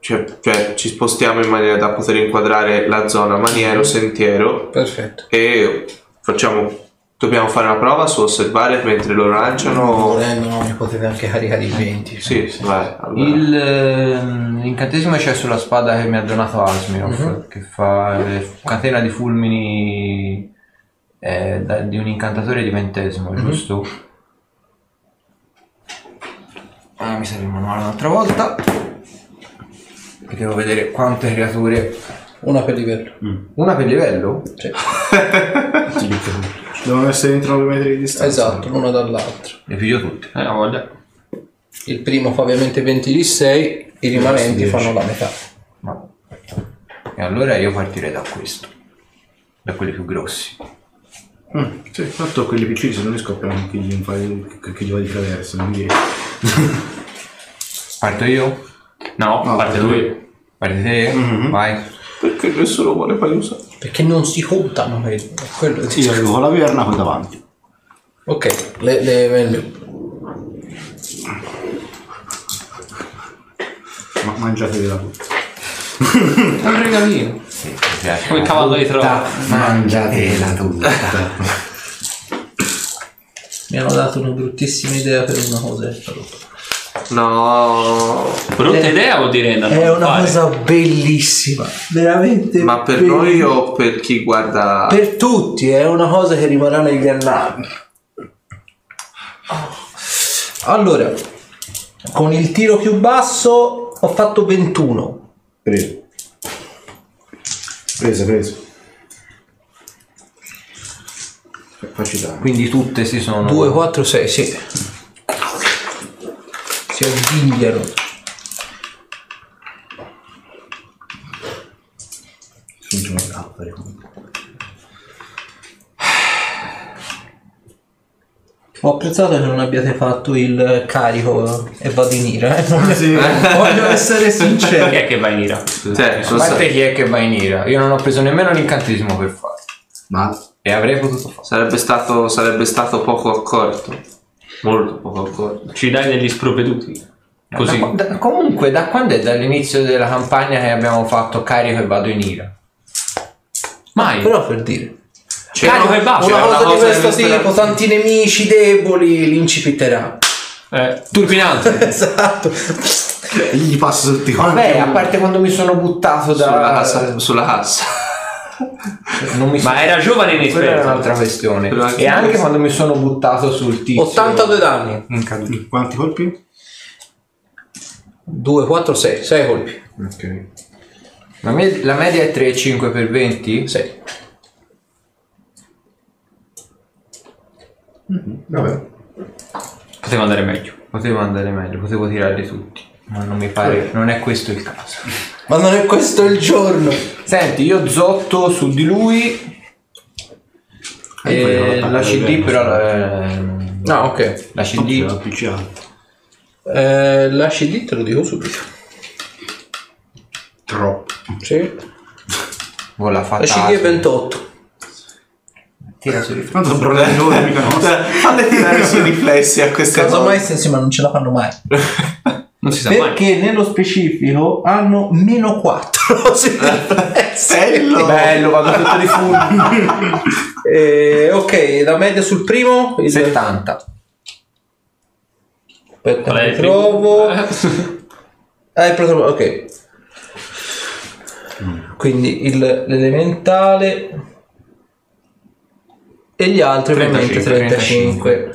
cioè- cioè, ci spostiamo in maniera da poter inquadrare la zona maniero sentiero Perfetto. E facciamo. Dobbiamo fare una prova su osservare mentre lo lanciano. Volendo no, mi potete anche caricare i cioè, 20. Sì, sì, vai. allora. Il, ehm, l'incantesimo c'è sulla spada che mi ha donato Asmirov, che fa eh, catena di fulmini eh, da- di un incantatore di ventesimo, giusto? Ah, mi serve il manuale un'altra volta. E Devo vedere quante creature. Una per livello. Mm. Cioè, Una per livello? Sì. Devono essere entro 9 metri di distanza. Esatto, l'una dall'altra. Le piglio tutte. Eh, la voglia. Il primo fa ovviamente 20 di 6, i rimanenti fanno la metà. Ma- E allora io partirei da questo. Da quelli più grossi. Mm, sì, tanto quelli piccini se non riesco a anche gli un paio che che gli va di traverso, quindi Parto io? No, a parte lui. Parti te? Vai. Perché nessuno vuole Palusa? Perché non si contano, vedi? È quello che- sì, io arrivo con la perna poi davanti. Ok, le, le- le- Ma mangiate la tutta. È un regalino. Sì, mi piace. Eh, Come il cavallo di Troia. Mangiatela tutta. mi hanno dato una bruttissima idea per una cosetta. No, Brutta Eh, idea vuol dire da non È una fare. [laughs] cosa bellissima, veramente. ma per bellissima. noi o per chi guarda? Per tutti è una cosa che rimarrà negli annali. Allora, con il tiro più basso ho fatto 21. Preso. Preso, preso. Facci dare. Quindi tutte si sono. 2, 4, 6, sì. Si avvinghiano. Ah, Ho apprezzato che non abbiate fatto il carico e vado in ira. eh. Voglio, [laughs] voglio essere sincero. Chi è che va in ira? Cioè, A sono parte sa- chi è che va in ira? Io non ho preso nemmeno l'incantesimo per farlo. Ma E avrei potuto farlo. sarebbe, stato, sarebbe stato poco accorto. Molto poco accorto. Ci dai degli sprovveduti. Eh, Così. Da- da- comunque, da quando è dall'inizio della campagna che abbiamo fatto carico e vado in ira? Mai. Cioè, Però per dire. Carico e basta. C'era eh, una una cosa di cosa questo che mi tipo, tanti nemici deboli, [laughs] l'incipiterà. Eh, turbinante. Esatto. gli passo tutti quanti. Ah, Beh, a parte quando mi sono buttato Sulla da. cassa. Sulla cassa. non mi Ma sono- era giovane e Quella era inesperto. un'altra questione. Però anche E anche questo. quando mi sono buttato sul tizio. 82 danni. In caduta. Quanti colpi? 2, 4, 6. 6 colpi. Ok. La, me- la media è 3,5 per 20? 6. Vabbè. Poteva andare meglio. Potevo andare meglio, potevo tirarli tutti. Ma non mi pare. Non è questo il caso. Ma non è questo il giorno. Senti, io zotto su di lui. Eh, poi non E attacca la bene, CD però. ehm, No, ok. La C'è CD. la PCA. Eh, la CD te lo dico subito. Troppo. Sì. Boh, l'ha La fatta. CD è 28. Tira su di Tanto sono problemi loro, mica nostri. Falle tirare sui riflessi a queste Casomai cose. se sì, ma non ce la fanno mai. Non si sa mai. Perché nello specifico hanno meno [laughs] 4. Bello. Bello, vado sotto di fumo. Eh, ok, la media sul primo. Il... 70. Aspetta, Qual è mi il primo? [laughs] trovo. Eh. Ah, il protomo- ok. Quindi il- l'elementale e gli altri ovviamente 35.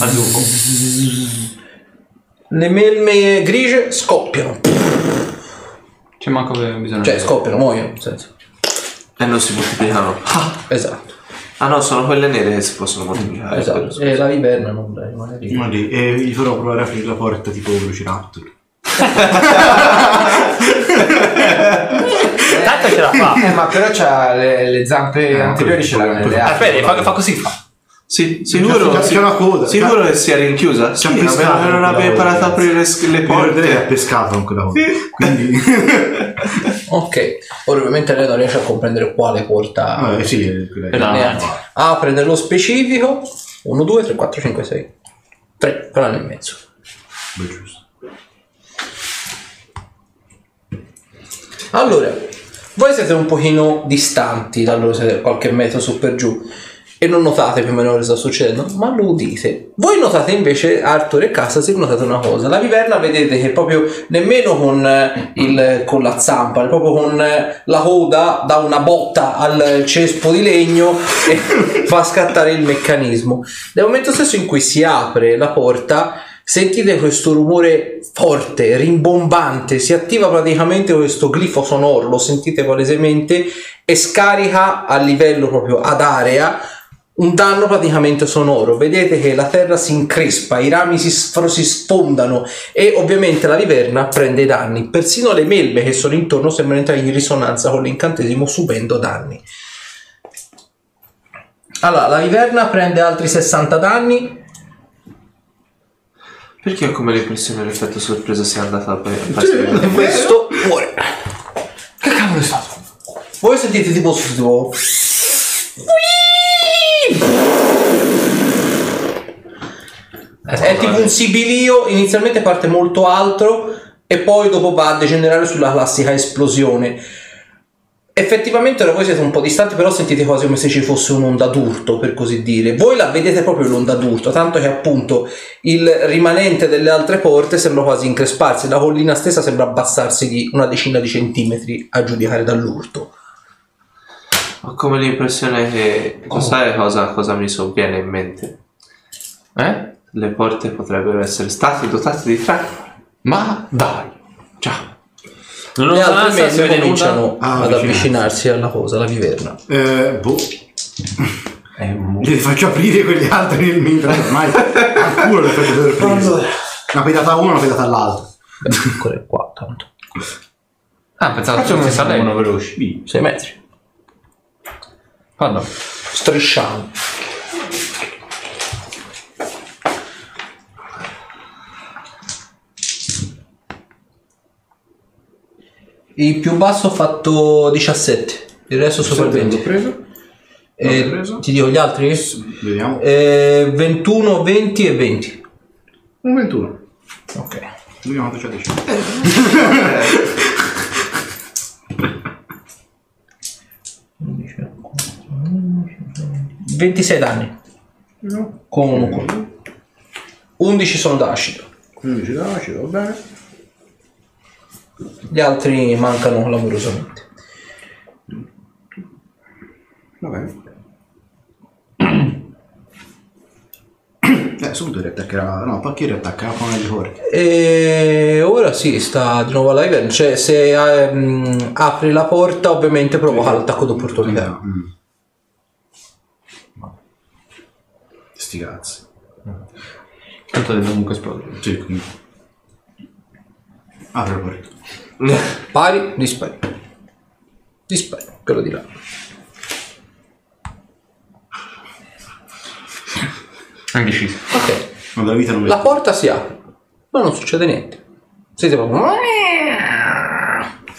Azzurro. Le melme grigie scoppiano, C'è manco che bisogno. cioè scoppiano, muoiono. nel senso. E Eh, non si moltiplicano. Esatto, Ah no, sono quelle nere che si possono Eh, moltiplicare. esatto. E la viverna non rimane lì. Ma lì, e gli farò provare a aprire la porta tipo Velociraptor. Tanto ce la fa. Eh, ma però c'ha le, le zampe anteriori ce l'ha nelle Ah, altre. Aspetta, Ah, fa, fa così fa. Sì, sicuro. C'è- c'è sì- una coda. Sicuro che sia rinchiusa? Sì, C'ha a meno pescato che non abbia quella imparato a volta. aprire le- le Mi ricorderei che ha porte. pescato con quella volta. [laughs] Quindi. Ok, ora ovviamente lei non riesce a comprendere quale porta Ah, eh, sì, è quella lì. no. le altre. Apre nello specifico 1, 2, 3, 4, 5, 6, 3, quella nel mezzo. Beh, giusto. Allora, voi siete un pochino distanti da loro, siete qualche metro su per giù e non notate più o meno cosa sta succedendo, ma lo udite. Voi notate invece, Arthur e Cassa, se notate una cosa, la viverna vedete che proprio nemmeno con, eh, il- con la zampa, proprio con eh, la coda dà una botta al cespo di legno e [laughs] fa scattare il meccanismo. Nel momento stesso in cui si apre la porta, Sentite questo rumore forte, rimbombante, si attiva praticamente questo glifo sonoro, lo sentite palesemente e scarica a livello proprio ad area un danno praticamente sonoro. Vedete che la terra si increspa, i rami si, sf- si sfondano e ovviamente la viverna prende danni. Persino le melme che sono intorno sembrano entrare in risonanza con l'incantesimo subendo danni. Allora, la viverna prende altri 60 danni. Perché ho come l'impressione che l'effetto sorpresa sia andata a Cioè, e partire? Questo muore. Che cavolo è stato? é Voi sentite tipo tipo È tipo un sibilio, inizialmente parte molto alto e poi dopo va a degenerare sulla classica esplosione. Effettivamente ora voi siete un po' distanti, però sentite quasi come se ci fosse un'onda d'urto, per così dire. Voi la vedete proprio l'onda d'urto, tanto che appunto il rimanente delle altre porte sembra quasi incresparsi, la collina stessa sembra abbassarsi di una decina di centimetri a giudicare dall'urto. Ho come l'impressione che... Oh. Sai cosa, cosa mi sovviene in mente? Eh? Le porte potrebbero essere state dotate di trappole. Ma dai! Ciao! Non Le lo altre so, si messe vede nulla. cominciano Ah, ad avvicinarsi. avvicinarsi alla cosa, alla viverna. Eh, boh. Gli faccio aprire quegli altri nel mentre ormai al culo le faccio due preso. Una pedata a uno, una pedata all'altro. Beh, piccolo è qua, tanto. Ah, pensavo che fosse lei. veloci. 6 metri. Guarda. Strisciamo. Il più basso ho fatto 17, il resto sopra il 20. preso. Eh, l'ho preso. ti dico gli altri? Vediamo. Eh, 21, 20 e 20. Un 21. Ok. Vediamo quanto c'è di Undici, 26 danni. Con 11 sono da acido. 15 da ci va bene. Gli altri mancano lamorosamente. Va bene. Eh, subito riattaccherà. No, poi chi riattacca? Con le fuori. E ora si sta di nuovo alla Ivern. Cioè, se ehm, apri la porta, ovviamente provoca l'attacco d'opportunità. Mm. Sti cazzi. Tanto deve comunque esplodere. Sì, quindi. Ah, Apri la porta. Pari, dispari. Dispari, quello di là. È indeciso. Ok. Ma dalla vita non La vedo. porta si apre, ma non succede niente. Sentite proprio-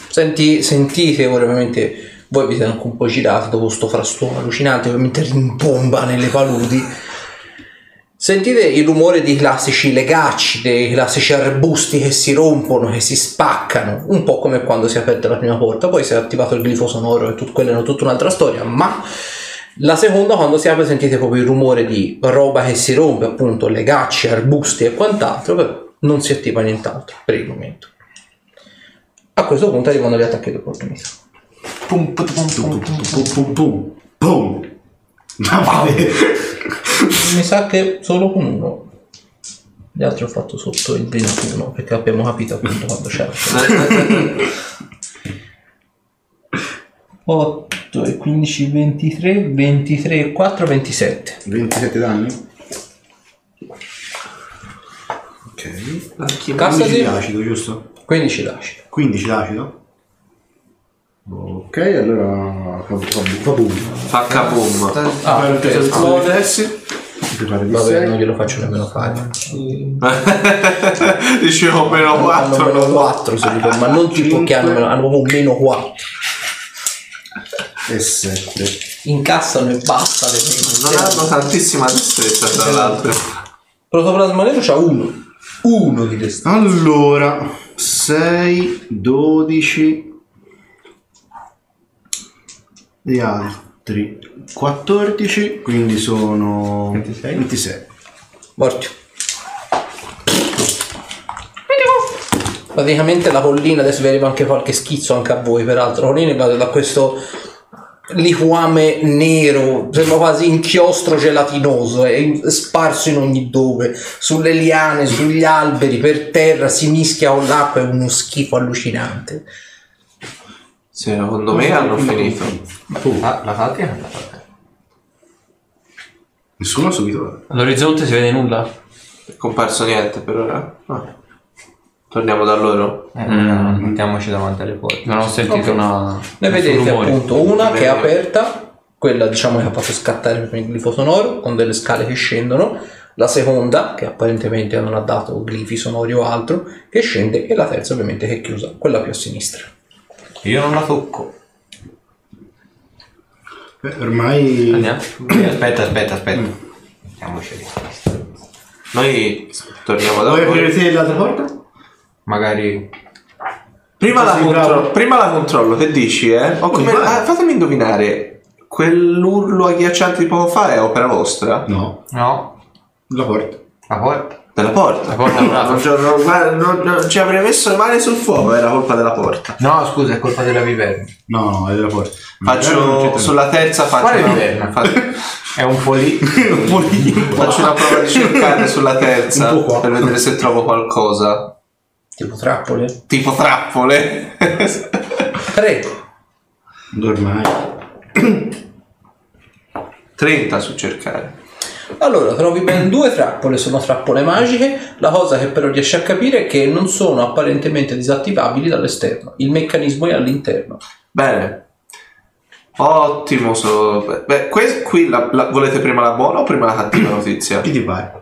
Senti- sentite ora ovviamente voi vi siete anche un po' girati dopo sto frastuono allucinante, ovviamente rimbomba nelle paludi. Sentite il rumore dei classici legacci, dei classici arbusti che si rompono, che si spaccano, un po' come quando si è aperta la prima porta, poi si è attivato il glifo sonoro e tut- quella è tutta un'altra storia, ma la seconda quando si apre sentite proprio il rumore di roba che si rompe, appunto legacci, arbusti e quant'altro, però non si attiva nient'altro per il momento. A questo punto arrivano gli attacchi di opportunità. Pum, pum, pum, pum, pum. Pum pum pum. Pum. Ma vede. Mi sa che solo con uno. Gli altri ho fatto sotto il 21 perché abbiamo capito appunto quando c'era. 8 e 15, 23, 23 e 4, 27. 27 danni? Ok. Cassa 15 di di acido, giusto? 15 d'acido. 15 d'acido? Ok, allora. Fabum. Fa capum. Ah, ok. Ti pare di Vabbè, non sei? glielo faccio nemmeno fare. Dicevo meno Eh, Hanno 4. meno 4 se dico, ma non tipo che hanno, meno- hanno proprio un meno 4. E 7. Incassano e basta le prime. Non hanno tantissima destrezza Eh. tra l'altro. Protoplasma nero c'ha uno. Uno di destrezza. Allora, 6, 12. Gli altri 14, quindi sono 26. Morti. Praticamente la collina, adesso vi arriva anche qualche schizzo anche a voi, peraltro. La collina è da questo liquame nero, sembra quasi inchiostro gelatinoso, è in- sparso in ogni dove, sulle liane, sugli alberi, per terra, si mischia con l'acqua, è uno schifo allucinante. Secondo me hanno finito. La, la tattica non la fatta. Nessuno ha subito. All'orizzonte si vede nulla? È comparso niente per ora. Ah. Torniamo da loro. Eh, Mm. no, Mettiamoci davanti alle porte. Non ho sentito una... Ne nessun vedete rumore. appunto una che è Bene. aperta, quella diciamo che ha fatto scattare il glifo sonoro con delle scale che scendono, la seconda che apparentemente non ha dato glifi sonori o altro, che scende e la terza ovviamente che è chiusa, quella più a sinistra. Io non la tocco. Beh, Eh, ormai. Andiamo. Mm. Aspetta, aspetta, aspetta. Mettiamoci lì. Noi torniamo da Vuoi loro. aprire te l'altra porta? Magari Prima la, Sì, contro- bravo. prima la controllo, che dici, eh? O come- vai. ah, fatemi indovinare, quell'urlo agghiacciante di poco fa è opera vostra? No, no, la porta. la porta. Della porta. porta è una- non, ci- non- guarda, non- non ci avrei messo le mani sul fuoco, era colpa della porta. No, scusa, è colpa della viverna. No, no, è la porta. Non c'è Faccio tempo. sulla terza faccio Quale una- viverna? fa- È un po' [laughs] lì. faccio una prova di cercare sulla terza Un po' qua. per vedere se trovo qualcosa. Tipo trappole? Tipo trappole. [laughs] Prego. Ormai. 30 su cercare. Allora, trovi ben due trappole, sono trappole magiche. La cosa che però riesci a capire è che non sono apparentemente disattivabili dall'esterno. Il meccanismo è all'interno. Bene. Ottimo. so- beh, Beh, que- qui la- la- volete prima la buona o prima la cattiva notizia? Chi ti pare?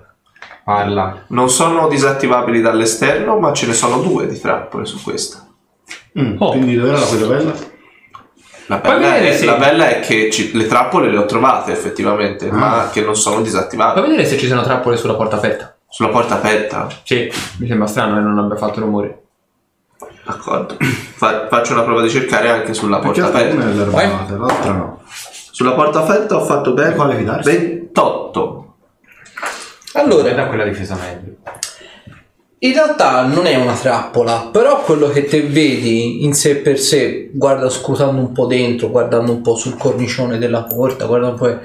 Parla. Non sono disattivabili dall'esterno, ma ce ne sono due di trappole su questa. Mm, Oh. Quindi dov'era la quella bella? La bella, vedere è, se- la bella è che ci- le trappole le ho trovate Ah. effettivamente, ma che non sono Fai disattivabili. vedere se ci sono trappole sulla porta aperta. Sulla porta aperta, Sì, mi sembra strano che non abbia fatto rumore. d'accordo. Fa- faccio una prova di cercare anche sulla Perché porta la aperta. prima è l'armata, l'altra no. Sulla porta aperta ho fatto ben Di quale fidarsi? 28. Allora, Guarda quella difesa meglio. in realtà non è una trappola, però quello che te vedi in sé per sé, guarda scrutando un po' dentro, guardando un po' sul cornicione della porta, guarda un po'.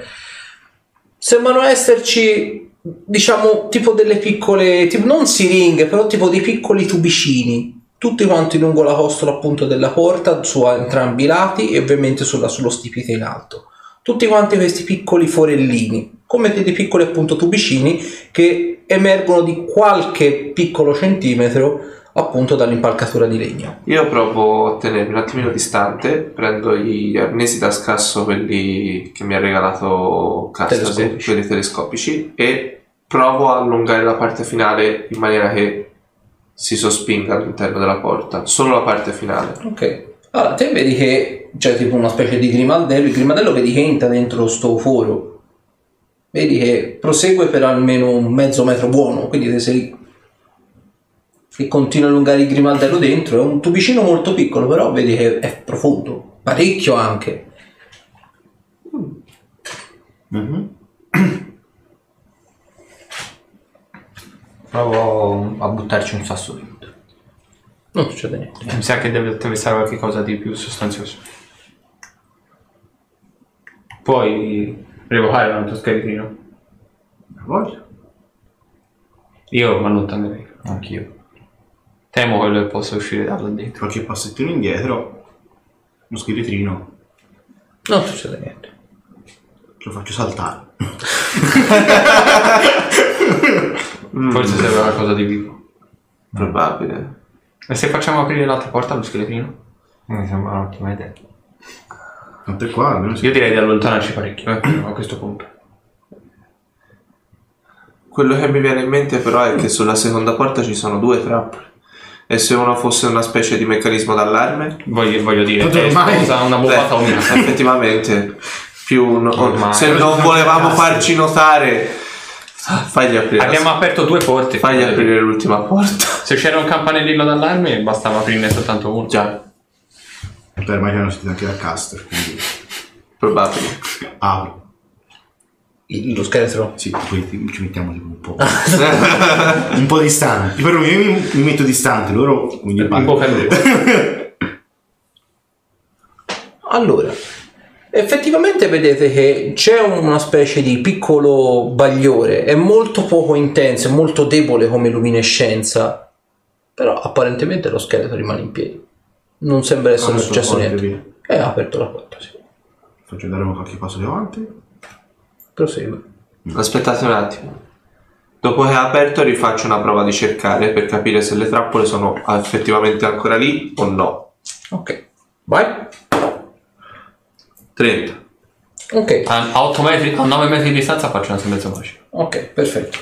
Sembrano esserci, diciamo, tipo delle piccole, tipo, non siringhe, però tipo dei piccoli tubicini, tutti quanti lungo la costola appunto della porta, su entrambi i lati e ovviamente sulla- sullo stipite in alto. Tutti quanti questi piccoli forellini, come dei dei piccoli appunto tubicini che emergono di qualche piccolo centimetro appunto dall'impalcatura di legno. Io provo a tenermi un attimino distante, prendo gli arnesi da scasso, quelli che mi ha regalato Castasi, Telescopici. quelli telescopici, e provo a allungare la parte finale in maniera che si sospinga all'interno della porta, solo la parte finale. Ok. Allora, te vedi che c'è tipo una specie di grimaldello, il grimaldello vedi che entra dentro sto foro. Vedi che prosegue per almeno un mezzo metro buono, quindi te sei che continua a allungare il grimaldello dentro, è un tubicino molto piccolo, però vedi che è profondo, parecchio anche. Mhm. Provo a buttarci un sasso dentro. Non succede niente. Mi sa che deve attraversare qualche cosa di più sostanzioso. Puoi revocare un altro scheletino? Voglio. Io, ma non tanto Anch'io. Temo quello che possa uscire da là dentro. Qualche passettino indietro. Uno scheletrino. Non succede niente. Lo faccio saltare. Forse serve qualcosa di vivo. Probabile. E se facciamo aprire l'altra porta allo scheletino? Mi sembra un'ottima idea. Tanto è qua, almeno si Io direi di allontanarci parecchio, eh, a questo punto. Quello che mi viene in mente però è che sulla seconda porta ci sono due trappole. E se una fosse una specie di meccanismo d'allarme? Voglio, voglio dire, Tanto è ormai- sposa una Beh, [laughs] bomba atomica. [laughs] effettivamente, più no- se non volevamo farci notare, fagli aprire, Abbiamo aperto due porte. eh. fagli aprire l'ultima porta. [laughs] Se c'era un campanellino d'allarme bastava aprirne soltanto uno. Già, Per ormai hanno sentito anche da Caster, quindi probabile. apro. Il- Lo scheletro Sì, poi ti- ci mettiamo tipo un [laughs] po'. un po' distante. Però io mi, mi metto distante, loro quindi Un po' per lui. Allora, Effettivamente vedete che c'è una specie di piccolo bagliore, è molto poco intenso, è molto debole come luminescenza, però apparentemente lo scheletro rimane in piedi. Non sembra essere Apre sulla successo porta, niente. E ha aperto la porta, sì. [laughs] Faccio dare un qualche passo più avanti. Prosegue. Aspettate un attimo. Dopo che ha aperto rifaccio una prova di cercare per capire se le trappole sono effettivamente ancora lì o no. Ok. Vai. 30. Ok. A, a 8 metri, a 9 metri di distanza faccio una semezza magica. Ok, perfetto.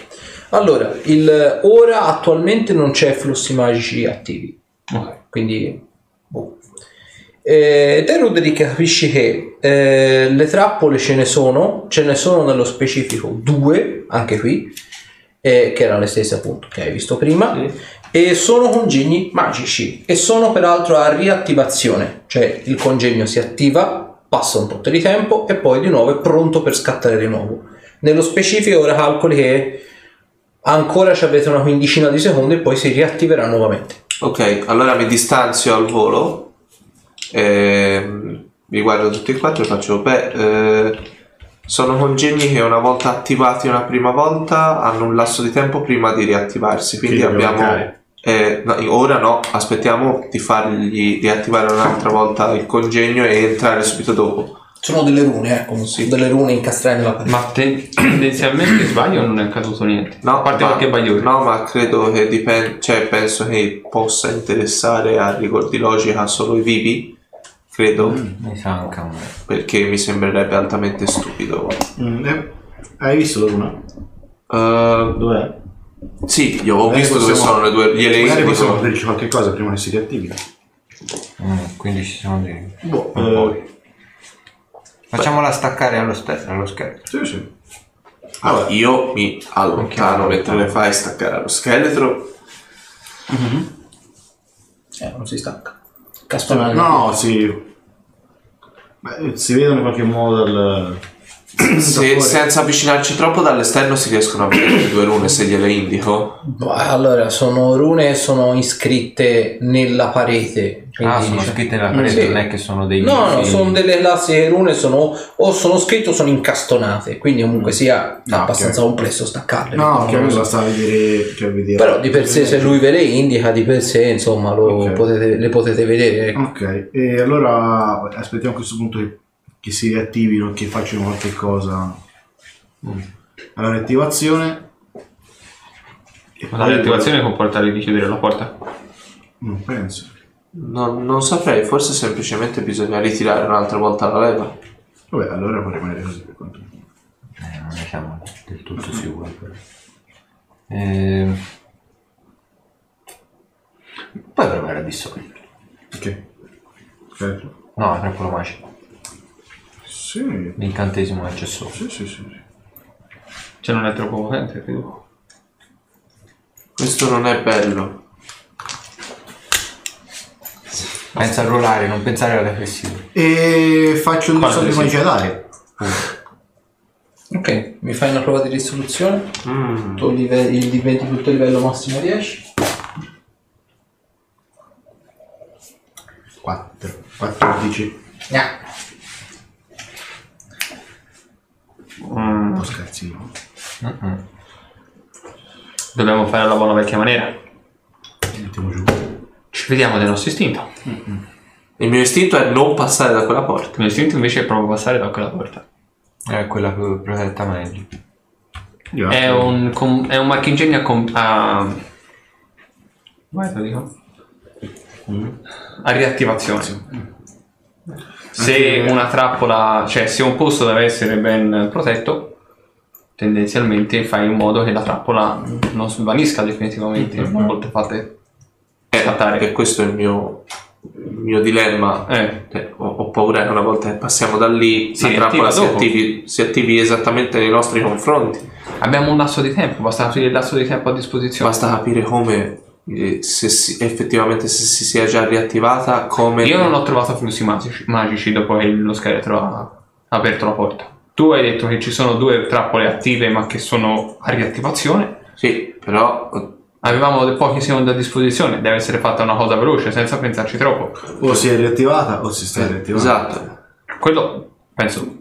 Allora, il, ora attualmente non c'è flussi magici attivi. Ok. Quindi, boh. Eh, te Ruderick capisci che eh, le trappole ce ne sono, ce ne sono nello specifico due, anche qui, eh, che erano le stesse appunto che hai visto prima, e sono congegni magici e sono peraltro a riattivazione, cioè il congegno si attiva, passa un po' di tempo e poi di nuovo è pronto per scattare di nuovo. Nello specifico ora calcoli che ancora ci avete una quindicina di secondi e poi si riattiverà nuovamente. Ok, allora mi distanzio al volo. Ehm, vi guardo tutti e quattro e faccio... Beh, eh, sono congegni che una volta attivati una prima volta hanno un lasso di tempo prima di riattivarsi. Quindi Quindi dobbiamo abbiamo... mancare. eh, no, ora no, aspettiamo di fargli di attivare un'altra volta il congegno e entrare subito dopo. Sono delle rune, ecco, delle rune incastrate nella parete. Ma te- tendenzialmente sbaglio non è accaduto niente. No, a parte ma- qualche bagliore. No, ma credo che dipende, cioè penso che possa interessare a rigor di logica solo i vivi, credo, Mm. Mi manca un perché mi sembrerebbe altamente stupido. Mm, eh, hai visto la luna? Eh, Dov'è? sì, io ho Magari visto dove possiamo- sono le due, gli Magari possiamo elenchi. aprirci qualche cosa prima che si riattivi. Mm, quindi ci sono dei... Boh, Un eh, po'. Facciamola staccare allo, ste- allo scheletro. Sì, sì. Allora, Io mi allontano Ok. mentre eh. le fai staccare lo scheletro. Eh, non si stacca. no, Castonare. no, sì. Beh, si vedono in qualche modo dal... [clears throat] Se, senza avvicinarci troppo dall'esterno si riescono a vedere le due rune se gliele indico. allora, sono rune che sono iscritte nella parete. quindi Ah, sono dice- scritte nella Mm, parete, sì. non è che sono dei... No, no, sì. sono delle classiche rune, sono o sono scritte o sono incastonate, quindi comunque sia Ah, ok. abbastanza complesso staccarle. No, che Non lo so. quello sta a vedere... Cioè, a vedere. Eh, Però di per sé se lui ve le indica, di per sé insomma lo Ok. potete- le potete vedere. ecco. Ok, e allora aspettiamo a questo punto che, che si riattivino, che facciano qualche cosa. Mm. Allora, attivazione. E Ma la poi- riattivazione comporta di chiudere la porta. Non Mm, penso. Non, non saprei, forse semplicemente bisogna ritirare un'altra volta la leva. Vabbè, allora può rimanere così per quanto. Eh, non ne siamo del tutto sicuri. però. Eh, Puoi provare a dissolvere. Ok. Perfetto. No, è quello magico. Sì, L'incantesimo è solo. sì, sì, sì. Cioè non è troppo potente, credo. Questo non è bello. Pensa a ruolare, non pensare alla flessione. E faccio un Quale dissolvere per magia d'aria. Mm. Ok, mi fai una prova di risoluzione. Mm. Tu live- il diventi tutto il livello massimo 10. 4, 14. Un Mm, po' scherzino. Dobbiamo fare la buona vecchia maniera. Mettiamo giù. Ci vediamo del nostro istinto. Il mio istinto è non passare da quella porta. Il mio istinto invece è proprio passare da quella porta. È quella più protetta meglio. È un, com- è un marchingegno a... com- a... Come lo dico? A riattivazione. Se una trappola, cioè se un posto deve essere ben protetto, tendenzialmente fai in modo che la trappola non svanisca definitivamente una volta fatte scattare. E questo è il mio, il mio dilemma. Eh, Eh, Ho, ho paura che una volta che passiamo da lì Si la trappola si riattiva dopo. attivi, si attivi esattamente nei nostri confronti. abbiamo un lasso di tempo, basta aprire il lasso di tempo a disposizione. Basta capire come, eh, se si- effettivamente se si sia già riattivata, come... Io non ho trovato flussi magici, magici dopo che lo scheletro ha aperto la porta. Tu hai detto che ci sono due trappole attive ma che sono a riattivazione. Sì, però eh, Avevamo de- pochi secondi a disposizione, deve essere fatta una cosa veloce senza pensarci troppo. Eh, O si è riattivata o si sta riattivando. Esatto. Quello Penso.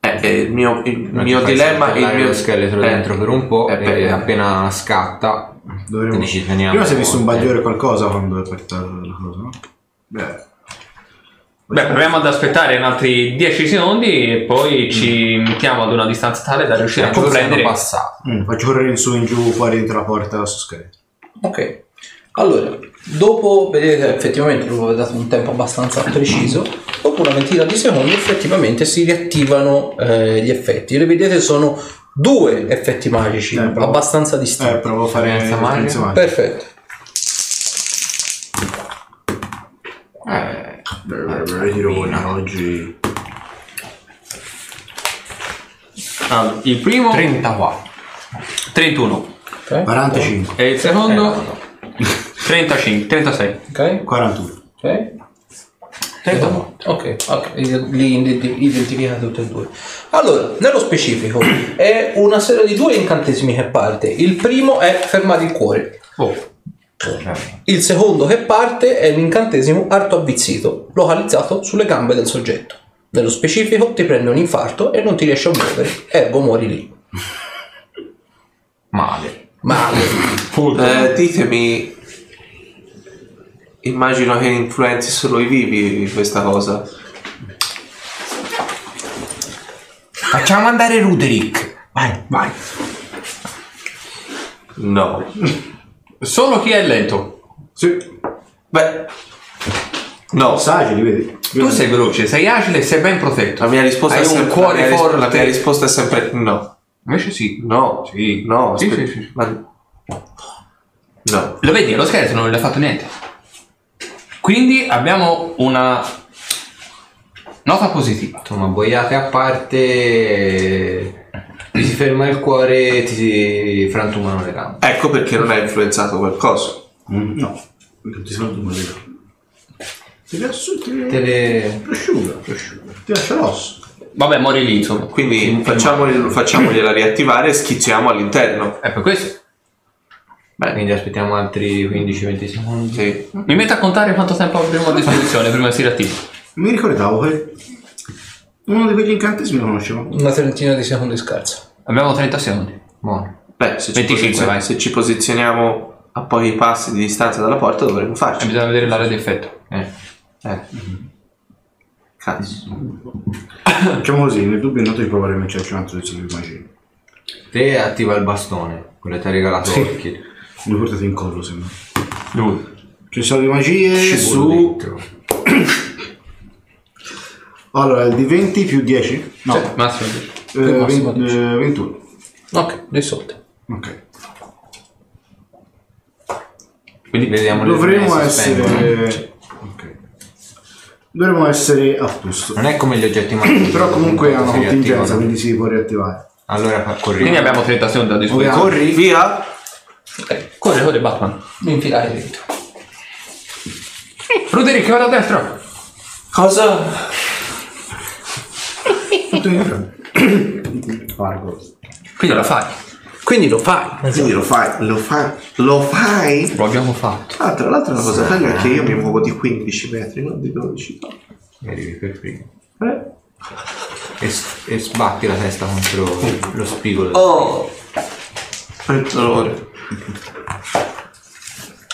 Eh, eh, il mio, il Non mio ti fai dilemma saltare il mio lo scheletro eh, dentro per un po' eh, e beh, appena scatta Dovremmo... Dici, eh, teniamo- Prima si è visto un bagliore o qualcosa quando è partita la cosa, no? Beh, Beh, proviamo ad aspettare in altri 10 secondi e poi ci Mm. mettiamo ad una distanza tale da riuscire Ecco, a comprendere. passato. mm, faccio correre in su e in giù fuori dentro la porta su scheletro. Ok, allora, dopo, vedete effettivamente lui aveva dato un tempo abbastanza preciso, dopo una ventina di secondi effettivamente si riattivano eh, gli effetti. Le vedete sono due effetti magici, Eh, però- abbastanza Eh, distinti. provo a fare Senza senza magia? magia. Perfetto. Beh, tirone oggi. Ah, il primo 34. 31. 45, E il Eh, secondo? 35, 36. Ok, 41. ok. Ok, ok, li identi- identifica tutti e due. Allora, nello specifico, [clears throat] è una serie di due incantesimi che parte. Il primo è fermare il cuore. Oh. Il secondo che parte è l'incantesimo arto avvizzito, localizzato sulle gambe del soggetto. Nello specifico ti prende un infarto e non ti riesci a muovere, ergo muori lì. Male. Male. Eh, ditemi, immagino che influenzi solo i vivi questa cosa. Facciamo andare Ruderick. Vai. Vai. No. Solo chi è lento. Sì. Beh, no. Saggi, li vedi? Tu sei veloce, sei agile e sei ben protetto. La mia risposta Hai è un sempre cuore la mia, ris- forte. la mia risposta è sempre no. Invece sì. No. Sì. No. Sì, aspe- sì, sì, sì. ma- No. Lo vedi, lo scheletro non le ha fatto niente. Quindi abbiamo una nota positiva. Insomma, boiate a parte. Ti si ferma il cuore e ti si frantumano le gambe. Ecco perché non hai influenzato qualcosa. Mm, no. Non ti sono tu quello. Ti lascio, ti Te le. prosciuga, prosciuga. Ti lascia l'osso. Vabbè, muori lì, insomma. Quindi facciamoli- facciamogliela riattivare e schizziamo all'interno. È per questo. Quindi aspettiamo altri 15-20 secondi. Sì. Mi metto a contare quanto tempo avremo a disposizione prima di si riattiva. Mi ricordavo che uno di quegli incantesimi lo conoscevo. Una trentina di secondi scarsa. Abbiamo 30 secondi. Buono. Beh, se ci, 25, posizio- vai. se ci posizioniamo a pochi passi di distanza dalla porta dovremmo E farci. bisogna vedere l'area di effetto. Eh. Eh. Cazzo. Facciamo così, nel dubbio non ti provare a metterci un altro di di magia. Te attiva il bastone, quello che ti ha regalato Sì. Orchid. Mi portate in collo, sembra. Lui. Ci sono le magie su... dentro. Allora, il di 20 più 10? No, Massimo 10. eh, il massimo 20, eh, 21. Ok, risolto. Ok. Quindi vediamo le Dovremmo luci che si spengono. essere... Ok. Dovremmo essere a posto. Non è come [clears throat] gli oggetti magici. Però comunque è una si contingenza, riattivano. quindi si può riattivare. Allora fa- corriamo. Quindi abbiamo 30 secondi a disposizione. Corri via. Ok, Corre, corre Batman. mi infilare dentro. Ruderick, vado a destra. Cosa? Tutto in fretta. [coughs] Fargo. Quindi la fai. Quindi lo fai. Quindi lo fai, lo fai, lo fai. Lo abbiamo fatto. Ah, tra l'altro una cosa bella è che io mi muovo di 15 metri, non di 12. E arrivi per primo. Eh? E, s- e sbatti la testa contro lo spigolo. Oh! Per dolore.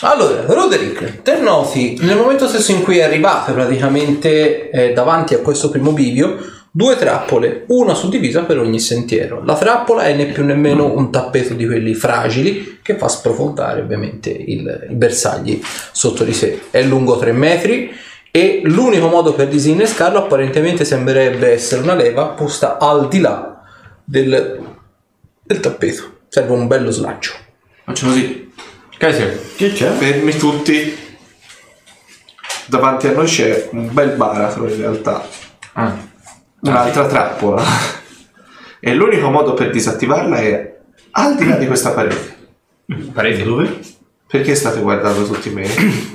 Allora, Roderick, te noti nel momento stesso in cui arrivate praticamente eh, davanti a questo primo bivio due trappole, una suddivisa per ogni sentiero. La trappola è né più né meno un tappeto di quelli fragili che fa sprofondare ovviamente il- i bersagli sotto di sé. È lungo 3 metri e l'unico modo per disinnescarlo apparentemente sembrerebbe essere una leva posta al di là del, del tappeto. Serve un bello slaccio. Faccio così. Che sei? Che c'è? Fermi tutti. Davanti a noi c'è un bel baratro in realtà. Ah, Un'altra trappola. E l'unico modo per disattivarla è al di là di questa parete. Pareti. Dove? Perché state guardando tutti me?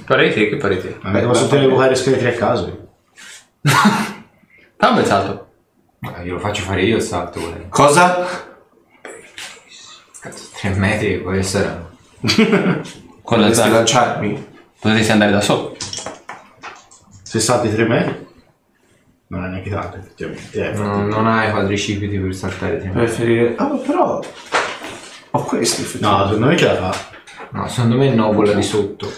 Pareti? Che pareti? Vabbè, posso teleguare scheletri a caso. Ah, ho pensato. ma glielo faccio fare io il salto. quello. Cosa? Cazzo, 3 metri e poi saranno. Con la Dovresti zaga. lanciarmi. Potresti andare da solo. Se salti 3 metri. non è neanche tanto effettivamente. eh. Non, non hai quadricipiti per saltare. sì. Preferire... Ah, ma però... Ho questo effettivamente. No, secondo me ce la fa. No, secondo me no, quella di sotto.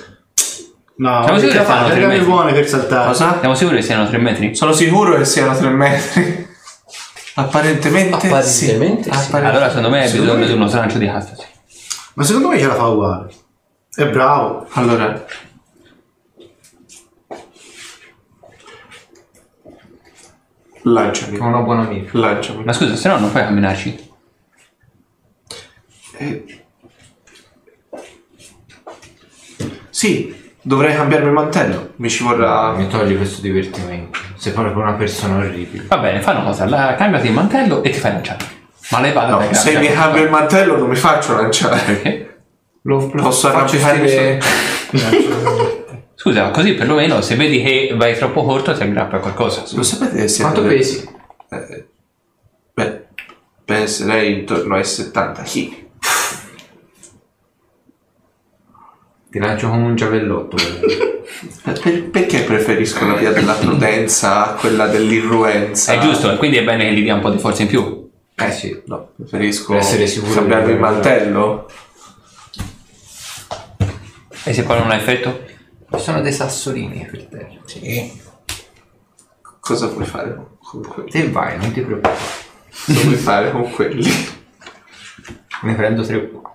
No, Siamo ce sicuri la che fanno fa, tre perché metri? buone per saltare. Cosa? Siamo sicuri che siano 3 metri? Sono sicuro che siano 3 metri. Apparentemente, Apparentemente sì. Allora secondo me hai bisogno Secondo di uno slancio di Hastasi. Ma secondo me ce la fa uguale. È bravo. Allora, lanciami. Ho una buona amica. Lanciami. Ma scusa, se no non puoi camminarci. Eh, Sì, dovrei cambiarmi il mantello. Mi ci vorrà. Ah, Mi togli questo divertimento. Sei proprio una persona orribile. Va bene, fai una cosa, la- cambiati il mantello e ti fai lanciare. Ma lei va No, Eh, da se mi cambio il mantello non mi faccio lanciare. Perché? Lo, lo Posso Eh, faccio arrampicarmi stile- Scusa, così perlomeno se vedi che vai troppo corto ti aggrappa a qualcosa. Lo sapete che siete. Quanto pesi? Eh, beh, penserei intorno ai 70 kg. Ti lancio come un giavellotto. guarda. Per- per- perché preferisco la via della prudenza a quella dell'irruenza? È giusto, e quindi è bene che gli dia un po' di forza in più. Eh sì. No, preferisco Per essere sicuro cambiarmi di- il mantello. E se poi non ha effetto? Sono dei sassolini per te. Sì. Cosa puoi fare con quelli? Te vai, non ti preoccupare. Cosa puoi fare con quelli? Ne prendo tre o quattro.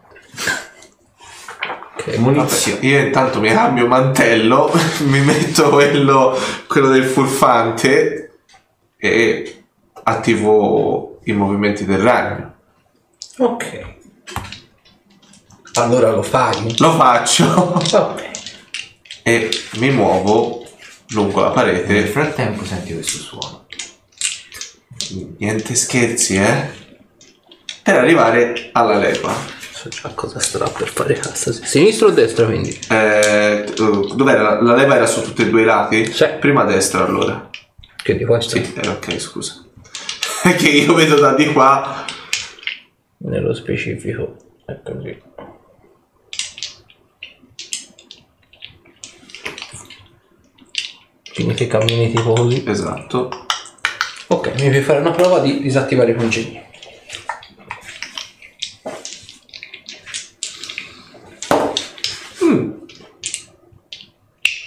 Munizioni. Io intanto mi cambio mantello, [laughs] mi metto quello, quello del furfante e attivo i movimenti del ragno. Ok. Allora lo fai. Lo faccio [laughs] Ok. e mi muovo lungo la Nel parete. frattempo senti questo suono. Niente scherzi, eh? Per arrivare alla lepa. So già cosa starà per fare cassa. Sinistra o destra quindi? Eh, eh, dov'era? La leva era su tutti e due i lati? Sì. Prima a destra allora. Quindi questo Sì, eh, ok, scusa. [laughs] che io vedo da di qua. nello specifico è così. Quindi che cammini tipo così. Esatto. Ok, mi devi fare una prova di disattivare i congegni. Mm.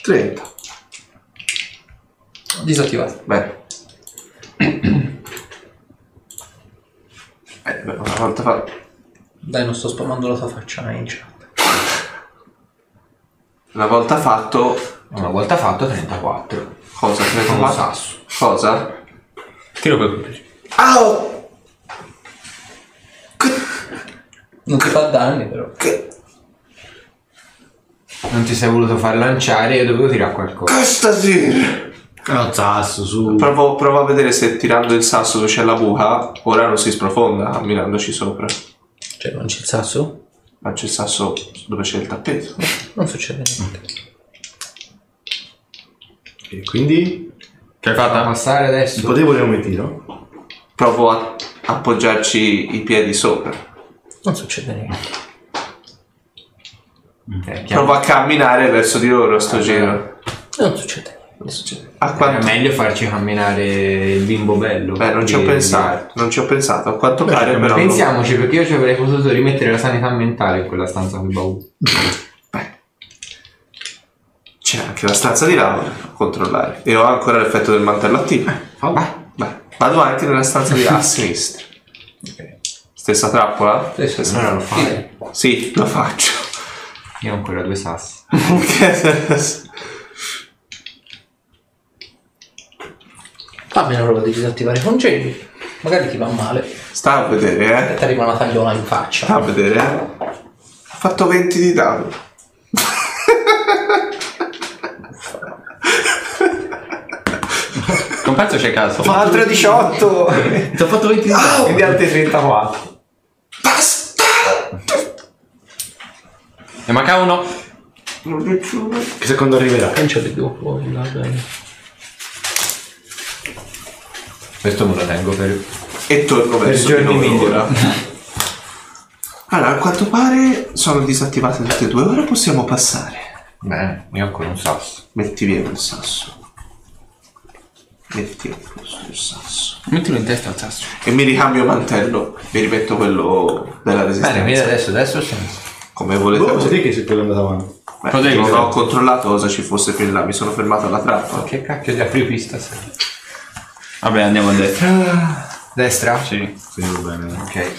30. Disattivare. Beh. [clears throat] Eh, beh, una volta fa... Dai, non sto spammando la tua faccia in chat. Una volta fatto... Una volta fatto 34. Cosa? Tre Con qua? lo sasso. Cosa? Ah, Tiro per colpire. Au! Non ti fa danni però. Che... Non ti sei voluto far lanciare e dovevo tirare qualcosa. Questa sì! No, sasso, su. Provo, provo a vedere se tirando il sasso dove c'è la buca, ora non si sprofonda camminandoci sopra. Cioè, non c'è il sasso? Ma c'è il sasso dove c'è il tappeto. Non succede niente. E quindi? Ce l'hai Da passare adesso. Potevo volere un tiro? Provo a appoggiarci i piedi sopra. Non succede niente. Eh, chiaro. Provo a camminare verso di loro sto Eh, giro. Non succede niente. A È quanto... meglio farci camminare il bimbo bello. Beh, non ci ho Di- pensato, non ci ho pensato. A quanto pare però... non- Pensiamoci perché io ci avrei potuto rimettere la sanità mentale in quella stanza col baule. C'è anche la stanza di Laura a controllare. E ho ancora l'effetto del mantello attivo. Fallo. Beh, vado anche nella stanza di là Eh. [laughs] a sinistra. Stessa trappola? Allora lo fai. Sì, lo faccio. [laughs] Io ho ancora due sassi. Fammi una prova di disattivare i congegni. Magari ti va male. Sta a vedere, E eh. ti arriva una tagliola in faccia. Sta a vedere, eh. Ha fatto 20 di dado. Compenso c'è caso. Fa altro 18! Ti ho fatto 20 di danno. E di altri 34. Basta! Ne mancava uno. Non riuscivo. Chissà quando arriverà. Non c'è di dopo. va bene. Questo me lo tengo per. e torno verso di giorni noi migliori. ora. Allora, a quanto pare sono disattivate tutte e due, ora possiamo passare. Bene, io ho ancora un sasso. Metti via quel sasso. Mettilo sul sasso. Mettilo in testa al sasso. E mi ricambio mantello, mi rimetto quello della Bene, Eh, resistenza. vieni adesso, adesso il senso. Come volete. Boh, voi. sai che se quello è andato avanti? Beh, Potevi- non ho controllato cosa ci fosse più in là, mi sono fermato alla trappola. Che cacchio di apripista sei? Vabbè, andiamo a destra. Destra? Sì. Sì, va bene. Ok.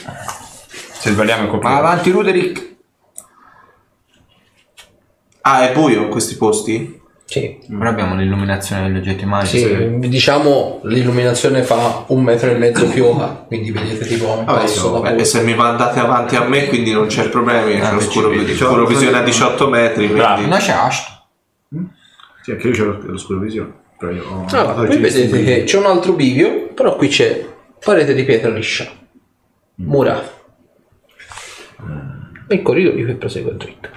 Se sbagliamo è colpa. Ma avanti Ruderick. Ah, è buio in questi posti? Sì. Ora abbiamo l'illuminazione degli oggetti magici. Sì, diciamo l'illuminazione fa un metro e mezzo piova, quindi vedete tipo un passo da Beh, Eh, e poco. se mi mandate avanti a me, quindi non c'è problemi. C'è Ah, che oscuro, ci vedi. oscuro visione a 18 metri. Bravo. Quindi... No, c'è Ash. Sì, anche io c'ho lo- lo scuro visione. Però io ho... Ah, ho qui visto il vedete che video. c'è un altro bivio, però qui c'è parete di pietra liscia, mura. E il corridoio che prosegue dritto.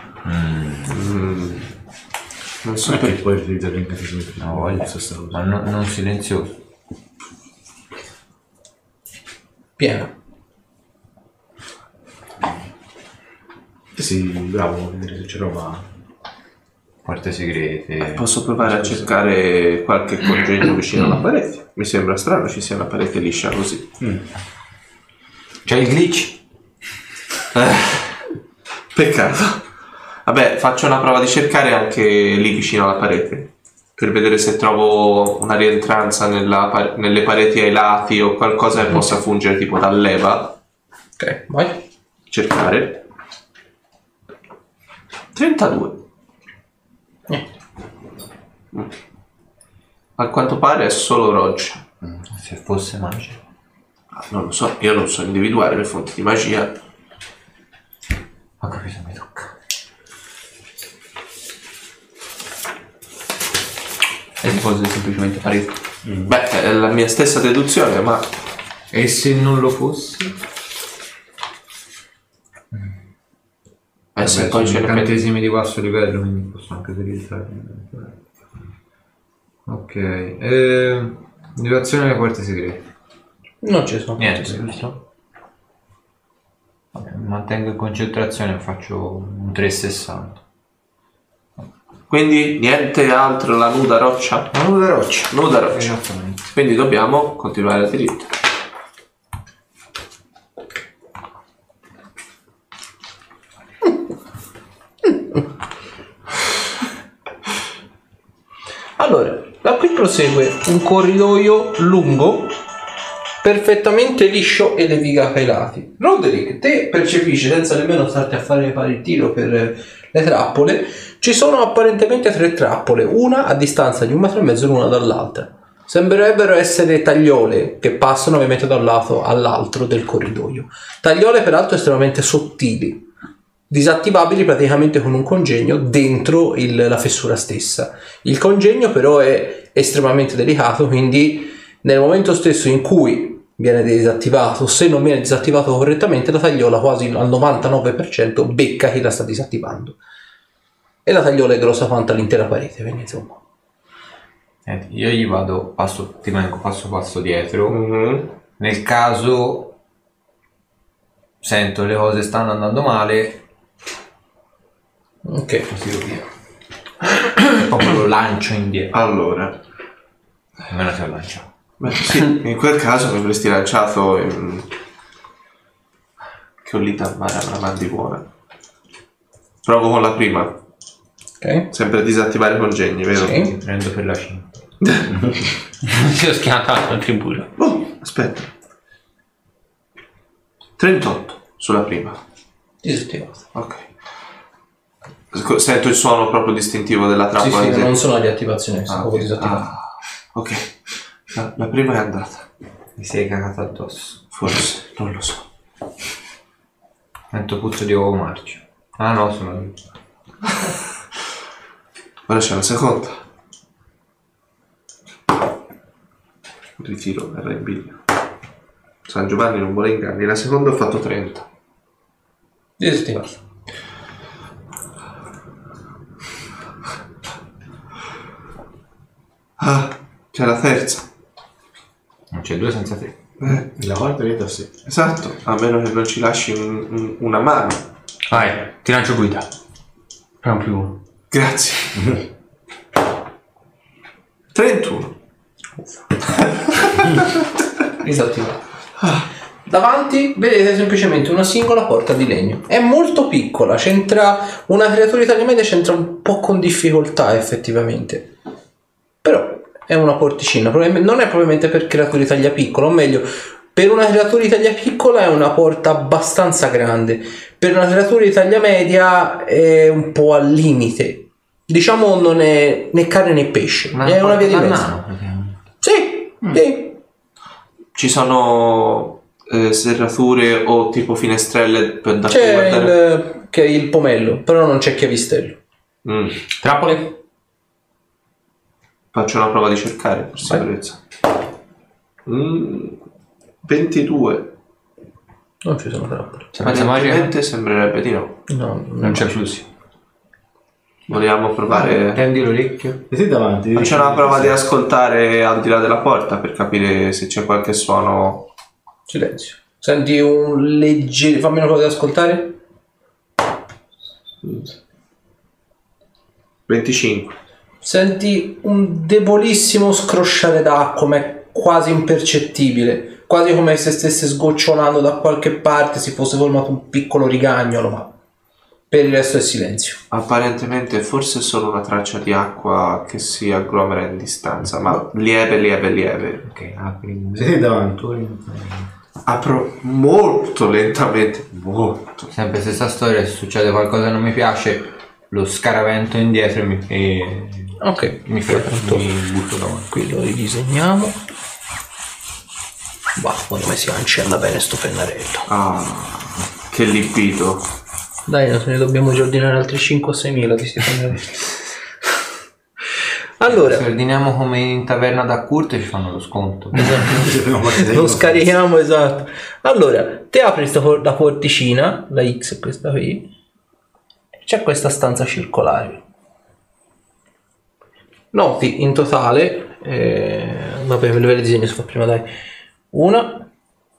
Non so Non è perché. che puoi utilizzare l'incantesimo. No, voglia. Ma no- non silenzioso. Piena. Eh Sì, bravo, a vedere se c'è roba. Porte segrete. Posso provare a cercare [clears throat] qualche congegno vicino alla parete? Mi sembra strano ci sia una parete liscia così. C'è il glitch. Eh, Peccato. Vabbè, faccio una prova di cercare anche lì vicino alla parete. Per vedere se trovo una rientranza nella par- nelle pareti ai lati o Mm. qualcosa che possa fungere tipo da leva. Ok, vai. Cercare. 32. Eh. Mm. A quanto pare è solo roccia. Mm, Se fosse magico. Ah, Non lo so, io non so individuare le fonti di magia. Ho capito, mi tocca. E si può semplicemente fare. Mm. Beh, è la mia stessa deduzione, ma Eh E se non lo fosse? eh, se Beh, poi sono ce ne mette- incantesimi di basso livello, quindi posso anche utilizzare. Ok. Eh, Dilazione delle porte segrete. Non ci sono. Niente, giusto? Vabbè, Mantengo in concentrazione e faccio un 360. Quindi niente altro, la nuda roccia? Ma non la roccia. Nuda roccia. Esattamente. Quindi dobbiamo continuare a diritto. Allora, da qui prosegue un corridoio lungo, perfettamente liscio e levigato ai lati. Roderick, te percepisci, senza nemmeno starti a fare, fare il tiro per eh, le trappole, ci sono apparentemente tre trappole, una a distanza di un metro e mezzo l'una dall'altra. Sembrerebbero essere tagliole che passano ovviamente da un lato all'altro del corridoio. Tagliole peraltro estremamente sottili, disattivabili praticamente con un congegno dentro il- la fessura stessa. Il congegno però è estremamente delicato, quindi nel momento stesso in cui viene disattivato, se non viene disattivato correttamente, la tagliola quasi al 99% becca chi la sta disattivando. E la tagliola è grossa quanto l'intera parete, quindi insomma. Niente, Io gli vado passo, ti manco passo passo dietro. Mhm. Nel caso sento le cose stanno andando male, [clears throat] Ok. tiro via. E proprio lo lancio indietro. Allora, Almeno te lo lancio. beh, sì, [laughs] in quel caso mi avresti lanciato ehm, che ho lì da mare una man di buona. Provo con la prima, Ok. sempre a disattivare i congegni, vero? Sì. Prendo per la 5. [laughs] si ho schiantato al tribuno. Oh, aspetta. 38 sulla prima. Disattivato. Ok. Sco- Sento il suono proprio distintivo della Sì, trappola. sì, di- non sono le attivazioni, sono Ah, proprio ok. disattivato. Ah, ok. La, la prima è andata. Mi sei cagato addosso. Forse, non lo so. Sento puzzo di uovo marcio. Ah no, sono Ora c'è la seconda. Ritiro la rabbiglio. San Giovanni non vuole inganni. La seconda ho fatto 30. Disattivato. Ah, c'è la terza. Non c'è due senza te. Eh, La quarta vita sì. esatto, a meno che non ci lasci un- un- una mano. Vai, ti lancio guida. È un Ah, più uno. [laughs] Grazie. 31. Disattivato. Ah, Davanti vedete semplicemente una singola porta di legno. È molto piccola, c'entra una creatura italiana media c'entra un po' con difficoltà effettivamente. Però è una porticina, probabilmente- non è probabilmente per creature di taglia piccola, o meglio, per una creatura di taglia piccola è una porta abbastanza grande, per una creatura di taglia media è un po' al limite. Diciamo non è né carne né pesce, è una via di mezzo. Sì, sì. Ci sono eh, serrature o tipo finestrelle per da cui C'è guardare? il, che è il pomello, però non c'è chiavistello. Mm. Trappole? Faccio una prova di cercare per sicurezza. Mm, 22. Non ci sono trappole. Senza magia? Apparentemente sembrerebbe di no. No, Non c'è flussi. Vogliamo provare. Prendi l'orecchio. E te davanti? devi Faccio una scegliere prova di se- ascoltare al di là della porta per capire se c'è qualche suono. Silenzio. Senti un leggero... Fammi una cosa di ascoltare. 25. Senti un debolissimo scrosciare d'acqua, ma è quasi impercettibile. Quasi come se stesse sgocciolando da qualche parte, si fosse formato un piccolo rigagnolo, ma per il resto è silenzio. Apparentemente forse è solo una traccia di acqua che si agglomera in distanza, ma lieve, lieve, lieve. Ok, apri. Se te davanti. Apro molto lentamente, molto. Sempre stessa storia, se succede qualcosa che non mi piace, lo scaravento indietro e mi, e Ok, mi, fre- mi butto davanti. qui lo ridisegniamo. Bah, secondo me si cancella bene sto pennarello. Ah, che libido. Dai, no, se ne dobbiamo già ordinare altri 5 o 6 mila di sti pennarelli. Se Allora, ordiniamo come in taverna da curte ci fanno lo sconto. non scarichiamo esatto. Allora, te apri sta por- la porticina, la X è questa qui. C'è questa stanza circolare. Noti in totale, eh, vabbè, ve il disegno si fa prima, dai. 1,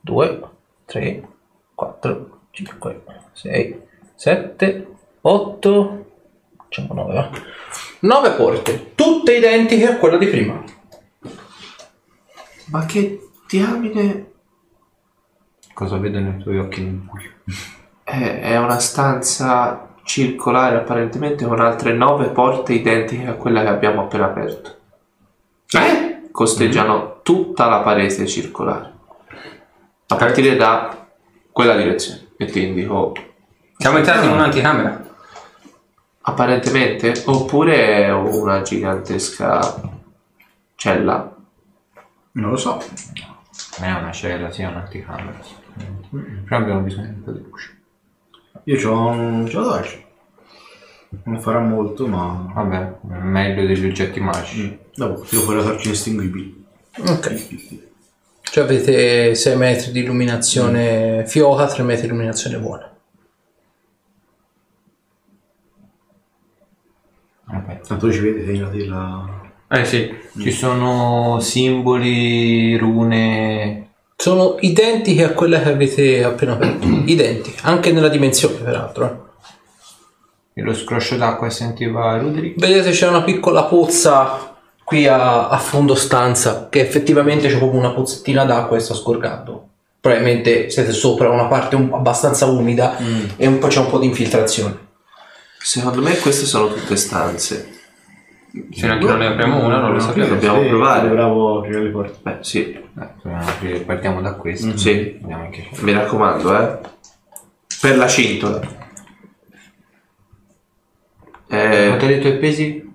2, 3, 4, 5, 6, 7, 8, diciamo 9. 9 porte, tutte identiche a quella di prima. Ma che diamine Cosa vedo nei tuoi occhi nel buio? È, Eh, è una stanza circolare apparentemente con altre nove porte identiche a quella che abbiamo appena aperto. Eh? Costeggiano tutta la parete circolare. A partire da quella direzione. E ti indico Siamo entrati in un'anticamera. apparentemente oppure è una gigantesca cella. Non lo so. Non è una cella, sì, è un'anticamera. Però abbiamo bisogno di un po' di luce. Io c'ho un... c'ho dolce. Non farà molto, ma... Vabbè, meglio degli oggetti Mm. magici. Dopo tiro fuori la torcia estinguibile. Ok. Cioè avete 6 metri di illuminazione fioca, 3 metri di illuminazione buona. Vabbè. Tanto ci vede, segnati la... Eh sì. Ci sono simboli, rune. Sono identiche a quella che avete appena aperto. identiche, anche nella dimensione peraltro. eh. E lo scroscio d'acqua sentiva Rudrick. Vedete c'è una piccola pozza qui a, a fondo stanza che effettivamente c'è proprio una pozzettina d'acqua e sta scorgando. Probabilmente siete sopra una parte un- abbastanza umida e un po' c'è un po' di infiltrazione. Secondo me queste sono tutte stanze. Se neanche non ne apriamo una, non lo sappiamo. dobbiamo Sì, provare. Bravo, aprire le porte. Beh, sì, Eh, dobbiamo aprire- partiamo da questo. Sì. Vediamo in che c'è. mi raccomando, eh. Per la cintola. Eh, Quanto hai detto i pesi?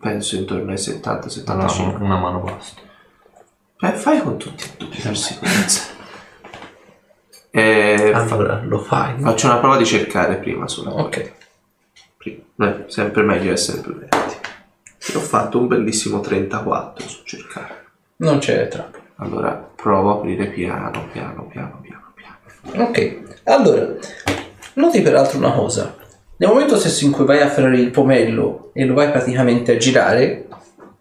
penso intorno ai 70-75. Allora, una mano basta. Eh, fai con tutti e due per sicurezza. Eh, Allora lo fai. no? faccio una prova di cercare prima sulla Ok. prima. Eh, sempre meglio essere prudenti. Ho fatto un bellissimo 34 su cercare. Non c'è trappola. Allora provo a aprire piano, piano, piano, piano, piano. Ok, allora, noti peraltro una cosa. Nel momento stesso in cui vai a ferrare il pomello e lo vai praticamente a girare,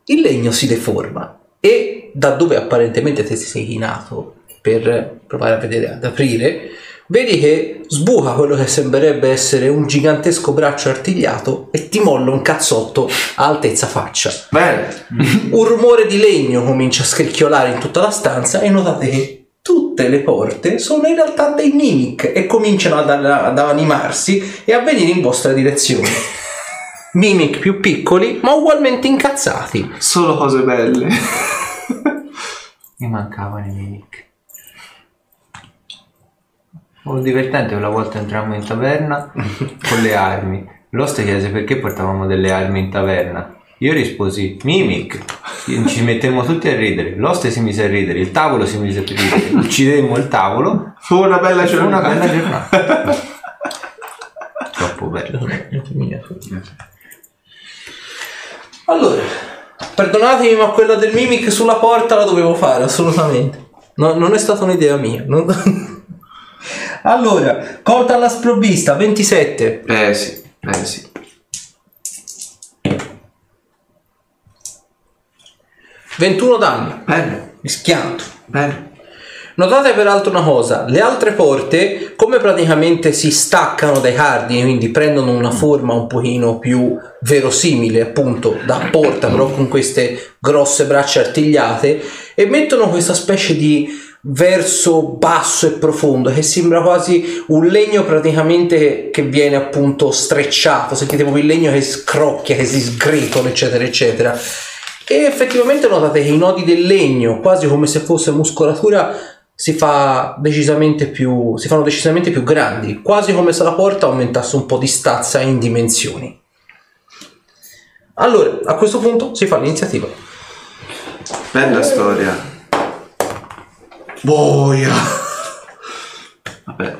il legno si deforma e da dove apparentemente te ti sei chinato per provare a vedere ad aprire, Vedi che sbuca quello che sembrerebbe essere un gigantesco braccio artigliato e ti molla un cazzotto a altezza faccia. Bene. Un rumore di legno comincia a scricchiolare in tutta la stanza e notate che tutte le porte sono in realtà dei mimic e cominciano ad, ad animarsi e a venire in vostra direzione. Mimic più piccoli ma ugualmente incazzati. Solo cose [laughs] belle. Mi mancavano i mimic. Molto divertente, una volta entrammo in [laughs] taverna con le armi. L'oste chiese perché portavamo delle armi in taverna. Io risposi, mimic. Ci mettemmo tutti a ridere. L'oste si mise a ridere, il tavolo si mise a ridere. Uccidemmo il tavolo. Fu una bella C'era una giornata. bella giornata. [laughs] Troppo bello. Allora, perdonatemi ma quella del mimic sulla porta la dovevo fare assolutamente. No, non è stata un'idea mia. non- [laughs] Allora, corta alla sprovvista 27. Eh sì, eh sì. Che 21 danni. Bene. Mi schianto. Bene. Notate peraltro una cosa, le altre porte come praticamente si staccano dai cardini, quindi prendono una forma un pochino più verosimile appunto da porta, però con queste grosse braccia artigliate e mettono questa specie di verso basso e profondo che sembra quasi un legno praticamente che viene appunto strecciato, sentite proprio il legno che scrocchia, che si sgretola, eccetera, eccetera. E effettivamente notate che i nodi del legno, quasi come se fosse muscolatura, si, fa decisamente più, si fanno decisamente più grandi, quasi come se la porta aumentasse un po' di stazza in dimensioni. Allora, a questo punto si fa l'iniziativa. Bella storia. Boia. Vabbè.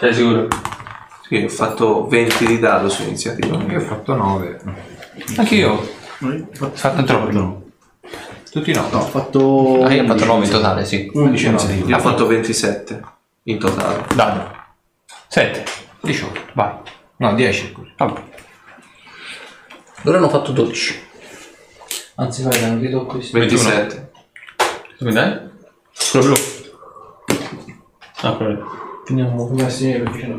Sei sicuro? Sì, ho fatto 20 di dado su iniziativa. Io ho fatto 9. Anch'io. Ho fatto troppo. No, Tutti no. ho fatto... Ah, io ho fatto 9 in totale, sì. 11 Io ho fatto 27 in totale. Dado. 7. 18. Vai. No, 10 così. Vabbè. Loro hanno fatto 12. Anzi, vai, non vedo questo. 27. Tu mi dai? Quello blu. Ah, quello. Teniamo come a sinistra perché no,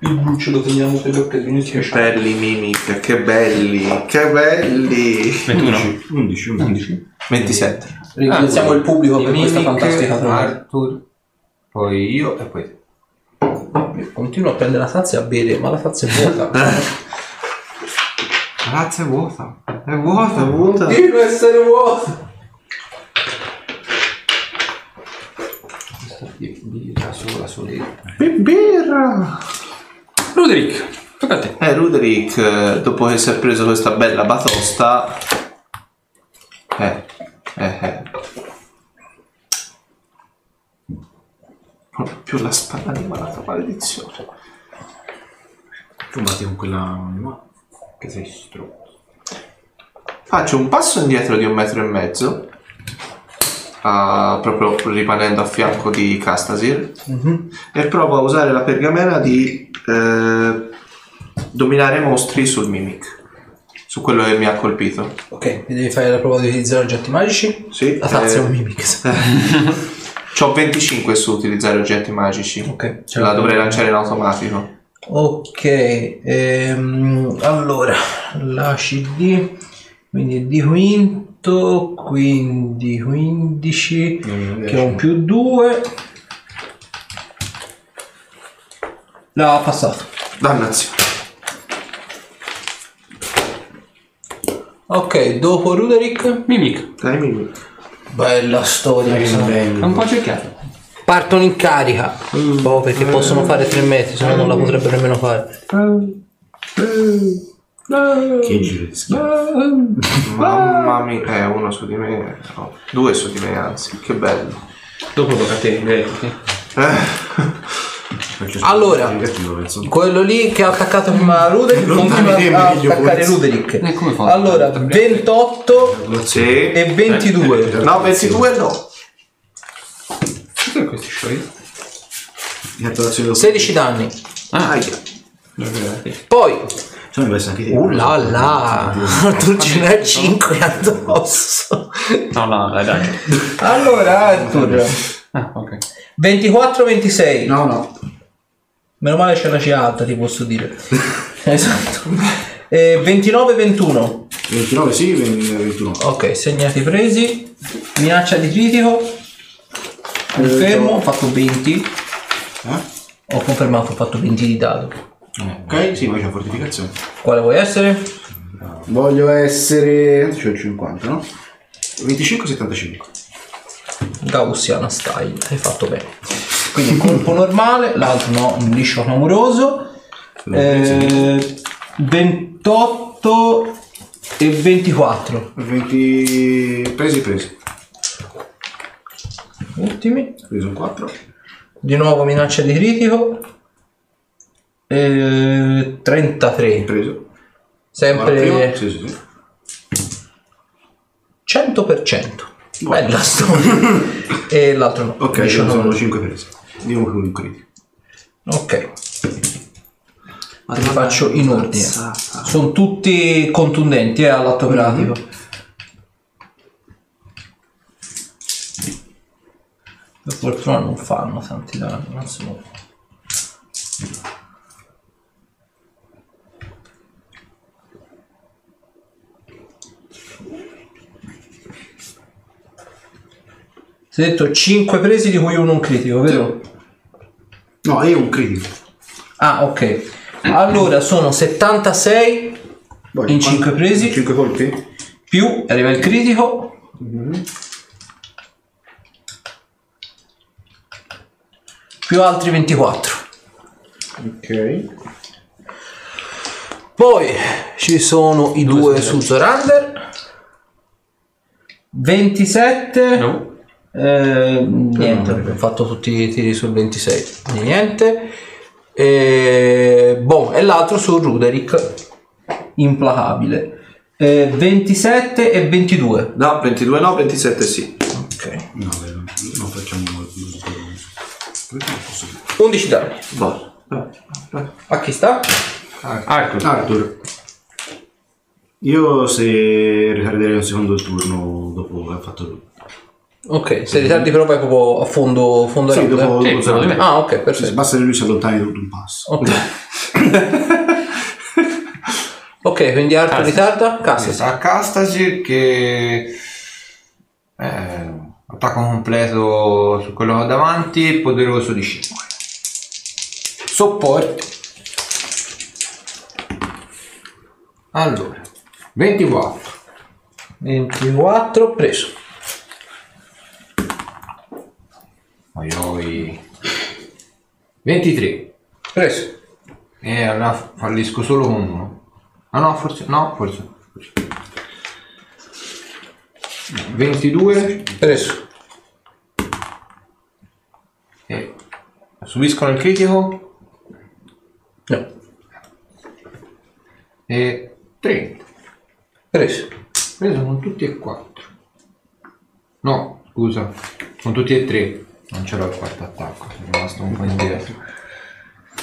il blu ce lo teniamo per le occasioni speciali. Belli mimic, che belli, che belli. 21. 11, 11. 27. Ringraziamo il pubblico per questa fantastica Ah. trovata. Arthur, poi io e poi te. Io Continuo a prendere la tazza e a bere, ma la tazza è vuota. Ragazza è vuota. È vuota, è Puta. vuota. Deve essere vuota. Birra sola, soletta. Birra. Ruderick, tocca a te. Eh, Ruderick, eh, dopo che si è preso questa bella batosta... Eh, eh, eh. Proprio più la spada di malata, maledizione. Tu batti con quella... ma- Che sei stronzo. Faccio un passo indietro di un metro e mezzo, ah, proprio rimanendo a fianco di Castasir, Mhm. e provo a usare la pergamena di eh, dominare mostri sul mimic, su quello che mi ha colpito. Ok, mi devi fare la prova di utilizzare oggetti magici. Sì, La tazza è eh, un mimic. C'ho 25 su utilizzare oggetti magici. Ok, ce La l'ho. dovrei lanciare in automatico. Ok, ehm, allora la CD quindi è di quinto, quindi 15 Eh, che è un più 2. No, ha passato. Dannazione. Ok, dopo Ruderick, Mimic. Dai mimic. bella storia. È un po' cerchiato. Partono in carica. Boh, perché possono fare 3 metri, se no non la potrebbero nemmeno fare. Che giro di schifo. Ah! Mamma mia, eh, uno su di me, no, due su di me anzi, che bello. Dopo tocca a te. Eh, Faccio Allora. Negativo, penso. Quello lì che ha attaccato prima Ruderick Lontani continua te, a meglio, attaccare forse. Ruderick. E come fa? Allora, 28 sì. e 22. No, 22 no. Cos'è questo scioglio? Catturazione dopo. 16 danni. Aia. Poi, Cioè, mi pensa anche te. uh là là, [laughs] Arthur ce n'è 5 addosso. No, no, dai, dai. Allora, Arthur, Ah, ok. 24-26. No, no. Meno male c'è una C alta, ti posso dire. esatto. Eh, 29-21. 29 sì, 21 no. Ok, segnati presi. Minaccia di critico. Confermo, ho fatto 20. Eh? Ho confermato, ho fatto 20 di dado. Ok, sì, poi c'è fortificazione. Quale vuoi essere? Voglio essere... c'ho il 50, no? 25-75. Gaussiana style, hai fatto bene. Quindi colpo normale, l'altro no, un liscio clamoroso. Eh, 28 e 24. 20... presi presi. Ultimi. Preso un 4. Di nuovo minaccia di critico. Eh, 33. Preso. Guarda il primo. Sempre Sì, sì, sì. 100%. [laughs] Bella storia. e l'altro no. Ok, liscio sono clamoroso. 5 prese. Dico che un critico. Ok. Ma li faccio in ordine. Sono tutti contundenti eh, all'atto pratico. Per fortuna non fanno tanti danni, non si muovono. Si è detto 5 presi di cui uno un critico, vero? No, io un critico. Ah, ok. Allora sono 76 in 5 presi 5 colpi? più arriva il critico. Più altri 24. Ok. Poi ci sono i due su Zorander. 27. No. Eh, niente, ho fatto tutti i tiri sul 26. Quindi niente. E, boh, e l'altro su Ruderick. Implacabile. Eh, 27 e 22. No, 22 no, 27 sì. Ok. No, vero, non facciamo molto. Perché non posso dire? 11 danni. Boh. A chi sta? Ecco, Arthur. Io se ritarderei un secondo il turno dopo che ha fatto lui. Ok, se ritardi però vai proprio a fondo, fondo Sì, aiuto, eh. dopo, Sì, dopo secondo me. Ah, ok, Sì, sì, perfetto. basta che lui si allontani tutto un passo. Ok, [laughs] Ok, quindi Arthur ritarda, Cassis. A Castasir che eh, attacco completo su quello che ho davanti, poderoso di 5. Sopporti. Allora, 24. 24 preso. Oi, oi. 23. Preso. E allora fallisco solo con uno. Ah no, forse no, forse. forse. 22 Preso. e subiscono il critico No. e 30. Preso. Preso con tutti e quattro. No, scusa, con tutti e tre. Non c'era il quarto attacco, sono rimasto un po' indietro.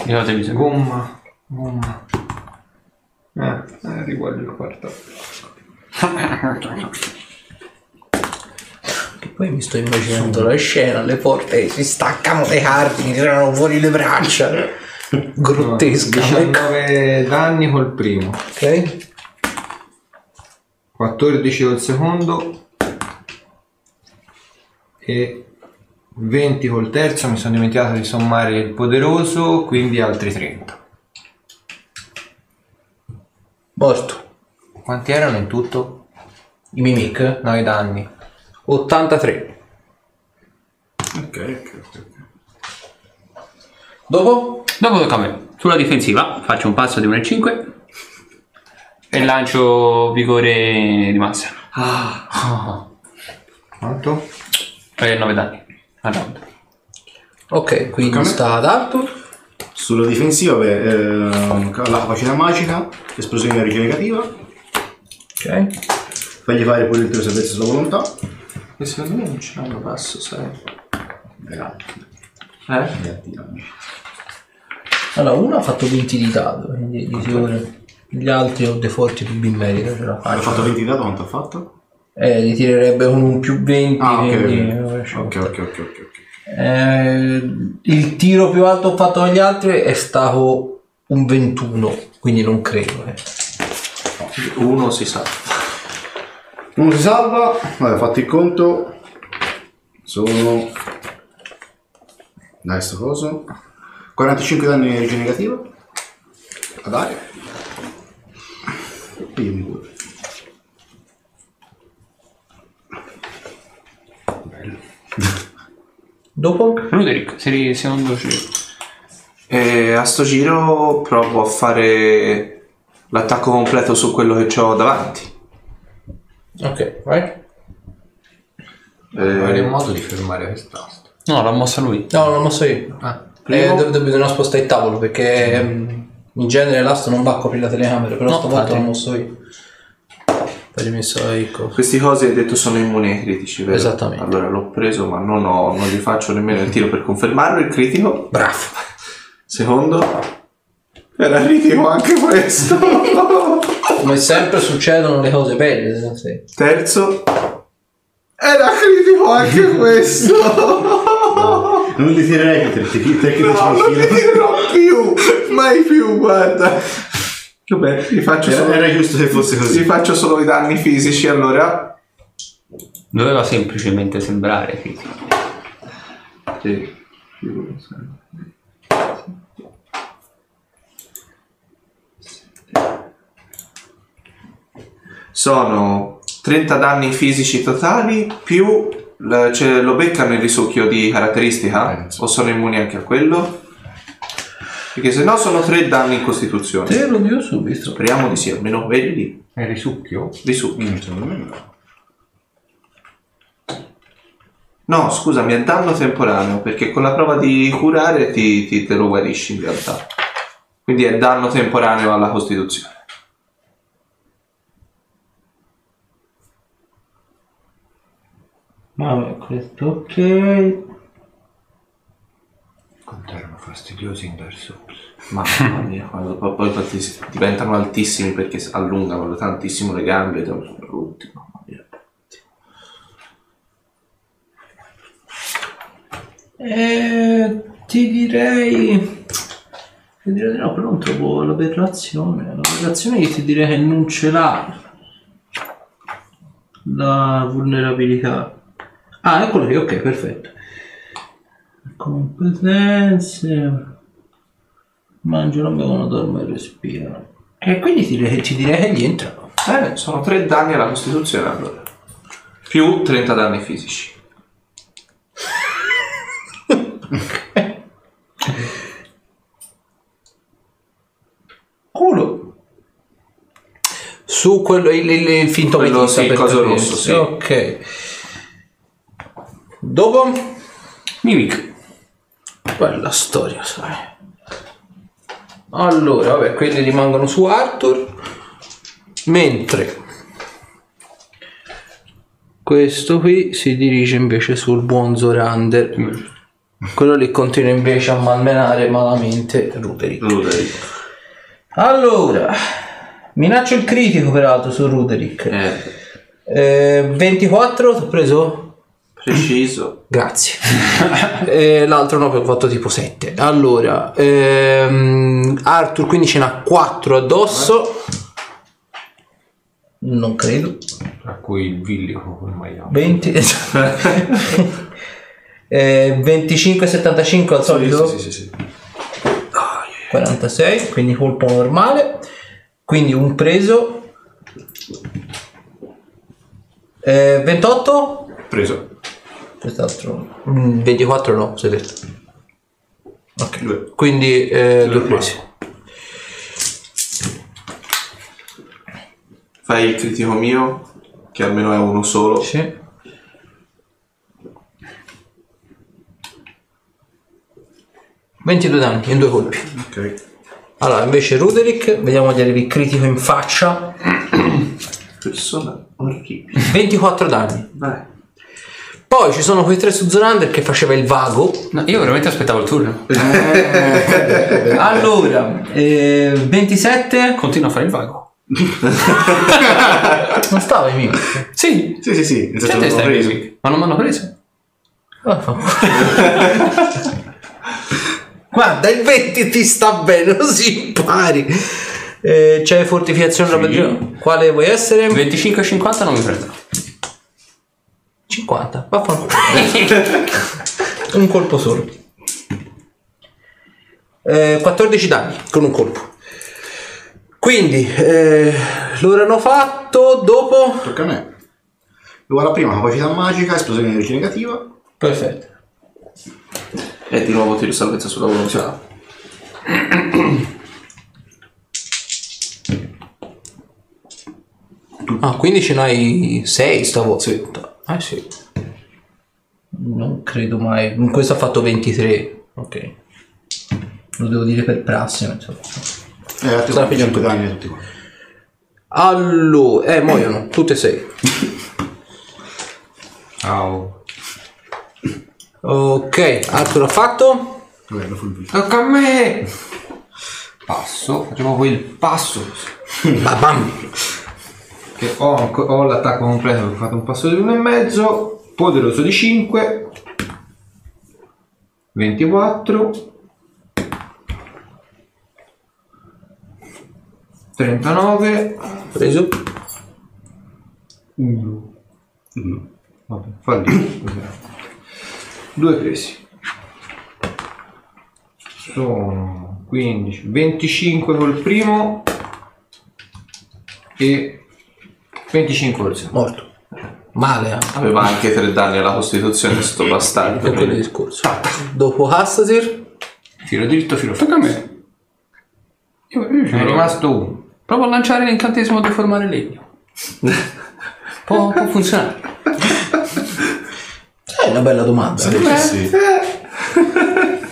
Io ho bisogno. Gomma, gomma. Eh, eh riguardo il quarto attacco. Che poi mi sto immaginando la scena, le porte eh, si staccano dai cardini, tirano fuori le braccia. Grottesca. Diciamo. ecco. 19 danni col primo. Ok. 14 col secondo e 20 col terzo mi sono dimenticato di sommare il poderoso quindi altri 30 Morto. quanti erano in tutto? I mimic. no i danni 83. Ok, ok, ok. Dopo? Dopo tocca a me. Sulla difensiva faccio un passo di 1,5 e lancio vigore di massa. Ah. quanto? E 9 danni. Al round. Ok, quindi Tocca a me. sta ad Arthur. Sulla difensiva, beh, ehm, la capacità magica, esplosione rigenerativa, Ok. fagli fare pure il tuo salvezza sulla volontà. E secondo me non ce l'hanno passo, sai. Allora, uno ha fatto 20 di dado, quindi di sicuro. Gli altri ho dei forti dubbi in merito, ce la Ha faccio. fatto 20 da quanto ha fatto? Eh, li tirerebbe con un più 20, Ah, ok. quindi... Ok, ok, ok, ok. ok. Eh, il tiro più alto fatto dagli altri è stato un 21, quindi non credo. eh. Uno si sa. Uno si salva, vabbè, fatto il conto. Sono. Dai, sto coso. 45 danni di energia negativa. Ad aria. E io mi curo. Dopo? Ruderick, sei il secondo giro. E a sto giro provo a fare l'attacco completo su quello che ho davanti. Ok, vai. Eh, modo di fermare quest'asta. No, l'ha mossa lui. No, non lo so io. Eh, do- do- bisogna spostare il tavolo perché ehm, in genere l'asto non va a coprire la telecamera, però No, stavolta infatti. non lo so io. Poi rimesso ecco. Questi cose hai detto sono immuni ai critici, vero? Esattamente. Allora l'ho preso, ma non, ho, non gli faccio nemmeno il tiro per confermarlo. Il critico. Bravo. Secondo. Era critico anche questo. [laughs] Come sempre succedono le cose belle, non sei. Terzo. Era critico [laughs] anche questo. Non li tirerei che te li tiri. No, non li dirò più. Mai più, guarda. Vabbè, gli faccio Era, solo, era giusto se fosse gli così. faccio solo i danni fisici, allora. Doveva semplicemente sembrare che Sì. Sono 30 danni fisici totali più l- cioè, lo beccano il risucchio di caratteristica o sono immuni anche a quello? Perché se no sono 3 danni in costituzione. Te lo dico subito. Speriamo di sì, almeno quelli È risucchio? risucchi. No, scusami, è danno temporaneo perché con la prova di curare ti, ti- te lo guarisci in realtà. Quindi è danno temporaneo alla Costituzione. Vabbè, questo ok. Quanto erano fastidiosi in Dark Souls. Mamma mia, quando poi, poi tanti- diventano altissimi perché s- allungano tantissimo le gambe ed è un rutti, mamma mia. Eh, ti direi. Ti direi di no, però non trovo l'aberrazione. L'aberrazione io ti direi che non ce l'ha. La vulnerabilità. Ah, eccolo qui, ok, perfetto. Competenze. Mangiano, bevono, dormono e respirano. E quindi ti direi, ti direi che gli entra. Bene, Eh, sono tre danni alla Costituzione allora. Più 30 danni fisici. Culo. Su quello il, il, il finto Quello, metista, sì, per coso capire. rosso, sì. Ok. Dopo Mimic. Bella storia, sai. Allora, vabbè, quelli rimangono su Arthur. Mentre questo qui si dirige invece sul buon Mm. Zorander. Quello lì continua invece a malmenare malamente Ruderick. Ruderick. Allora, minaccio il critico peraltro su Ruderick. Eh, Eh, 24 ho preso? preciso. [laughs] Grazie. Eh, l'altro no, perché ho fatto tipo 7. Allora, ehm, Arthur quindi ce n'ha 4 addosso. Non credo. Tra cui il villico col maiale. 20. [laughs] eh, 25 75 al solito. Sì, sì, sì. 46, quindi colpo normale. Quindi un preso. Eh, 28? Preso. Quest'altro. mm, 24 no, si è detto. Ok. Quindi eh, due presi. Fai il critico mio, che almeno è uno solo. Sì. ...22 danni in due colpi. Ok. Allora, invece Ruderick, vediamo gli arrivi critico [laughs] in faccia. Persona orribile. 24 danni. Vai. Poi ci sono quei tre su Zorander che faceva il vago. No, io veramente aspettavo il turno. Allora, eh, 27. Continua a fare il vago. Non stava in mio. Sì. Sì, sì, sì. Nel C'è senso che testa l'ho in preso. Mimic. Ma non mi hanno preso. [laughs] Guarda, il 20 ti sta bene, così impari. Eh, c'è fortificazione roba di giro. Quale vuoi essere? 25-50 non mi prendo. 50. Vaffanculo. [laughs] un colpo solo. Eh, 14 danni con un colpo. Quindi eh, loro hanno fatto dopo. Tocca a me. Uguale prima, capacità magica, esplosione di energia negativa. Perfetto. E di nuovo tiro salvezza sulla volontà. Ah, quindi ce n'hai 6 stavolta. Ah sì. Non credo mai. In questo ha fatto 23. Ok. Lo devo dire per prassi, ma insomma. E altri Sta pigliando 5 danni a tutti qua. Allora, eh, muoiono, tutte e sei. Ciao. Ok, altro l'ha fatto. Vabbè, lo fulmino. Tocca a me! Passo, facciamo quel passo. Bam, bam. Che ho, anco- ho l'attacco completo, ho fatto un passo di uno e mezzo, poderoso di 5, 24, 39, Preso. vabbè, fallito. così era. Due presi. Sono 15, 25 col primo e 25 col secondo. Morto. Male eh. anche. Aveva anche tre danni alla costituzione, [laughs] sto bastardo. per quello quindi- discorso. Dopo Hastasir, Tiro dritto, filo Tocca a me. Io, io ci Ne è provo. rimasto uno. Provo a lanciare l'incantesimo di formare [laughs] legno. può, può funzionare. è una bella domanda. Eh, sì. Eh,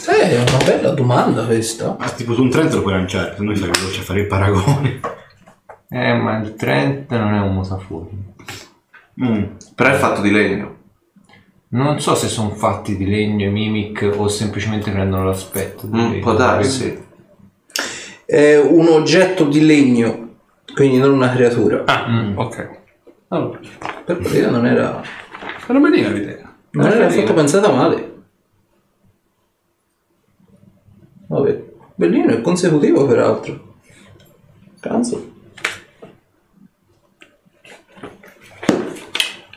È una bella domanda questa. Ah, tipo tu un 30 lo puoi lanciare, se no stai veloce a fare il [laughs] paragone. Eh, ma il 30 non è un mutaforme. Mm. Però è fatto di legno. Non so se sono fatti di legno e mimic o semplicemente prendono l'aspetto. di Mm, legno. può darsi. È un oggetto di legno, quindi non una creatura. Ah, ok. Allora, Per quello non era. era bellina l'idea. Non era affatto pensata male. Vabbè, bellino e consecutivo peraltro. Cazzo.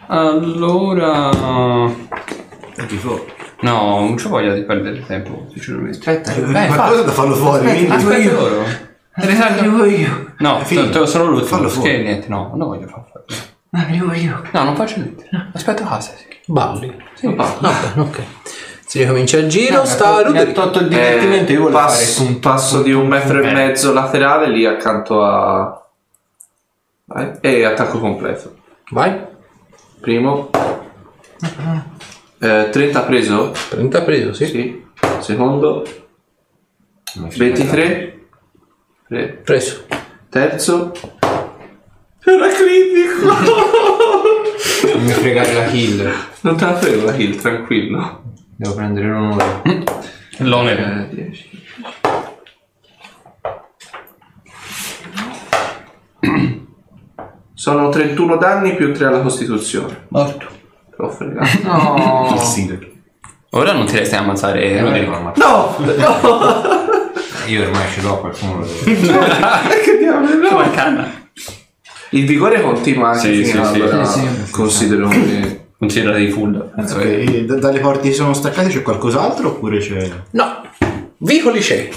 Allora... Ti fuori. No, non c'ho voglia di perdere tempo, sinceramente. Aspetta, Eh, eh, fa- qualcosa da farlo fuori, quindi. Aspetta loro. arrivo io. No, finito. to- to- sono Fallo l'ultimo. fuori. Che niente, no, non voglio far fare. Arrivo io. No, non faccio niente. Aspetta casa, sì. Balli. Sì, va. Vabbè, ok. Si ricomincia il giro, Eh, sta Mi ha Ruderick. tolto il divertimento, Eh, io volevo passo, fare un passo di un metro e mezzo laterale lì accanto a. Vai. E attacco completo. eh. Vai. Primo. Mm-hmm. Eh, 30 preso? 30 preso, sì. Sì. Secondo. 23. Tre. Preso. Terzo. Era critico! Non mi fregare la kill. non te la prego la kill, tranquillo. Devo prendere l'onore. L'onere. 10. Sono 31 danni più 3 alla Costituzione. Morto. Te l'ho fregato. [laughs] No. Sì. Ora non ti resti a Eh, ammazzare Ecco. Roderick. ma No! [laughs] io ormai ce l'ho qualcuno. lo deve- che diavolo, no! Cioè, Ma canna. Il vigore continua anche Sì, fino sì, sì. allora Sì, considero che... Considera dei full. Eh, Ok, e da- dalle porte che sono staccate c'è qualcos'altro oppure c'è... No, vicoli c'è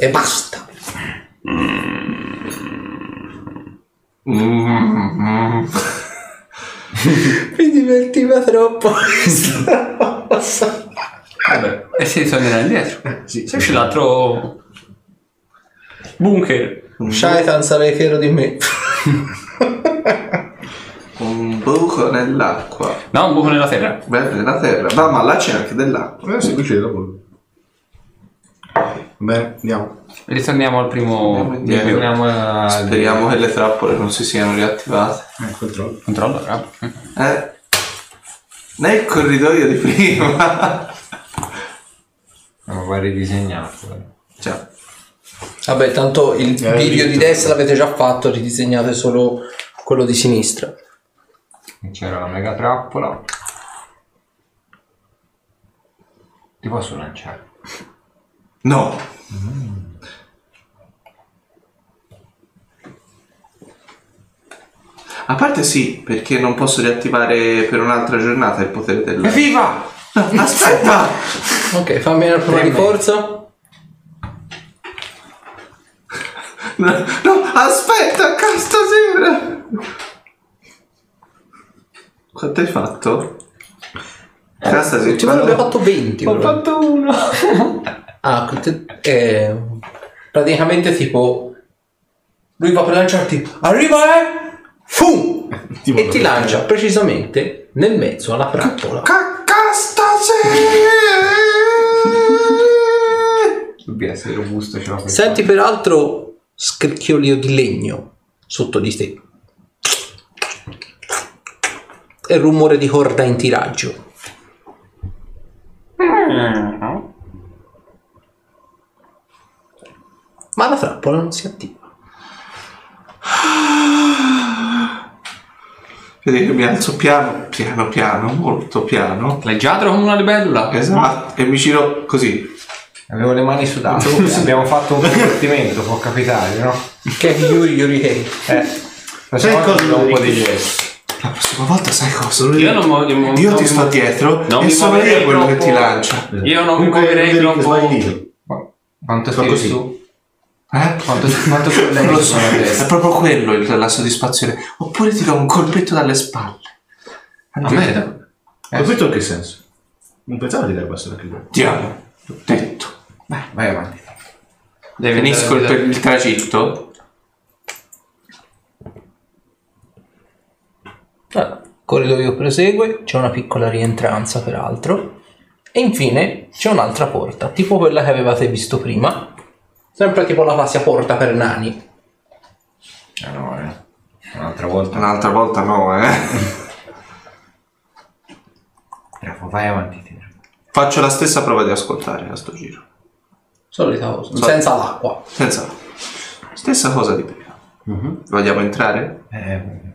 e basta. Mi divertiva troppo questa cosa. Vabbè. Eh, E si tornerà indietro. Eh, Sì, Se c'è l'altro bunker. Shaitan sarei fiero di me. Un buco nell'acqua. No, un buco nella terra. Beh, nella terra. Ma, ma là c'è anche dell'acqua. Eh sì, qui c'è dopo. Beh, andiamo. Ritorniamo al primo indietro. Torniamo Ah, a- Speriamo che le trappole non si siano riattivate. Eh, controllo. controllo. raga. Eh? Nel corridoio di prima. [laughs] Ma va ridisegnato. eh. Cioè, Vabbè, tanto il Eh, video di dritto. destra l'avete già fatto, ridisegnate solo quello di sinistra. C'era la mega trappola. Ti posso lanciare? No. A parte sì, perché non posso riattivare per un'altra giornata il potere del... Viva! Aspetta! Ok, fammi una prova di forza. No, no, aspetta, ca- stasera! Quanto hai fatto? Ca- stasera, Ci vorrebbe quando- fatto 20. Ho però. fatto uno. [laughs] Ah, te- eh, praticamente tipo... Lui va per lanciarti. Arriva eh! Fum! e ti lancia precisamente nel mezzo alla trappola. Cacca stasera! Dobbiamo essere robusto, ce l'ho questa. Senti peraltro scricchiolio di legno sotto di te. E rumore di corda in tiraggio. Ma la trappola non si attiva. Vedi che mi alzo piano, piano, piano, molto piano. Leggiadro come una libellula. Esatto, e mi giro così. Avevo le mani sudate. Abbiamo fatto un divertimento, può capitare, no? Che Yuri Yuri Hei. Eh. Facciamo cosa anche un po' di devi- gesto. La prossima volta sai cosa? Io non mo- non- Io non ti mi sto mo- dietro non e mi sono io muoverei quello che troppo. ti lancia. Io non mi Eh. Comunque, muoverei vedi che sbagli il troppo. dito. Ma Boh, Quanto Fa sei così. su? Eh? Quanto, quanto più Non lo lei so, sono adesso? è proprio quello il- la soddisfazione. Oppure ti do un colpetto dalle spalle. A me? Ma questo in che senso? Non pensavo di dare questo anche lui. Andiamo, l'ho detto. Vai avanti. Devi Finisco il, andare- il tragitto. Allora, il corridoio prosegue, c'è una piccola rientranza peraltro. E infine c'è un'altra porta, tipo quella che avevate visto prima. Sempre tipo la classica porta per nani. Ah no, eh. Un'altra volta. Un'altra volta no, eh. Bravo, vai avanti. ti prego. Faccio la stessa prova di ascoltare a sto giro. Solita cosa, Sol- senza l'acqua. Senza. Stessa cosa di prima. Mhm. Vogliamo entrare? Eh,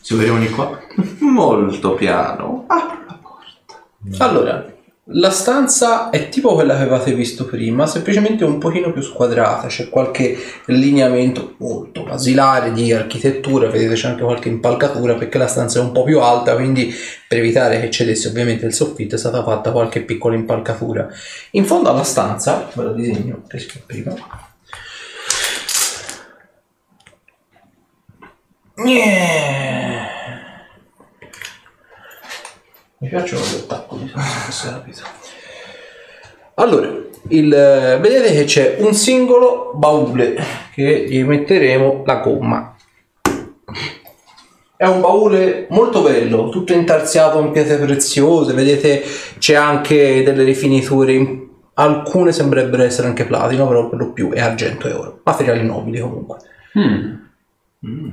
Se lo riuni qua. Molto piano. Ah, Apro la porta. Allora, la stanza è tipo quella che avevate visto prima, semplicemente un pochino più squadrata, c'è qualche lineamento molto basilare di architettura, vedete c'è anche qualche impalcatura perché la stanza è un po' più alta, quindi per evitare che cedesse ovviamente il soffitto è stata fatta qualche piccola impalcatura. In fondo alla stanza, ve lo disegno perché prima... Yeah. Mi piacciono gli ottacoli, se capito. Allora, il, eh, vedete che c'è un singolo baule che gli metteremo la gomma. È un baule molto bello, tutto intarsiato in pietre preziose, vedete c'è anche delle rifiniture, alcune sembrerebbero essere anche platino, però per lo più è argento e oro, materiali nobili comunque. Mm.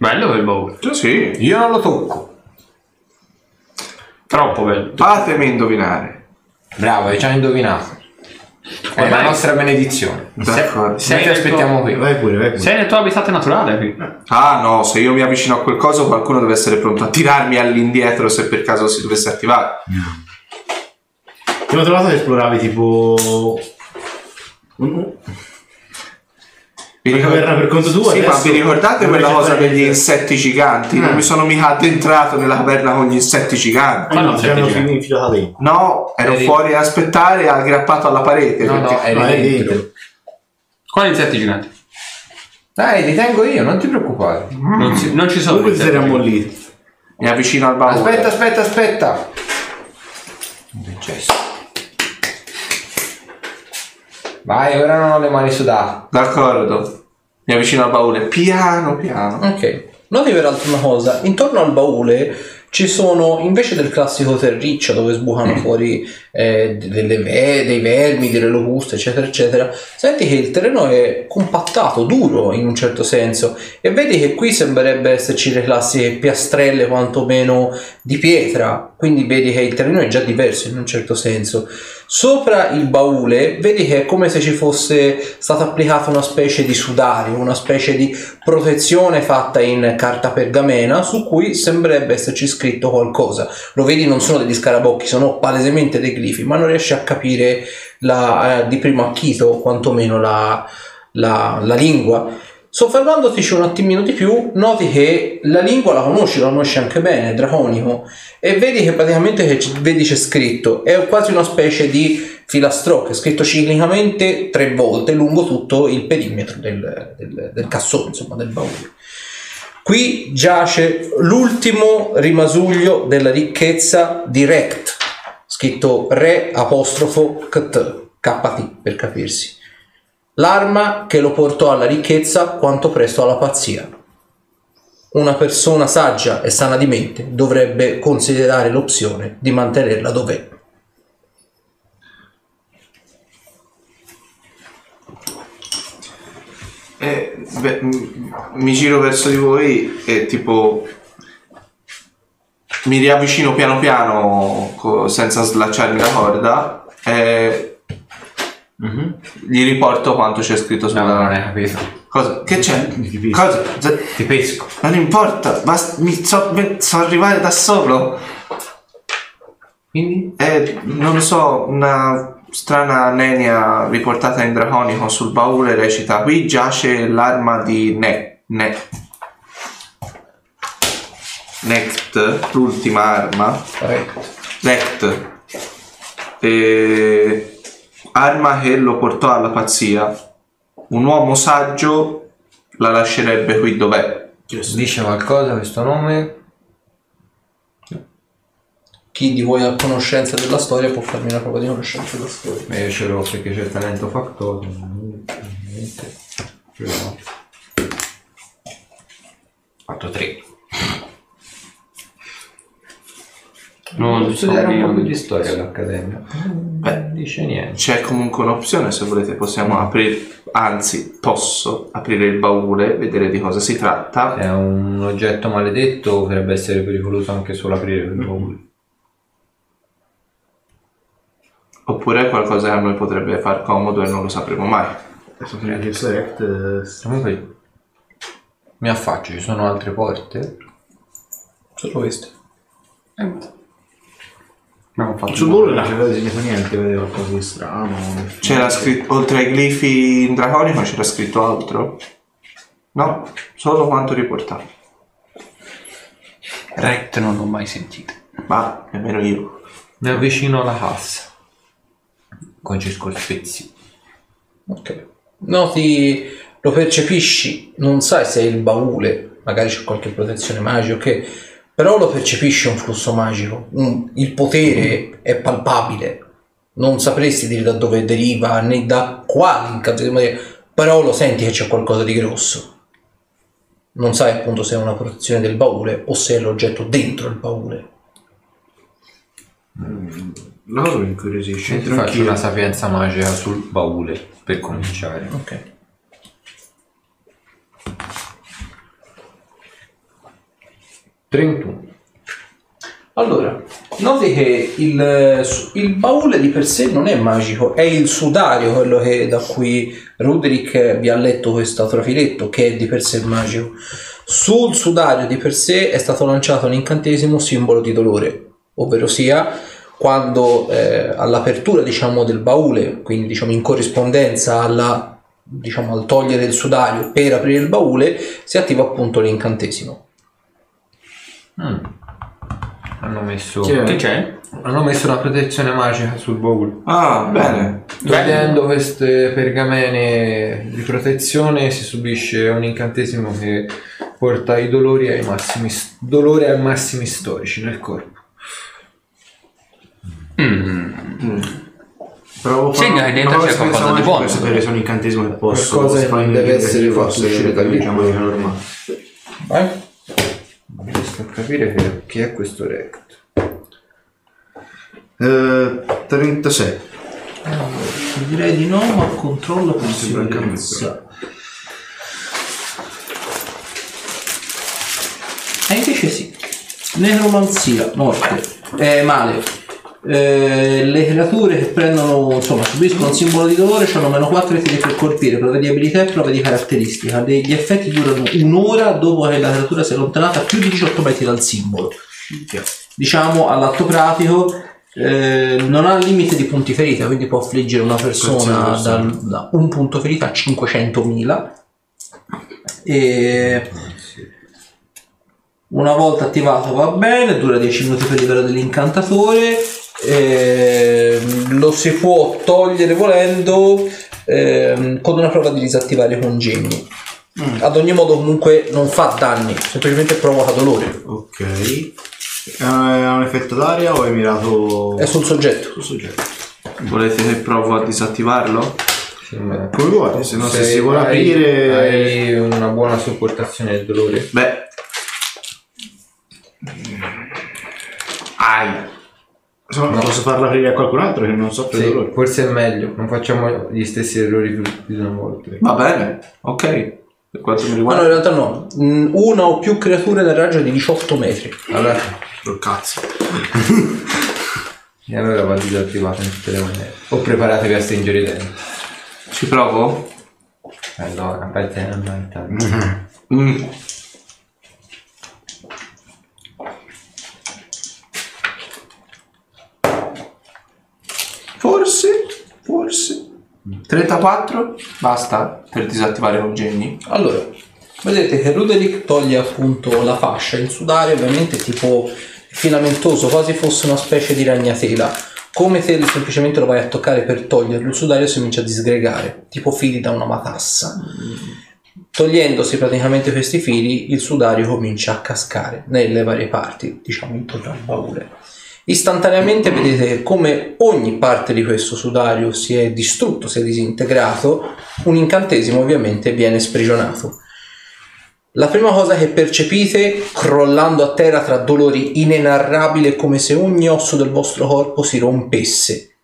Bello quel baule. Sì. Io non lo tocco. Troppo bello. Fatemi indovinare. Bravo, hai già indovinato. È Ormai- la nostra benedizione. D'accordo. Noi ti detto- aspettiamo qui. Vai pure, vai pure. Sei nel tuo habitat naturale qui. Ah no, se io mi avvicino a quel coso qualcuno deve essere pronto a tirarmi all'indietro se per caso si dovesse attivare. Abbiamo trovato che esploravi tipo... un- Vi Una caverna per conto tuo, Sì, ma adesso- vi ricordate Non quella ricordo cosa degli niente. Ah. insetti giganti? Non mi sono mica addentrato nella caverna con gli insetti giganti. Ma non Ci sei hanno intelligente. infilata dentro. No, ero Eri- fuori a aspettare aggrappato alla parete. No, perché- no, eri Vai dentro. dentro. Quali insetti giganti? Dai, li tengo io, non ti preoccupare. Non, si- non ci sono Comunque ti insetti sei giganti. ammollito. Mi avvicino al baule. Aspetta, aspetta, aspetta. Un bel gesto. Vai, ora non ho le mani sudate. D'accordo. Mi avvicino al baule. Piano, piano. Ok, noti peraltro una cosa, intorno al baule ci sono invece del classico terriccio dove sbucano fuori eh, de- delle ve- dei vermi, delle locuste, eccetera, eccetera. Senti che il terreno è compattato, duro in un certo senso e vedi che qui sembrerebbe esserci le classiche piastrelle quantomeno di pietra, quindi vedi che il terreno è già diverso in un certo senso. Sopra il baule vedi che è come se ci fosse stata applicata una specie di sudario, una specie di protezione fatta in carta pergamena su cui sembrerebbe esserci scritto qualcosa. Lo vedi, non sono degli scarabocchi, sono palesemente dei glifi, ma non riesci a capire la- eh, di primo acchito quantomeno la, la- la lingua. Soffermandotici un attimino di più, noti che la lingua la conosci, la conosci anche bene, è draconico, e vedi che praticamente che c- vedi c'è scritto, è quasi una specie di filastrocco, è scritto ciclicamente tre volte lungo tutto il perimetro del, del- del cassone, insomma del baule. Qui giace l'ultimo rimasuglio della ricchezza di Rekt, scritto re apostrofo kt, kt per capirsi l'arma che lo portò alla ricchezza quanto presto alla pazzia. Una persona saggia e sana di mente dovrebbe considerare l'opzione di mantenerla dov'è. Eh, beh, m- mi giro verso di voi e tipo mi riavvicino piano piano co- senza slacciarmi la corda e gli riporto quanto c'è scritto sulla non hai capito. cosa che c'è capisco. cosa Z- Ti pesco. non importa basta- mi so, me- so arrivare da solo Quindi? Eh, non so, una strana nenia riportata in draconico sul baule recita Qui giace l'arma di Ne... ne Next, l'ultima arma. Next. Eh, arma che lo portò alla pazzia. Un uomo saggio la lascerebbe qui dov'è. Dice qualcosa questo nome? Chi di voi ha conoscenza della storia può farmi una prova di conoscenza della storia. Beh, io ce l'ho perché c'è il talento fattore. Fatto 3. Non so Studiare un po' io. di storia all'accademia. Beh. Non dice niente. C'è comunque un'opzione se volete possiamo aprire, anzi posso aprire il baule, vedere di cosa si tratta. È un oggetto maledetto, potrebbe essere pericoloso anche solo aprire il baule. Oppure è qualcosa che a noi potrebbe far comodo e non lo sapremo mai. Adesso prima che select, eh, Comunque mi affaccio, ci sono altre porte? Solo questo. sul volo non c'era disegnato niente, vedevo qualcosa di strano. C'era scritto, oltre ai glifi in draconico c'era scritto altro? No, solo quanto riportato. Rect non l'ho mai sentito. Ma nemmeno io. Mi avvicino alla cassa. Con circospezzi. Ok. Noti, lo percepisci, non sai se è il baule, magari c'è qualche protezione magica, ok, però lo percepisci un flusso magico, un- il potere è palpabile, non sapresti dire da dove deriva né da quali, capito? Ma dire, però lo senti che c'è qualcosa di grosso. Non sai appunto se è una protezione del baule o se è l'oggetto dentro il baule. La cosa mi incuriosisce. Ti Entro faccio anch'io. una sapienza magica sul baule per cominciare. Ok. Allora, noti che il, il baule di per sé non è magico, è il sudario quello che- da cui Ruderick vi ha letto questo trafiletto che è di per sé magico. Sul sudario di per sé è stato lanciato un incantesimo simbolo di dolore, ovvero sia quando eh, all'apertura diciamo, del baule, quindi diciamo, in corrispondenza alla, diciamo, al togliere il sudario per aprire il baule, si attiva appunto l'incantesimo. Mm. Hanno messo. Che c'è? Hanno messo una protezione magica sul baule. Ah, bene. Togliendo queste pergamene di protezione si subisce un incantesimo che porta i dolori ai massimi dolore ai massimi storici nel corpo. Provo a Mm. fare Segna che dentro una c'è cosa qualcosa di magica buono. Per sapere se è un incantesimo che posso. Qualcosa se che fa non in- deve che essere posso fatto vedere uscire da lì. Diciamo che è normale. Eh? Riesco a capire che- chi è questo rect. Eh, 36. Direi di no, ma controlla per sembra anche a me, sicurezza. E invece sì. Necromanzia, morte. Eh, male. eh, le creature che prendono, insomma, subiscono un simbolo di dolore hanno meno 4 tiri per colpire, prove di abilità e prove di caratteristica. Le- Gli effetti durano un'ora dopo che la creatura si è allontanata più di 18 metri dal simbolo. Diciamo all'atto pratico, eh, non ha limite di punti ferita, quindi può affliggere una persona dal- da un punto ferita a 500.000. E una volta attivato va bene, dura 10 minuti per livello dell'incantatore. ehm, lo si può togliere volendo ehm, con una prova di disattivare i congegni. Ad ogni modo, comunque, non fa danni, semplicemente provoca dolore. Ok. È un, è un effetto d'aria o è mirato È sul soggetto. sul soggetto? Volete che provo a disattivarlo? Come vuoi, se no se si vuole aprire... Hai una buona sopportazione del dolore. Beh. Ai. se no, Posso farla aprire a qualcun altro che non soffre di Sì, dolore. forse è meglio, non facciamo gli stessi errori più più di una volta. Va bene, ok. Per quanto mi Ma no, riguarda... in realtà no. Mm, Una o più creature nel raggio di 18 metri. Allora, Col cazzo. e allora va disattivato in tutte le maniere. O preparatevi a stringere i denti. Eh, Ci provo? Allora, aperta la manta. Mm. Forse, forse. 34? Basta per disattivare i congegni? Allora, vedete che Ruderick toglie appunto la fascia, il sudario ovviamente è tipo filamentoso, quasi fosse una specie di ragnatela. Come te semplicemente lo vai a toccare per toglierlo, il sudario si comincia a disgregare, tipo fili da una matassa. Togliendosi praticamente questi fili, il sudario comincia a cascare nelle varie parti, diciamo intorno al baule. Istantaneamente vedete che come ogni parte di questo sudario si è distrutto, si è disintegrato, un incantesimo ovviamente viene sprigionato. La prima cosa che percepite, crollando a terra tra dolori inenarrabili, è come se ogni osso del vostro corpo si rompesse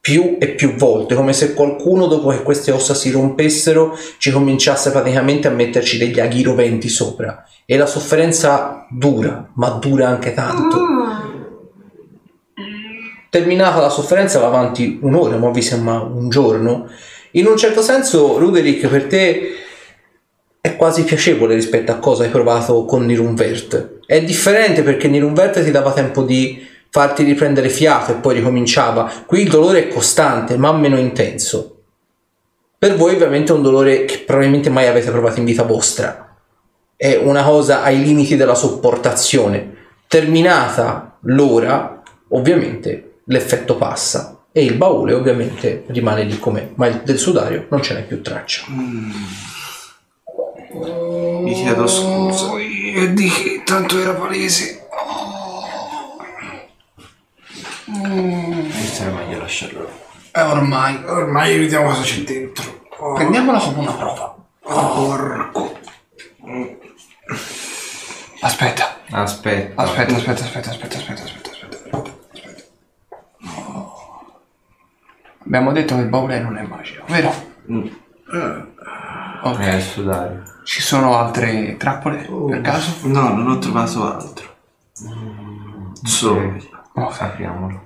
più e più volte, come se qualcuno dopo che queste ossa si rompessero ci cominciasse praticamente a metterci degli aghi roventi sopra. E la sofferenza dura, ma dura anche tanto. Terminata la sofferenza va avanti un'ora, ma vi sembra un giorno. In un certo senso, Ruderick, per te è quasi piacevole rispetto a cosa hai provato con Nirunvert. È differente perché Nirunvert ti dava tempo di farti riprendere fiato e poi ricominciava. Qui il dolore è costante, ma meno intenso. Per voi ovviamente è un dolore che probabilmente mai avete provato in vita vostra è una cosa ai limiti della sopportazione. Terminata l'ora, ovviamente l'effetto passa e il baule ovviamente rimane lì com'è, ma il- del sudario non ce n'è più traccia. Mi chiedo scusa. eh, E di che tanto era palese. Eh, Forse era meglio lasciarlo. E ormai, ormai vediamo cosa c'è dentro. Oh, Prendiamola come una prova. porco. Aspetta, Aspetta. aspetta, aspetta, aspetta, aspetta, aspetta, aspetta, aspetta, aspetta. Abbiamo detto che il baule non è magico, vero? Ok. Eh, il sudario. Ci sono altre trappole per caso? No, non ho trovato altro. Solo. Oh, Apriamolo.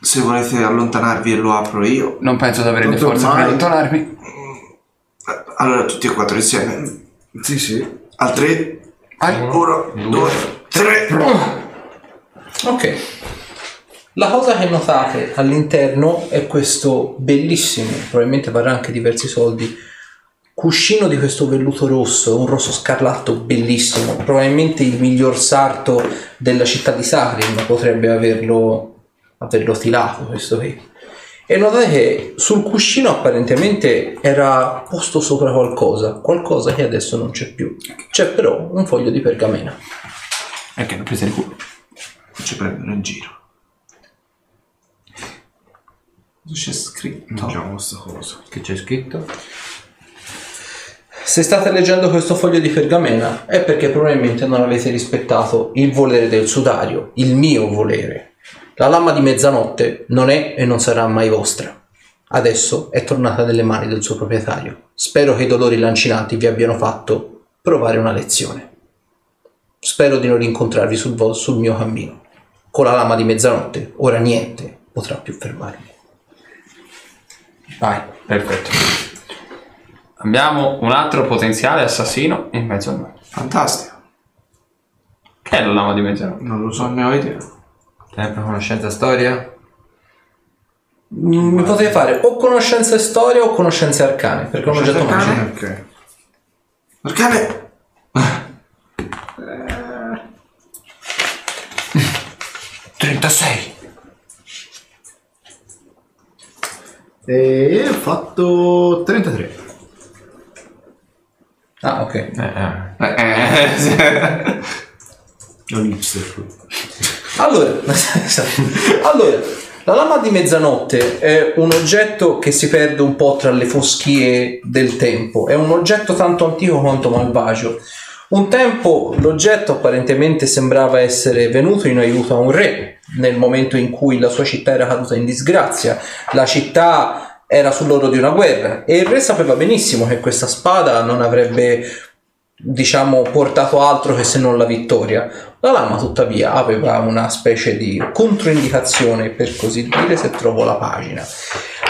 Se volete allontanarvi e lo apro io. Non penso di avere le Tanto forze per ormai- allontanarmi. Eh, Allora tutti e quattro insieme. Sì, sì. Al tre. Vai. Uno, due, tre. Ok. La cosa che notate all'interno è questo bellissimo, probabilmente varrà anche diversi soldi, cuscino di questo velluto rosso, un rosso scarlatto bellissimo, probabilmente il miglior sarto della città di Sacrim potrebbe averlo, averlo tilato questo qui. E notate che sul cuscino apparentemente era posto sopra qualcosa, qualcosa che adesso non c'è più. C'è però un foglio di pergamena. Perché l'ho presa di culo. Ci prendono in giro. Cosa c'è scritto? Facciamo questa cosa. Che c'è scritto? Se state leggendo questo foglio di pergamena è perché probabilmente non avete rispettato il volere del sudario, il mio volere. La lama di mezzanotte non è e non sarà mai vostra. Adesso è tornata nelle mani del suo proprietario. Spero che i dolori lancinanti vi abbiano fatto provare una lezione. Spero di non rincontrarvi sul, vo- sul mio cammino. Con la lama di mezzanotte, ora niente potrà più fermarmi. Vai, perfetto. Abbiamo un altro potenziale assassino in mezzo a noi. Fantastico. Che è la lama di mezzanotte? Non lo so, ne ho idea. Sempre conoscenza storia? Mm, Mi potete fare o conoscenze storia o conoscenze arcane, perché è un oggetto Conoscenze Ah, magico. Ok. Arcane! E ho fatto 33. Ah, ok. Eh, eh, sì. È un hipster. qui. Allora, [laughs] allora, la lama di mezzanotte è un oggetto che si perde un po' tra le foschie del tempo, è un oggetto tanto antico quanto malvagio. Un tempo l'oggetto apparentemente sembrava essere venuto in aiuto a un re nel momento in cui la sua città era caduta in disgrazia, la città era sull'oro di una guerra e il re sapeva benissimo che questa spada non avrebbe diciamo portato altro che se non la vittoria. La lama tuttavia aveva una specie di controindicazione per così dire se trovo la pagina.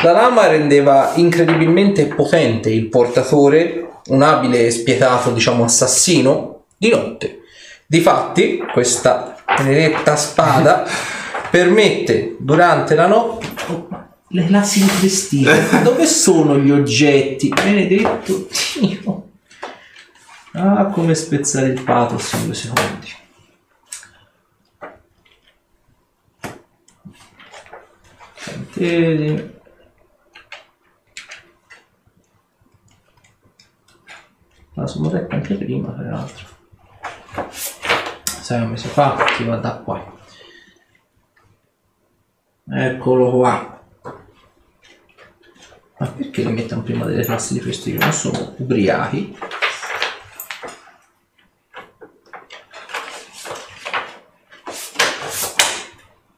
La lama rendeva incredibilmente potente il portatore, un abile e spietato diciamo assassino, di notte. Difatti questa benedetta spada [laughs] permette durante la notte... Le classi di [laughs] Cristina. Dove sono gli oggetti? Benedetto Dio. Ah, come spezzare il pathos in due secondi. Senti- La sono detta anche prima, peraltro. Sai come si fa? Si va da qua. Eccolo qua. Ma perché li mettono prima delle classi di questo? Io non sono ubriachi.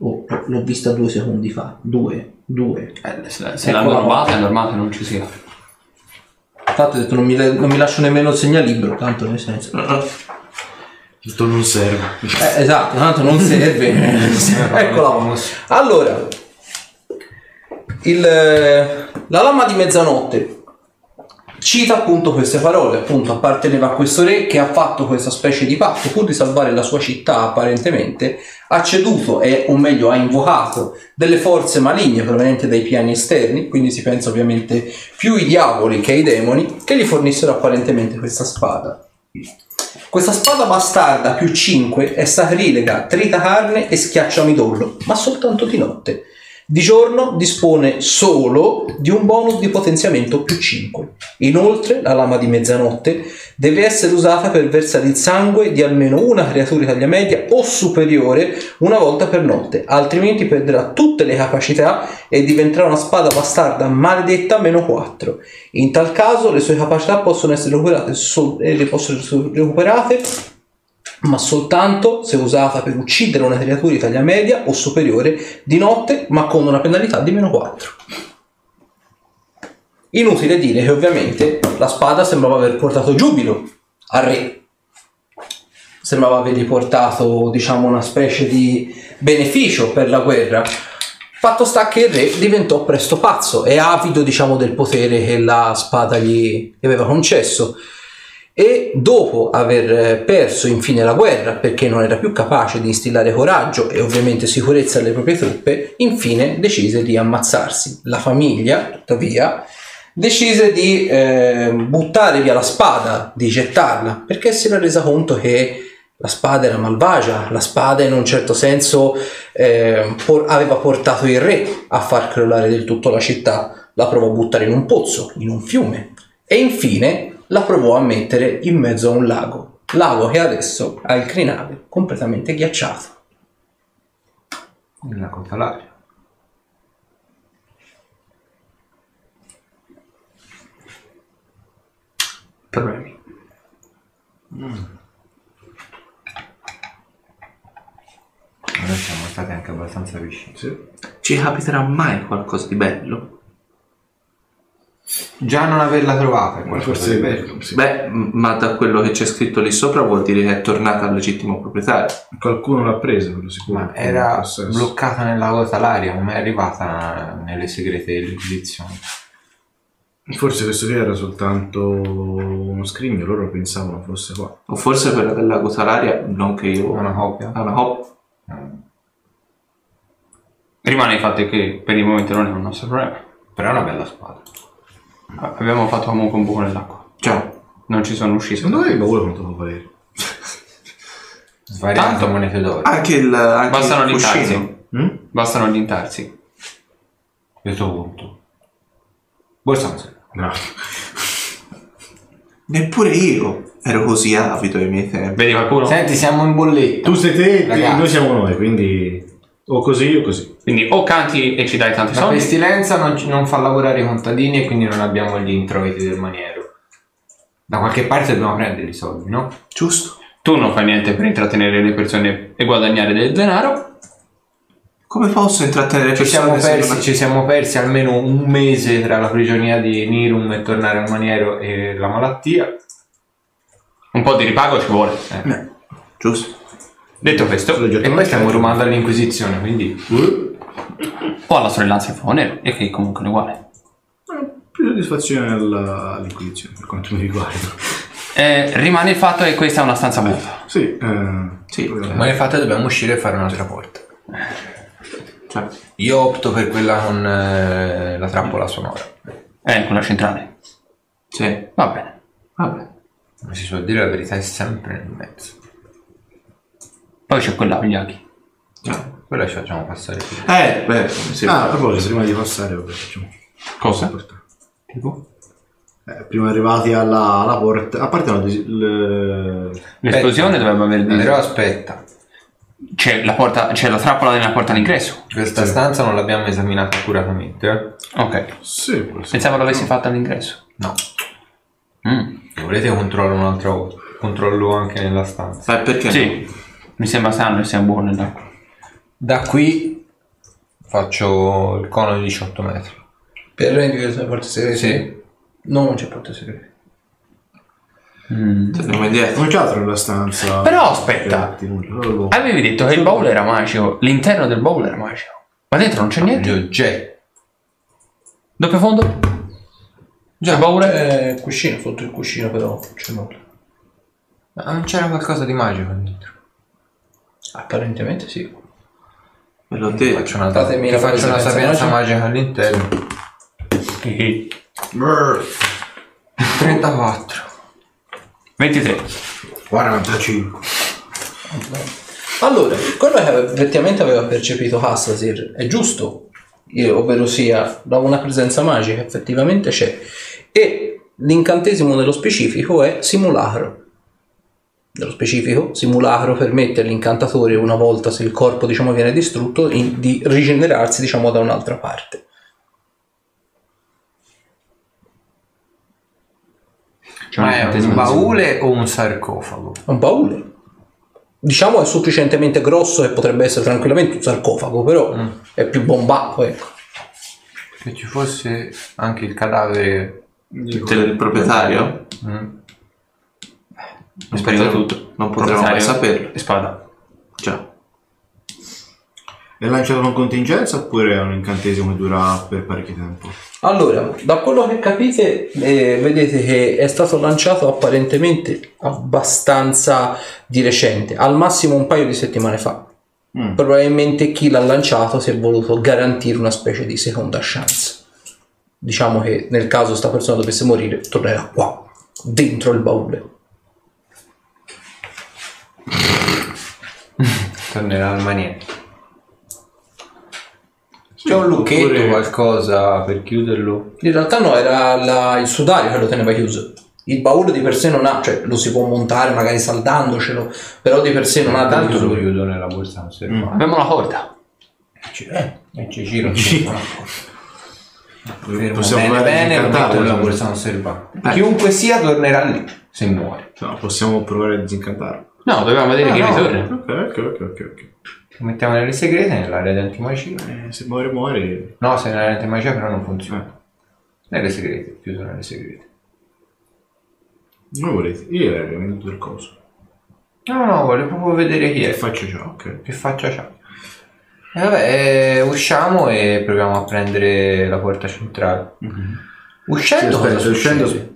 Oh, l'ho vista due secondi fa. Due, due. Eh, se, se l'hanno Eccola. rubata è normale che non ci sia. Infatti ho detto non mi, non mi lascio nemmeno il segnalibro, tanto nel senso... Tutto non serve. Eh, esatto, tanto non serve. Ecco Eccola. qua. Allora, il, eh, la lama di mezzanotte cita appunto queste parole, appunto apparteneva a questo re che ha fatto questa specie di patto pur di salvare la sua città apparentemente, ha ceduto e, o meglio ha invocato delle forze maligne provenienti dai piani esterni, quindi si pensa ovviamente più ai diavoli che ai demoni, che gli fornissero apparentemente questa spada. Questa spada bastarda più 5 è sacrilega, trita carne e schiaccia midollo, ma soltanto di notte. Di giorno dispone solo di un bonus di potenziamento più 5. Inoltre, la lama di mezzanotte deve essere usata per versare il sangue di almeno una creatura taglia media o superiore una volta per notte, altrimenti perderà tutte le capacità e diventerà una spada bastarda maledetta meno 4. In tal caso le sue capacità possono essere recuperate, sol- eh, le possono essere recuperate, ma soltanto se usata per uccidere una creatura di taglia media o superiore di notte, ma con una penalità di meno 4. Inutile dire che ovviamente la spada sembrava aver portato giubilo al re. Sembrava avergli portato, diciamo, una specie di beneficio per la guerra. Fatto sta che il re diventò presto pazzo e avido, diciamo, del potere che la spada gli gli aveva concesso. E dopo aver eh, perso infine la guerra, perché non era più capace di instillare coraggio e ovviamente sicurezza alle proprie truppe, infine decise di ammazzarsi. La famiglia, tuttavia, decise di eh, buttare via la spada, di gettarla, perché si era resa conto che la spada era malvagia, la spada in un certo senso eh, por- aveva portato il re a far crollare del tutto la città, la provò a buttare in un pozzo, in un fiume e infine la provò a mettere in mezzo a un lago, lago che adesso ha il crinale completamente ghiacciato. La Cotalaria. Problemi. Noi siamo stati anche abbastanza vicini. Sì. Ci capiterà mai qualcosa di bello? Già non averla trovata è qualcosa Forse di è bello. bello. sì. Beh, m- ma da quello che c'è scritto lì sopra vuol dire che è tornata al legittimo proprietario. Qualcuno l'ha preso, quello sicuro. Ma era Possesso. bloccata nella cotalaria, come è arrivata nelle segrete dell'inquisizione. Forse questo qui era soltanto uno scrigno, loro pensavano fosse qua. O forse quella della Gotalaria, non che io... Una coppia? Ah, una coppia. Rimane il fatto che per il momento non è un nostro problema. Però è una bella spada. A- Abbiamo fatto comunque un buco nell'acqua. Già. Non ci sono usciti. Secondo me il baule quanto può valere? Svariate Tanto. monete d'oro. Anche il... Anche Bastano il cuscino. allintarsi. Mm? Bastano allintarsi. Questo punto. Borsanza. No. Neppure io ero così avido ai miei tempi. Vedi qualcuno? Senti, siamo in bolletta. Tu sei te, te- Ragazzi. noi siamo noi, quindi o così o così. Quindi o canti e ci dai tanti La soldi. pestilenza non, ci- non fa lavorare i contadini e quindi non abbiamo gli introiti del maniero. Da qualche parte dobbiamo prendere i soldi, no? Giusto. Tu non fai niente per intrattenere le persone e guadagnare del denaro. Come posso intrattenere Ci siamo, persone se non- persi, ci siamo persi almeno un mese tra la prigionia di Nirum e tornare al maniero e la malattia. Un po' di ripago ci vuole. eh. Giusto. Detto questo, Solo E poi stiamo rumando all'Inquisizione, quindi ho la sorellanza di Fonero e che comunque è uguale. Più soddisfazione alla- all'inquisizione per quanto mi riguarda. Eh, rimane il fatto che questa è una stanza vuota. Sì, eh, Sì. ma infatti dobbiamo uscire e fare un'altra porta. Cioè, Io opto per quella con eh, la trappola sonora. È quella centrale. sì. Va bene. Vabbè. Come si suol dire, la verità è sempre nel mezzo. Poi c'è quella con gli aghi. Già. Cioè, Quella ci facciamo passare qui. Eh, beh, sì. Ah, a proposito, prima di passare, vabbè, facciamo. Cosa? Porta. Eh, prima arrivati alla, alla porta, a parte no, dis- il- L'esplosione Eh, Aspetta. dovrebbe aver Però aspetta, C'è la, porta, c'è la trappola della porta all'ingresso. questa stanza non l'abbiamo esaminata accuratamente. eh? Ok. sì, forse. Pensavo l'avessi fatta all'ingresso. No. Mm. Se volete controllo un'altra volta. Controllo anche nella stanza. Eh, perché? Sì. Mi sembra strano che sia buono nell'acqua. Da qui faccio il cono di 18 metri. Per rendere la porta segreta? Sì. No, non c'è porta segreta. Mm. Torniamo indietro. Non c'è altro nella stanza. Però aspetta. Effetti, nulla, solo- Avevi detto che il bowl era magico. L'interno del bowl era magico. Ma dentro non c'è Gli niente. oggetti. Doppio fondo? Già, paura? C'è Eh, il cuscino, sotto il cuscino però non c'è nulla. Ma non c'era qualcosa di magico dentro. Apparentemente sì. Ve l'ho detto. Faccio una, Fatemi ti la faccio una presenza sapienza magica. magica all'interno. 34. 23. 45. Allora, quello che ave- effettivamente aveva percepito Hassasir è giusto, eh, ovvero sia da una presenza magica effettivamente c'è e l'incantesimo nello specifico è simulacro. Nello specifico, simulacro permette all'incantatore una volta se il corpo diciamo, viene distrutto in- di rigenerarsi diciamo, da un'altra parte. C'è Ma è un incantesimo. baule o un sarcofago? È un baule. Diciamo è sufficientemente grosso e potrebbe essere tranquillamente un sarcofago, però è più bombato, ecco. Se ci fosse anche il cadavere Del proprietario? mm, Non Speriamo potremo- tutto. Non potremo mai Proprietario saperlo. e Spada. Già. È lanciato con contingenza oppure è un incantesimo che dura per parecchio tempo? Allora, da quello che capite, eh, vedete che è stato lanciato apparentemente abbastanza di recente, al massimo un paio di settimane fa. Mm. Probabilmente chi l'ha lanciato si è voluto garantire una specie di seconda chance. Diciamo che nel caso sta persona dovesse morire, tornerà qua, dentro il baule. tornerà al maniere. C'è un lucchetto oppure- qualcosa per chiuderlo? In realtà no, era la- il sudario che lo teneva chiuso. Il baule di per sé non ha, cioè lo si può montare magari saldandocelo, però di per sé non ha Tanto lo tanto... chiudo nella borsa conservata. Abbiamo la corda. E ci giro. Possiamo bene, provare a bene, lo metto disincantarlo, nella se- borsa conservata. Chiunque sia tornerà lì se muore. No, possiamo provare a disincantarlo. No, dobbiamo vedere chi Ah, no. ritorna. Ok, ok, ok, ok. ok. Lo mettiamo nelle segrete, nell'area di antimagia. Eh, se muore muore. Mm. No, se nell'area di antimagia però non funziona. Nelle segrete, chiuso nelle segrete. Come volete, io avrei venduto il coso. No, no, voglio proprio vedere chi Che è, faccio ciò, ok. che faccia c'ha. E vabbè, eh, usciamo e proviamo a prendere la porta centrale. Mm-hmm. Sì, Uscendo, cosa aspetta, succede? uscendo.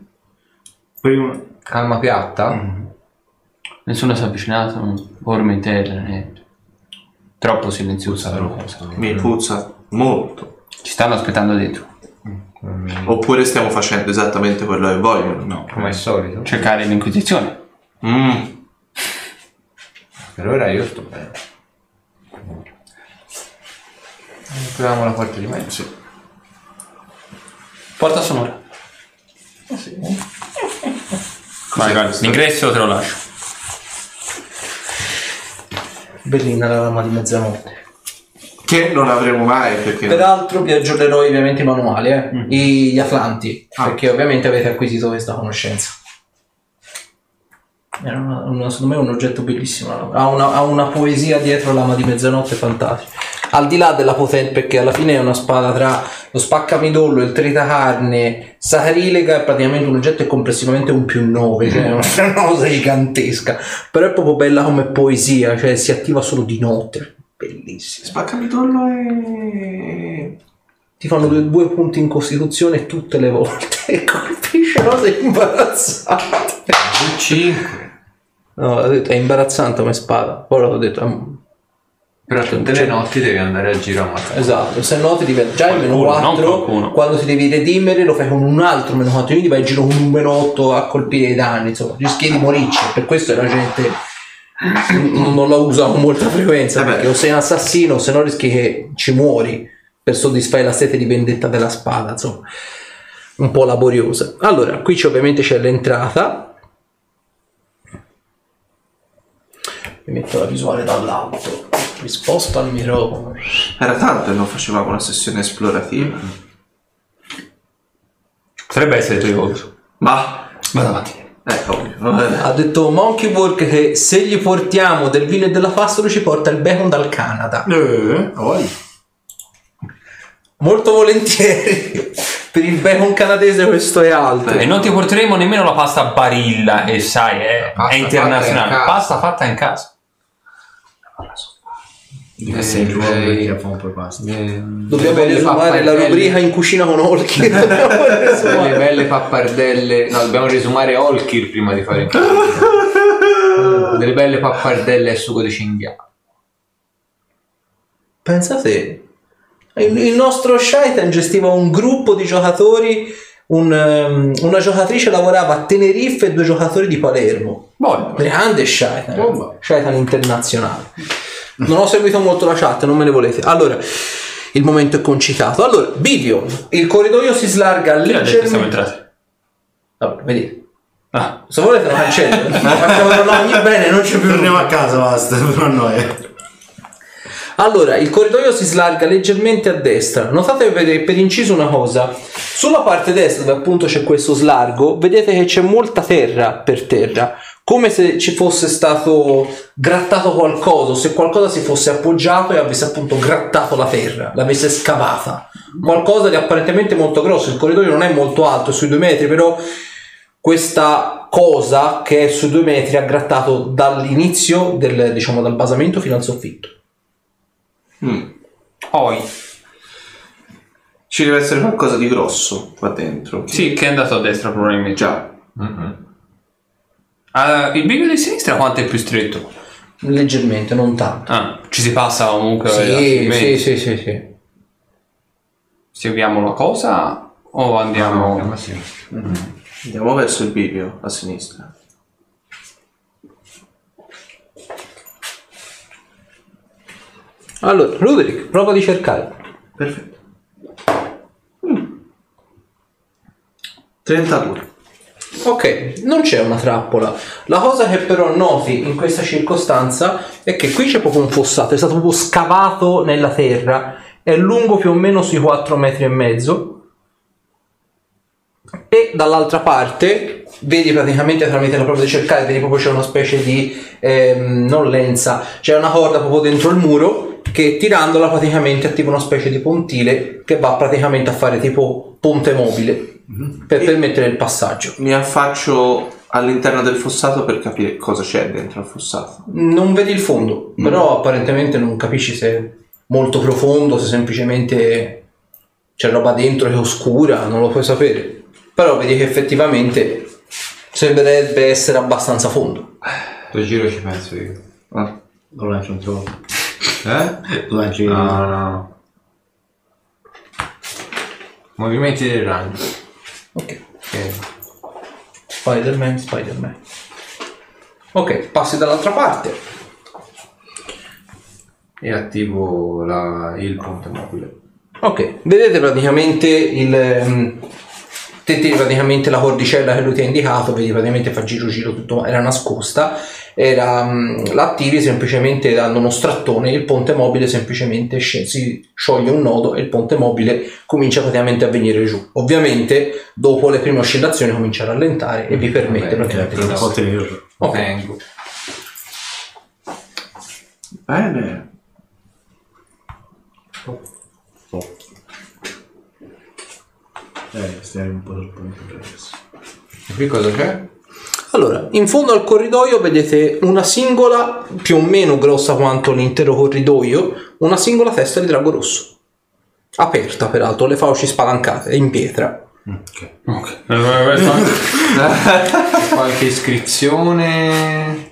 Prima. Calma piatta? Mm. Nessuno si è avvicinato, orme in terra, niente. Troppo silenziosa la cosa. Mi puzza molto. Ci stanno aspettando dentro. Oppure stiamo facendo esattamente quello che vogliono. No. Come al solito. Cercare l'inquisizione. Mm. Per ora io sto bene. Proviamo la porta di mezzo. Porta sonora. Vai, vai, l'ingresso te lo lascio. Bellina la lama di mezzanotte. Che non avremo mai perché... Peraltro vi aggiornerò ovviamente i manuali, eh, i- gli atlanti, perché ovviamente avete acquisito questa conoscenza. Era una- una- secondo me è un oggetto bellissimo, la lama. ha una, ha una poesia dietro lama di mezzanotte fantastica. Al di là della potenza, perché alla fine è una spada tra lo spaccamidollo, il tritacarne, sacrilega, è praticamente un oggetto che complessivamente è un più 9, cioè è [laughs] una cosa gigantesca, però è proprio bella come poesia, cioè si attiva solo di notte, bellissima. Spaccami tollo e... ti fanno due, due punti in costituzione tutte le volte [laughs] e colpisce cose imbarazzanti 5. no ho detto è imbarazzante come spada poi ho detto è- Però tutte le notti devi andare a giro a ammazzare. esatto se no ti diventa già il meno Qualcuno, non 4 qualcuno. quando ti devi redimere lo fai con un altro meno 4 quindi vai in giro con un meno 8 a colpire i danni insomma rischi di morirci per questo la gente non non la usa con molta frequenza perché o sei un assassino se no rischi che ci muori per soddisfare la sete di vendetta della spada insomma un po' laboriosa. Allora, qui c'è, ovviamente c'è l'entrata. Mi metto la visuale dall'alto. Mi sposto al microfono. Era tanto che non facevamo una sessione esplorativa. Potrebbe essere pericoloso. Ma... Vado avanti. Ecco, ovvio. Ha detto Monkey Work che se gli portiamo del vino e della fastola ci porta il bacon dal Canada. Eh, oh, Molto volentieri. [laughs] Per il bacon canadese questo è alto. E Eh, non ti porteremo nemmeno la pasta barilla, che sai, è, Pasta è internazionale. fatta in casa. pasta fatta in casa. eh, sì, direi- che fa un po' e basta. Dobbiamo belle risolvere la pappardelle. rubrica in cucina con [laughs] Olki. Dobbiamo resumare. Le belle pappardelle. No, dobbiamo risumare Olkir prima di fare il [laughs] Delle belle pappardelle e sugo di cinghiale. Pensa te. Il, il nostro Shaitan gestiva un gruppo di giocatori, un, ehm, una giocatrice lavorava a Tenerife e due giocatori di Palermo. Grande Shaitan. Shaitan internazionale. Non ho seguito molto la chat, non me ne volete. Allora, il momento è concitato. Allora, video. Il corridoio si slarga Chi l'ha detto che siamo leggermente. entrati? Vabbè, vedi. Ah. Se volete lo cancello. [laughs] Facciamo tornare ogni Eh, bene, non c'è più nulla. Torniamo a casa, basta, [laughs] però noia. Allora, il corridoio si slarga leggermente a destra. Notate per, per inciso una cosa. Sulla parte destra, dove appunto c'è questo slargo, vedete che c'è molta terra per terra, come se ci fosse stato grattato qualcosa, o se qualcosa si fosse appoggiato e avesse appunto grattato la terra, l'avesse scavata. Qualcosa di apparentemente molto grosso. Il corridoio non è molto alto, è sui due metri, però questa cosa che è sui due metri ha grattato dall'inizio, del, diciamo dal basamento fino al soffitto. Poi, Ci deve essere qualcosa di grosso qua dentro. sì, che è andato a destra probabilmente. Già. Ah, il bivio di sinistra quanto è più stretto? Leggermente, non tanto. Ah, ci si passa comunque. Sì, facilmente. sì, sì, sì, sì. Seguiamo la cosa o andiamo... Andiamo verso il bivio, a sinistra. Allora, Ruderick, prova di cercare. Perfetto. Mm. 32. Ok, non c'è una trappola. La cosa che però noti in questa circostanza è che qui c'è proprio un fossato, è stato proprio scavato nella terra, è lungo più o meno sui 4 metri e mezzo. E dall'altra parte vedi praticamente tramite la prova di cercare, vedi proprio c'è una specie di ehm, non lenza, c'è una corda proprio dentro il muro che tirandola praticamente attiva una specie di pontile che va praticamente a fare tipo ponte mobile per permettere il passaggio. Mi affaccio all'interno del fossato per capire cosa c'è dentro al fossato. Non vedi il fondo, però apparentemente non capisci se è molto profondo, se semplicemente c'è roba dentro che è oscura, non lo puoi sapere. Però vedi che effettivamente sembrerebbe essere abbastanza fondo. Sto giro ci penso io. Ah, Lo lancio un trovo. Eh? Lo lanci. No, no, no. Movimenti del ragno. Ok. Ok. Spider-Man, Spider-Man. Ok, passi dall'altra parte. E attivo la- il ponte mobile. Ok, vedete praticamente il ehm, tenti praticamente la cordicella che lui ti ha indicato, vedi praticamente fa giro giro tutto, era nascosta, era, mm, l'attivi semplicemente dando uno strattone, il ponte mobile semplicemente sce- si scioglie un nodo e il ponte mobile comincia praticamente a venire giù. Ovviamente dopo le prime oscillazioni comincia a rallentare e vi permette Vabbè, praticamente di Per un po' tenerlo. Ok. Vengo. Bene. Oh. Eh, stiamo un po' sul punto adesso. E qui cosa c'è? Allora, in fondo al corridoio vedete una singola, più o meno grossa quanto l'intero corridoio, una singola testa di drago rosso. Aperta, peraltro, le fauci spalancate, in pietra. Eh, Qualche iscrizione.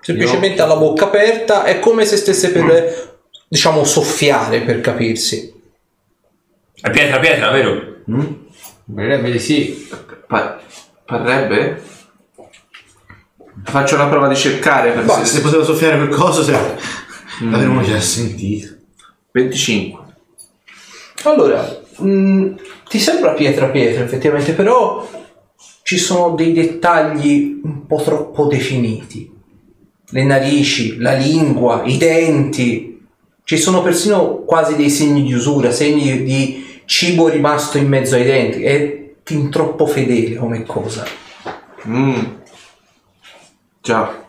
Semplicemente ha la bocca aperta, è come se stesse per, diciamo, soffiare, per capirsi. È pietra, pietra, vero? Sembrerebbe di sì. Pa- parrebbe? Faccio una prova di cercare per Vai. se- Se potevo soffiare quel coso, se... Mm. l'avremmo già sentito. 25. Allora, mh, ti sembra pietra pietra, effettivamente, però ci sono dei dettagli un po' troppo definiti. Le narici, la lingua, i denti. Ci sono persino quasi dei segni di usura, segni di cibo rimasto in mezzo ai denti. È fin troppo fedele come cosa. Mm. Già.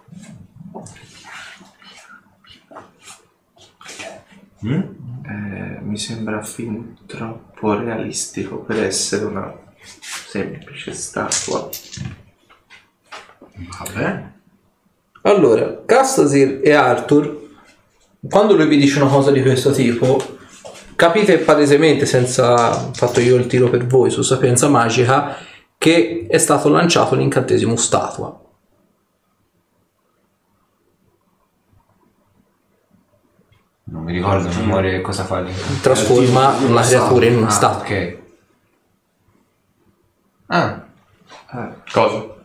Eh, mi sembra fin troppo realistico per essere una semplice statua. Vabbè. Allora, Castasir e Arthur, quando lui vi dice una cosa di questo tipo, capite palesemente, senza ho fatto io il tiro per voi su sapienza magica, che è stato lanciato l'incantesimo statua. Non mi ricordo a memoria cosa fa lì. Trasforma Oddio, una una creatura in una Ah, statua. ok. Ah, Mm. Cosa?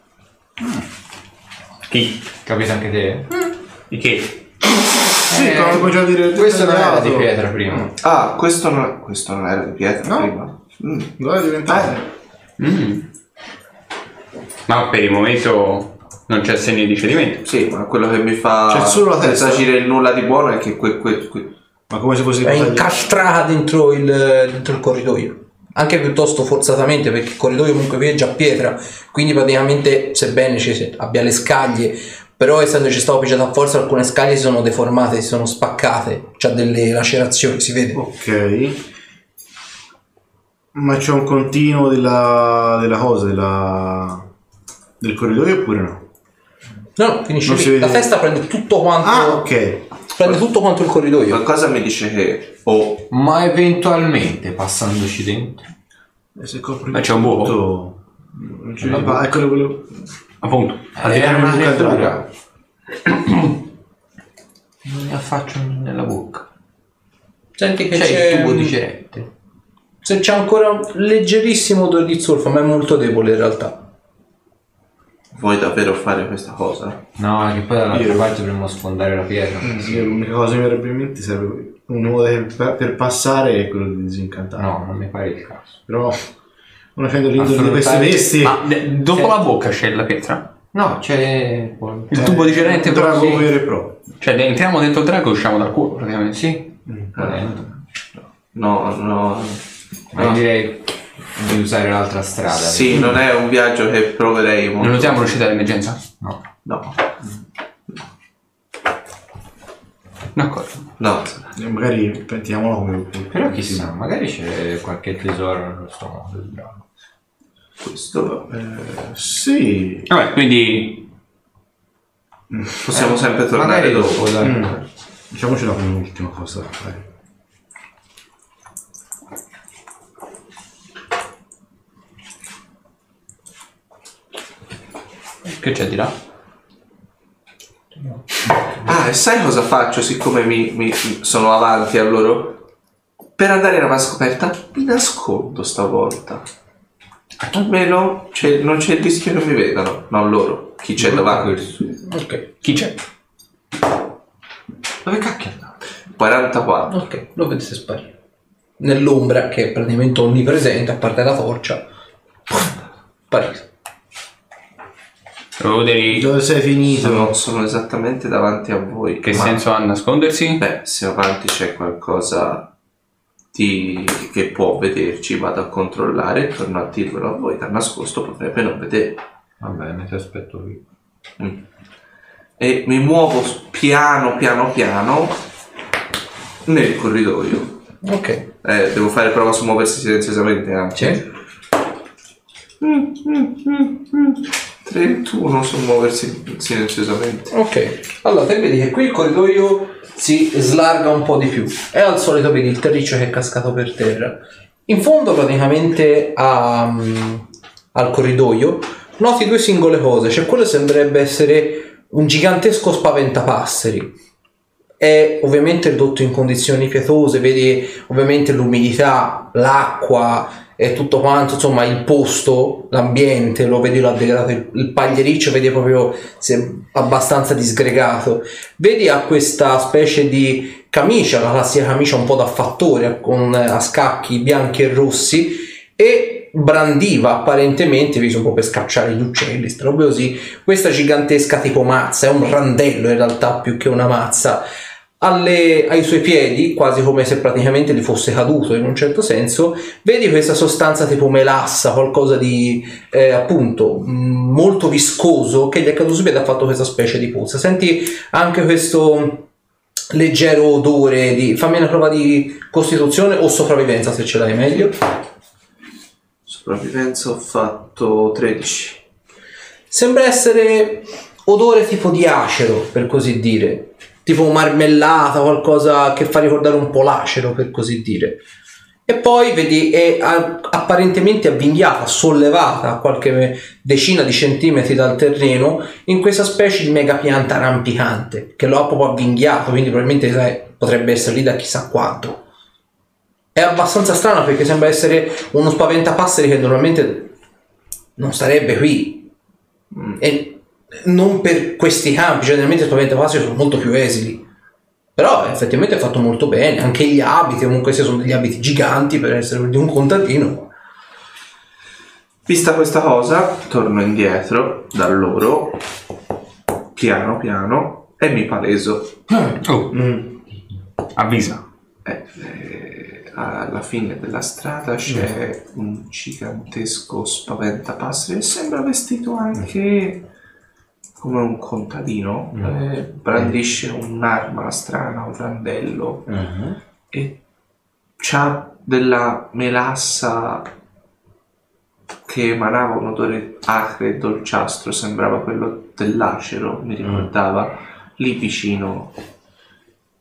Chi? capito anche te? Di che? Sì, Eh, come puoi già dire... Questo non era di tutto è pietra prima. Ah, questo non, questo non era di pietra No. prima. Mm. dorato. Doveva diventare... Ma per il momento non c'è segno di cedimento. Sì, ma quello che mi fa C'è solo la testa. presagire nulla di buono è che que- que- que- Ma come se fosse È diventato- incastrata dentro il, dentro il corridoio. Anche piuttosto forzatamente, perché il corridoio comunque vi è già pietra, quindi praticamente, sebbene ci se- abbia le scaglie, però essendoci stato pigiato a forza, alcune scaglie si sono deformate, si sono spaccate, c'ha delle lacerazioni, si vede. Ok. Ma c'è un continuo della, della cosa, della, del corridoio oppure no? No, no, finisce Non si lì. vede La niente. testa prende tutto quanto, Ah, ok. prende tutto quanto il corridoio. Qualcosa mi dice che oh, o Ma eventualmente passandoci dentro. E se copri Ma Ah, c'è un buco? tutto- Non c'è un buco. Eccolo quello. Appunto. Era una creatura. [coughs] Non mi affaccio nella bocca. Senti che C'è, c'è, il tubo di cerette. se c'è ancora un leggerissimo odore di zolfo, ma è molto debole in realtà. vuoi davvero fare questa cosa? No, che poi dall'altra Io. Mm. parte dovremmo sfondare la pietra. Sì, L'unica cosa che mi verrebbe in mente sarebbe un modo per, per passare è quello di disincantare. No, non mi pare il caso. Però una scendo l'indole di queste Assolutamente. vesti. Ma de- dopo la bocca c'è la pietra? No, c'è... poi- Il tubo di gerente Drago proprio- vero e pro. Cioè de- entriamo dentro il drago e usciamo dal culo praticamente. Sì. Mm. volendo. No, no. Ma io direi di usare l'altra strada. Sì, non è un viaggio che proverei Non molto. usiamo l'uscita d'emergenza? No. No. D'accordo. No, Magari pettiamolo come Però chissà, magari c'è qualche tesoro nello stomaco del drago. questo Eh, sì, Vabbè, quindi Eh, possiamo sempre tornare Magari dopo. dopo, dai. diciamocela come ultima cosa. dai. che c'è di là? Ah, e sai cosa faccio siccome mi, mi- sono avanti a loro? Per andare in una scoperta mi nascondo stavolta. Almeno c'è- non c'è il rischio che mi vedano, non loro, chi c'è davanti. Ok, chi c'è? Dove cacchio è andato? 44. Ok, lo vedete sparire. Nell'ombra che è praticamente onnipresente, a parte la torcia. Sparito. Volevo vedere Dove sei finito? Sono, sono esattamente davanti a voi. che ma- senso ha nascondersi? Beh, se avanti c'è qualcosa di- che può vederci, vado a controllare, torno a dirvelo a voi, da nascosto potrebbe non vedere. Mm. Va bene, ti aspetto qui. e mi muovo piano piano piano nel corridoio. Ok, Eh, devo fare prova su muoversi silenziosamente eh. Mm, anche. c'è? mm. 31 su muoversi silenziosamente. Ok, allora te vedi che qui il corridoio si slarga un po' di più e al solito vedi il terriccio che è cascato per terra. In fondo praticamente a, mm, al corridoio noti due singole cose, cioè quello sembrerebbe essere un gigantesco spaventapasseri. È ovviamente ridotto in condizioni pietose, vedi ovviamente l'umidità, l'acqua e tutto quanto, insomma il posto, l'ambiente, lo vedi l'ha degradato, il- il pagliericcio vedi proprio si è abbastanza disgregato. Vedi ha questa specie di camicia, la classica camicia un po' da fattore, con eh, a scacchi bianchi e rossi e brandiva apparentemente, visto un po' per scacciare gli uccelli, queste robe così, questa gigantesca tipo mazza, è un randello in realtà più che una mazza, alle- ai suoi piedi, quasi come se praticamente gli fosse caduto in un certo senso, vedi questa sostanza tipo melassa, qualcosa di eh, appunto mh, molto viscoso che gli è caduto sui piedi e ha fatto questa specie di puzza. Senti anche questo leggero odore di... fammi una prova di costituzione o sopravvivenza se ce l'hai meglio. Sopravvivenza ho fatto 13. Sembra essere odore tipo di acero, per così dire. Tipo marmellata, qualcosa che fa ricordare un po' l'acero, per così dire. E poi vedi, è a- apparentemente avvinghiata, sollevata a qualche decina di centimetri dal terreno, in questa specie di mega pianta rampicante, che lo ha proprio avvinghiato, quindi probabilmente sai, potrebbe essere lì da chissà quanto. È abbastanza strano perché sembra essere uno spaventapasseri che normalmente non starebbe qui, e non per questi campi, cioè generalmente spaventa quasi sono molto più esili. Però eh, effettivamente è fatto molto bene, anche gli abiti, comunque se sono degli abiti giganti per essere di un contadino. Vista questa cosa, torno indietro da loro, piano piano, e mi paleso. Oh, Mm. avvisa. Eh, eh, alla fine della strada c'è un gigantesco spaventapasseri e sembra vestito anche come un contadino. Eh, brandisce un'arma strana, un randello Eh. e c'ha della melassa che emanava un odore acre e dolciastro, sembrava quello dell'acero, Mm. mi ricordava, lì vicino.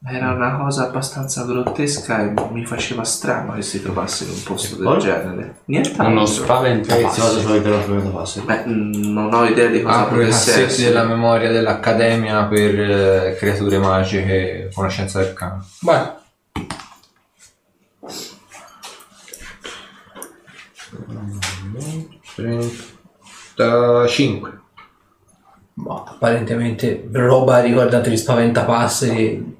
Era una cosa abbastanza grottesca e mi faceva strano che si trovasse in un posto del poi? genere. Niente. Uno altro. Eh, si spaventapasseri. vada sulla però sulla passare. Beh, mm, non ho idea di cosa Apro i potesse cassetti essere. della memoria dell'Accademia per eh, creature magiche e conoscenza del campo. Vai. Ma apparentemente roba riguardante gli spaventapasseri.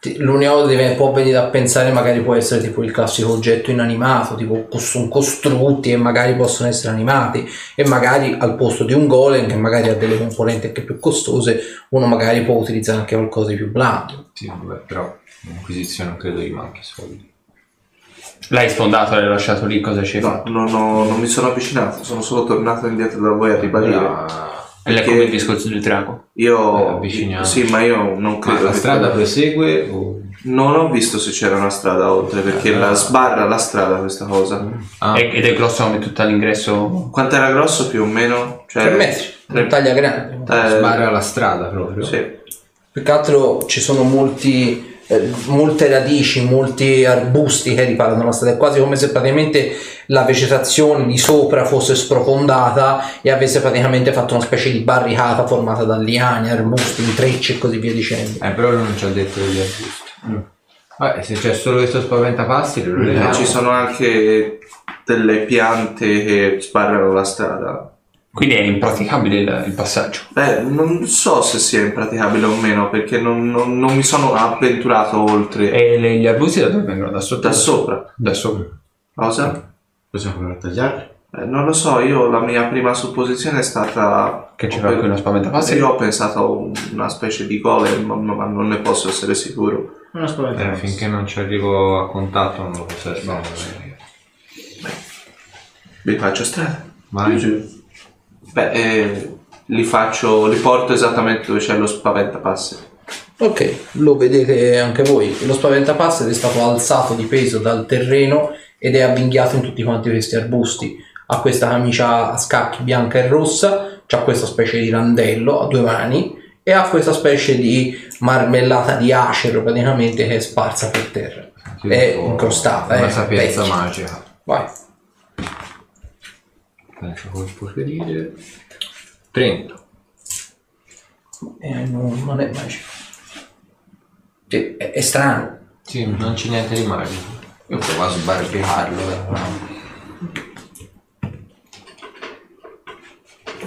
Ti- L'unica cosa che può venire a pensare magari può essere tipo il classico oggetto inanimato, tipo cos- sono costrutti e magari possono essere animati e magari al posto di un golem che magari ha delle componenti anche più costose uno magari può utilizzare anche qualcosa di più blando. Sì, vabbè, però l'Inquisizione non credo gli manchi soldi. L'hai sfondato, l'hai lasciato lì, cosa c'è? No, non, ho- non mi sono avvicinato, sono solo tornato indietro da voi a ribadire. Allora, E lei Perché- come il discorso del drago. Io... Eh, avviciniamo. Sì, ma io non credo... Ma la che- strada prosegue o... Non ho visto se c'era una strada oltre, perché la sbarra la strada questa cosa. Mm. Ah, E- Ed è grosso come tutto l'ingresso. Quanto era grosso più o meno? Cioè, 3 metri, una taglia grande. Eh, sbarra la strada proprio. Sì. Più che altro ci sono molti, eh, molte radici, molti arbusti che riparano la strada. È quasi come se praticamente la vegetazione di sopra fosse sprofondata e avesse praticamente fatto una specie di barricata formata da liane, arbusti, intrecci e così via dicendo. Eh, però lui non ci ha detto degli arbusti. Mm. Vabbè, se c'è solo questo spaventapasti, lo leviamo. Eh, ci sono anche delle piante che sbarrano la strada. Quindi è impraticabile il, il passaggio. Beh, non so se sia impraticabile o meno, perché non, non- non mi sono avventurato oltre. E le- gli arbusti da dove vengono? Da sotto? Da sopra. Da sopra. Cosa? Possiamo provare a tagliarli. Eh, non lo so, io la mia prima supposizione è stata... Che c'era anche una spaventapasti? Io ho pensato a un- una specie di golem, ma, ma non ne posso essere sicuro. Una spaventata. Eh, finché non ci arrivo a contatto non lo posso essere. Vi faccio strada. Vai. Sì. Beh, eh, li faccio, li porto esattamente dove c'è lo spaventapasse. Ok, lo vedete anche voi. Lo spaventapasseri è stato alzato di peso dal terreno ed è avvinghiato in tutti quanti questi arbusti. Ha questa camicia a scacchi bianca e rossa, ha questa specie di randello a due mani e ha questa specie di marmellata di acero praticamente che è sparsa per terra. è incrostata, Una eh, sapienza vecchia. magica. Vai. Penso colpo ferire. 30. Eh, non, non è magico. Sì, è- è strano. Sì, non c'è niente di magico. Io provo a sbarbicarlo. eh.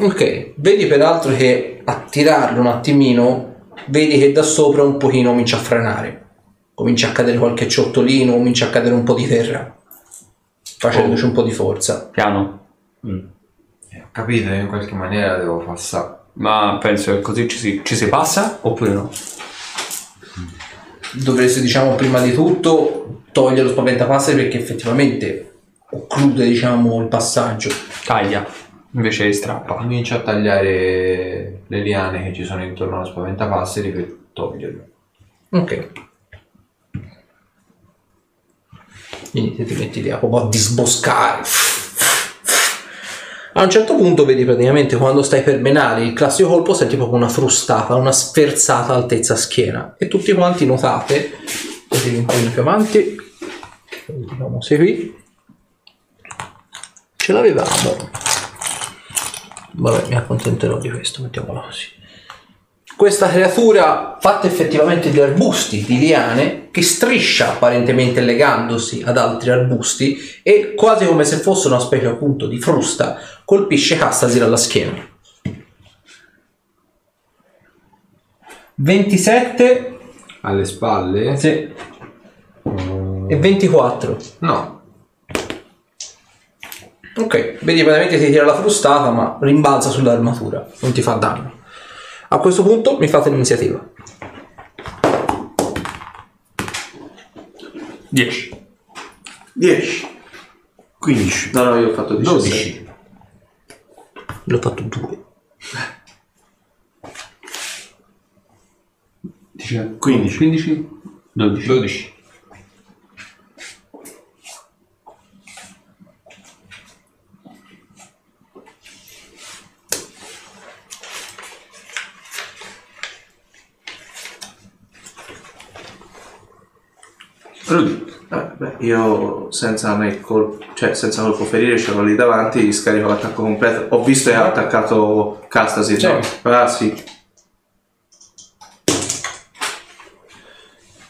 Ok, vedi peraltro che a tirarlo un attimino, vedi che da sopra un pochino comincia a frenare. Comincia a cadere qualche ciottolino, comincia a cadere un po' di terra, facendoci un po' di forza. Piano. Eh, Ho capito, io in qualche maniera devo passare. Ma penso che così ci si, ci si passa oppure no? Dovresti, diciamo, prima di tutto togliere lo spaventapasseri perché effettivamente occlude, diciamo, il passaggio. Taglia. Invece strappa. Comincio a tagliare le liane che ci sono intorno allo spaventapasseri per toglierlo. Ok. Quindi ti metti lì a proprio a disboscare. A un certo punto vedi praticamente quando stai per menare il classico colpo senti proprio una frustata, una sferzata altezza schiena e tutti quanti notate, così un pochino più avanti, vediamo se qui, ce l'avevamo. Vabbè mi accontenterò di questo, mettiamola così questa creatura fatta effettivamente di arbusti, di liane, che striscia apparentemente legandosi ad altri arbusti e quasi come se fosse una specie appunto di frusta, colpisce Castasir alla schiena. 27 Alle spalle? Mm. sì. E 24. No. Ok, vedi praticamente ti tira la frustata ma rimbalza sull'armatura, non ti fa danno. A questo punto mi fate l'iniziativa. 10. 10. 15. No, no, io ho fatto 17. 12. L'ho fatto due. 15. 15. 12. 12. Eh, beh, io senza me colpo, cioè senza colpo ferire c'ero lì davanti, gli scarico l'attacco completo. Ho visto che ha attaccato Castasi, no? Ah sì.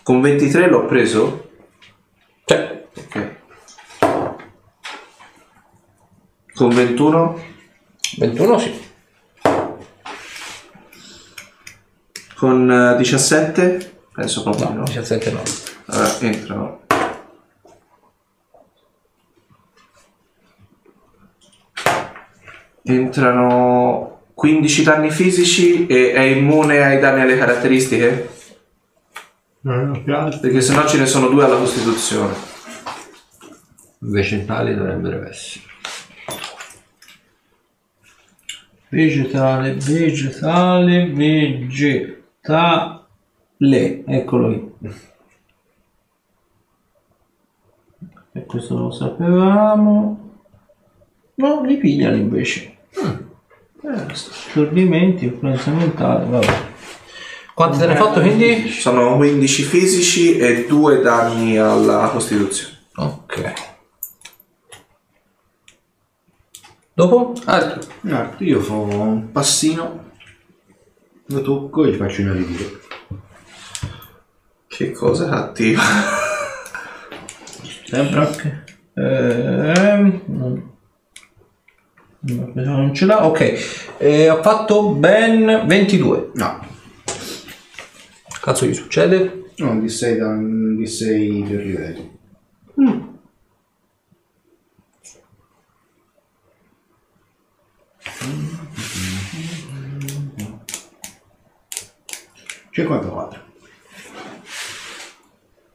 Con 23 l'ho preso? Cioè, Ok. Con 21? 21 sì. Con eh, 17? Penso proprio di No, no. 17 no. Allora, entrano. Entrano 15 danni fisici e è immune ai danni alle caratteristiche? Perché sennò ce ne sono due alla Costituzione. Invece tali dovrebbero essere. Vegetale, vegetale, vegetale. Eccolo qui. E questo lo sapevamo. No, li pigliano invece. Mm. Eh, stordimenti, influenza mentale, vabbè. Quanti te ne hai fatto quindi? Sono 15 fisici e 2 danni alla costituzione. Ok. Dopo? Altro. No, io fo un passino, lo tocco e gli faccio inalidire. Che cosa cattiva. [laughs] Sembra che... Ehm, non- no, questo non ce l'ha, ok. Eh, ha fatto ben 22. No, Cazzo gli succede? no, un D6, da, un D6 per livello. Mm. Cinquantaquattro.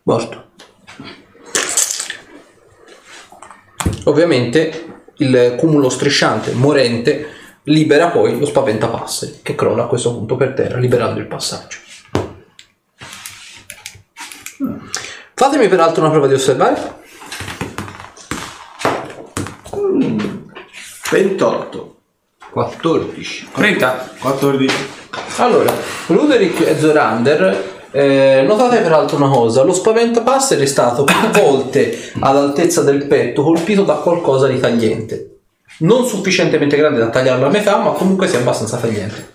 Morto. Ovviamente il cumulo strisciante morente libera poi lo spaventapasseri che crolla a questo punto per terra liberando il passaggio. Fatemi peraltro una prova di osservare. 28. 14. 30. 14. Allora, Ruderick e Zorander, eh, notate peraltro una cosa, lo spaventapasseri è stato più volte all'altezza del petto colpito da qualcosa di tagliente. Non sufficientemente grande da tagliarlo a metà, ma comunque sia abbastanza tagliente.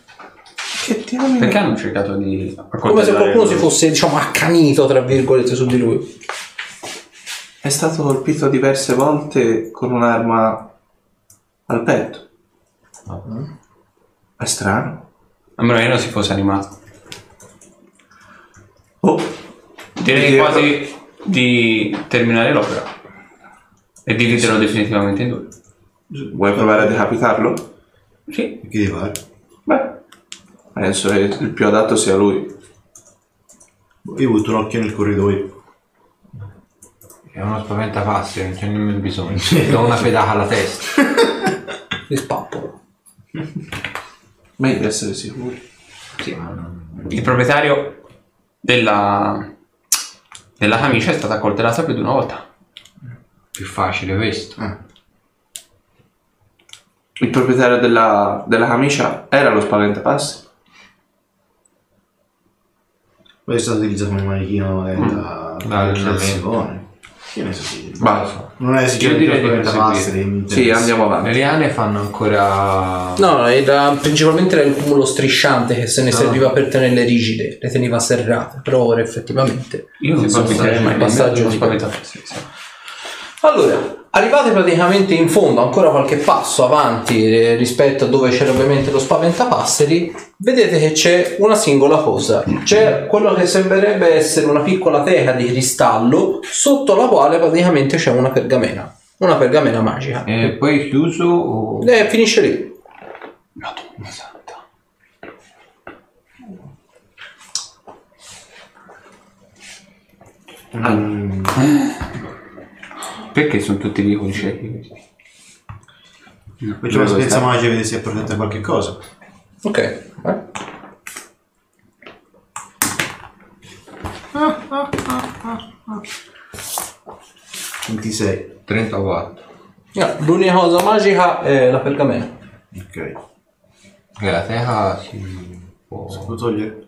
Perché hanno cercato di Come se accoltellare qualcuno si fosse, diciamo, accanito, tra virgolette, su di lui. È stato colpito diverse volte con un'arma al petto. Mm. È strano. A meno che non si fosse animato. Oh, Direi Dietro. quasi di terminare l'opera e dividerlo definitivamente in due. vuoi provare a decapitarlo? Sì, Che devi fare? Beh, penso che il più adatto sia lui. Io butto un occhio nel corridoio. È uno spaventapassi, non c'è nemmeno bisogno. Ti Do una pedata alla testa. Li spappolo. Meglio essere sicuri. sì. Il proprietario della, della camicia è stato accoltellato più di una volta. Più facile questo. Il proprietario della, della camicia era lo spaventapassi. Poi è stato utilizzato come manichino magari da da allenamento. lezione. Che ne so se- Basta. Non è direi sicuramente di una passere. Sì, andiamo Le avanti. liane fanno ancora... No, era, principalmente era il cumulo strisciante che Ah. se ne serviva per tenerle rigide, le teneva serrate, però ora effettivamente... Io non so sarei mai il passaggio lo di- spaventato. Sì, sì. Allora, arrivate praticamente in fondo, ancora qualche passo avanti eh, rispetto a dove c'era ovviamente lo spaventapasseri, vedete che c'è una singola cosa. C'è quello che sembrerebbe essere una piccola teca di cristallo sotto la quale praticamente c'è una pergamena, una pergamena magica. E poi è chiuso o... E finisce lì. Madonna santa. Perché sono tutti vicoli ciechi questi? Facciamo una esperienza magica e vedere se è protetta qualche cosa. Ok. eh. Quindi sei. 34. No, Eh, l'unica cosa magica è la pergamena. Ok. Che la teca si può... Lo togliere?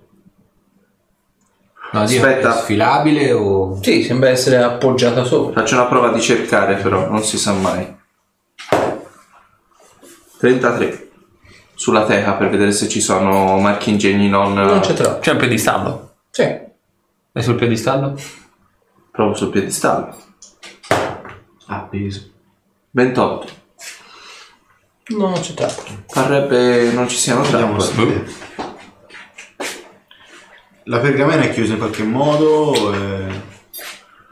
No, dico, Aspetta. è sfilabile o... Sì, sembra essere appoggiata sopra. Faccio una prova di cercare però, non si sa mai. 33. Sulla teca per vedere se ci sono marchi ingegni non... Non c'è troppo. C'è un piedistallo? Sì. È sul piedistallo? proprio sul piedistallo. Ah, Appeso. 28. No, non c'è troppo. Parrebbe non ci siano Andiamo a trappole. vedere. La pergamena è chiusa in qualche modo. eh,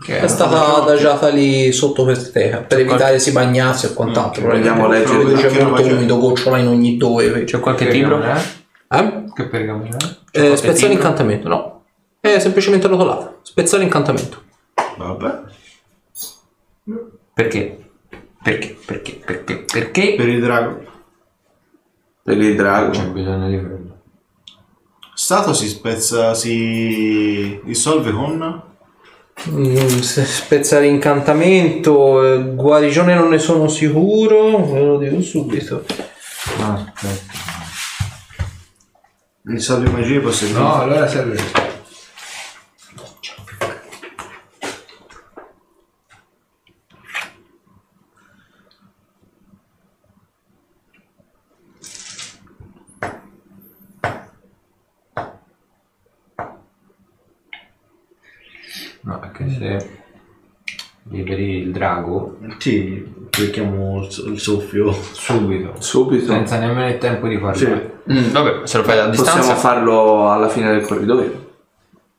È stata adagiata lì sotto questa teca per evitare si bagnasse o quant'altro. Vogliamo Probabilmente leggere perché anche c'è molto roba, diciamo, umido, gocciola in ogni dove. C'è qualche libro? Eh? Eh? Che pergamena? è? Eh, spezzare incantamento, no. È semplicemente rotolata. Spezzare incantamento. Vabbè. Perché? Perché? Perché? Perché? Perché? Per il drago. per il eh. drago. C'è bisogno di quello. Stato si spezza, si dissolve con... Mm, se- spezzare incantamento, eh, guarigione non ne sono sicuro, ve lo dico subito. Ah, aspetta. Dissolve magie possedute. No, allora serve. No, anche se liberi il drago Sì, poi chiamo il so- il soffio. [laughs] subito, Subito. senza nemmeno il tempo di farlo. Sì. Mm, vabbè, se lo fai da Possiamo distanza. farlo alla fine del corridoio.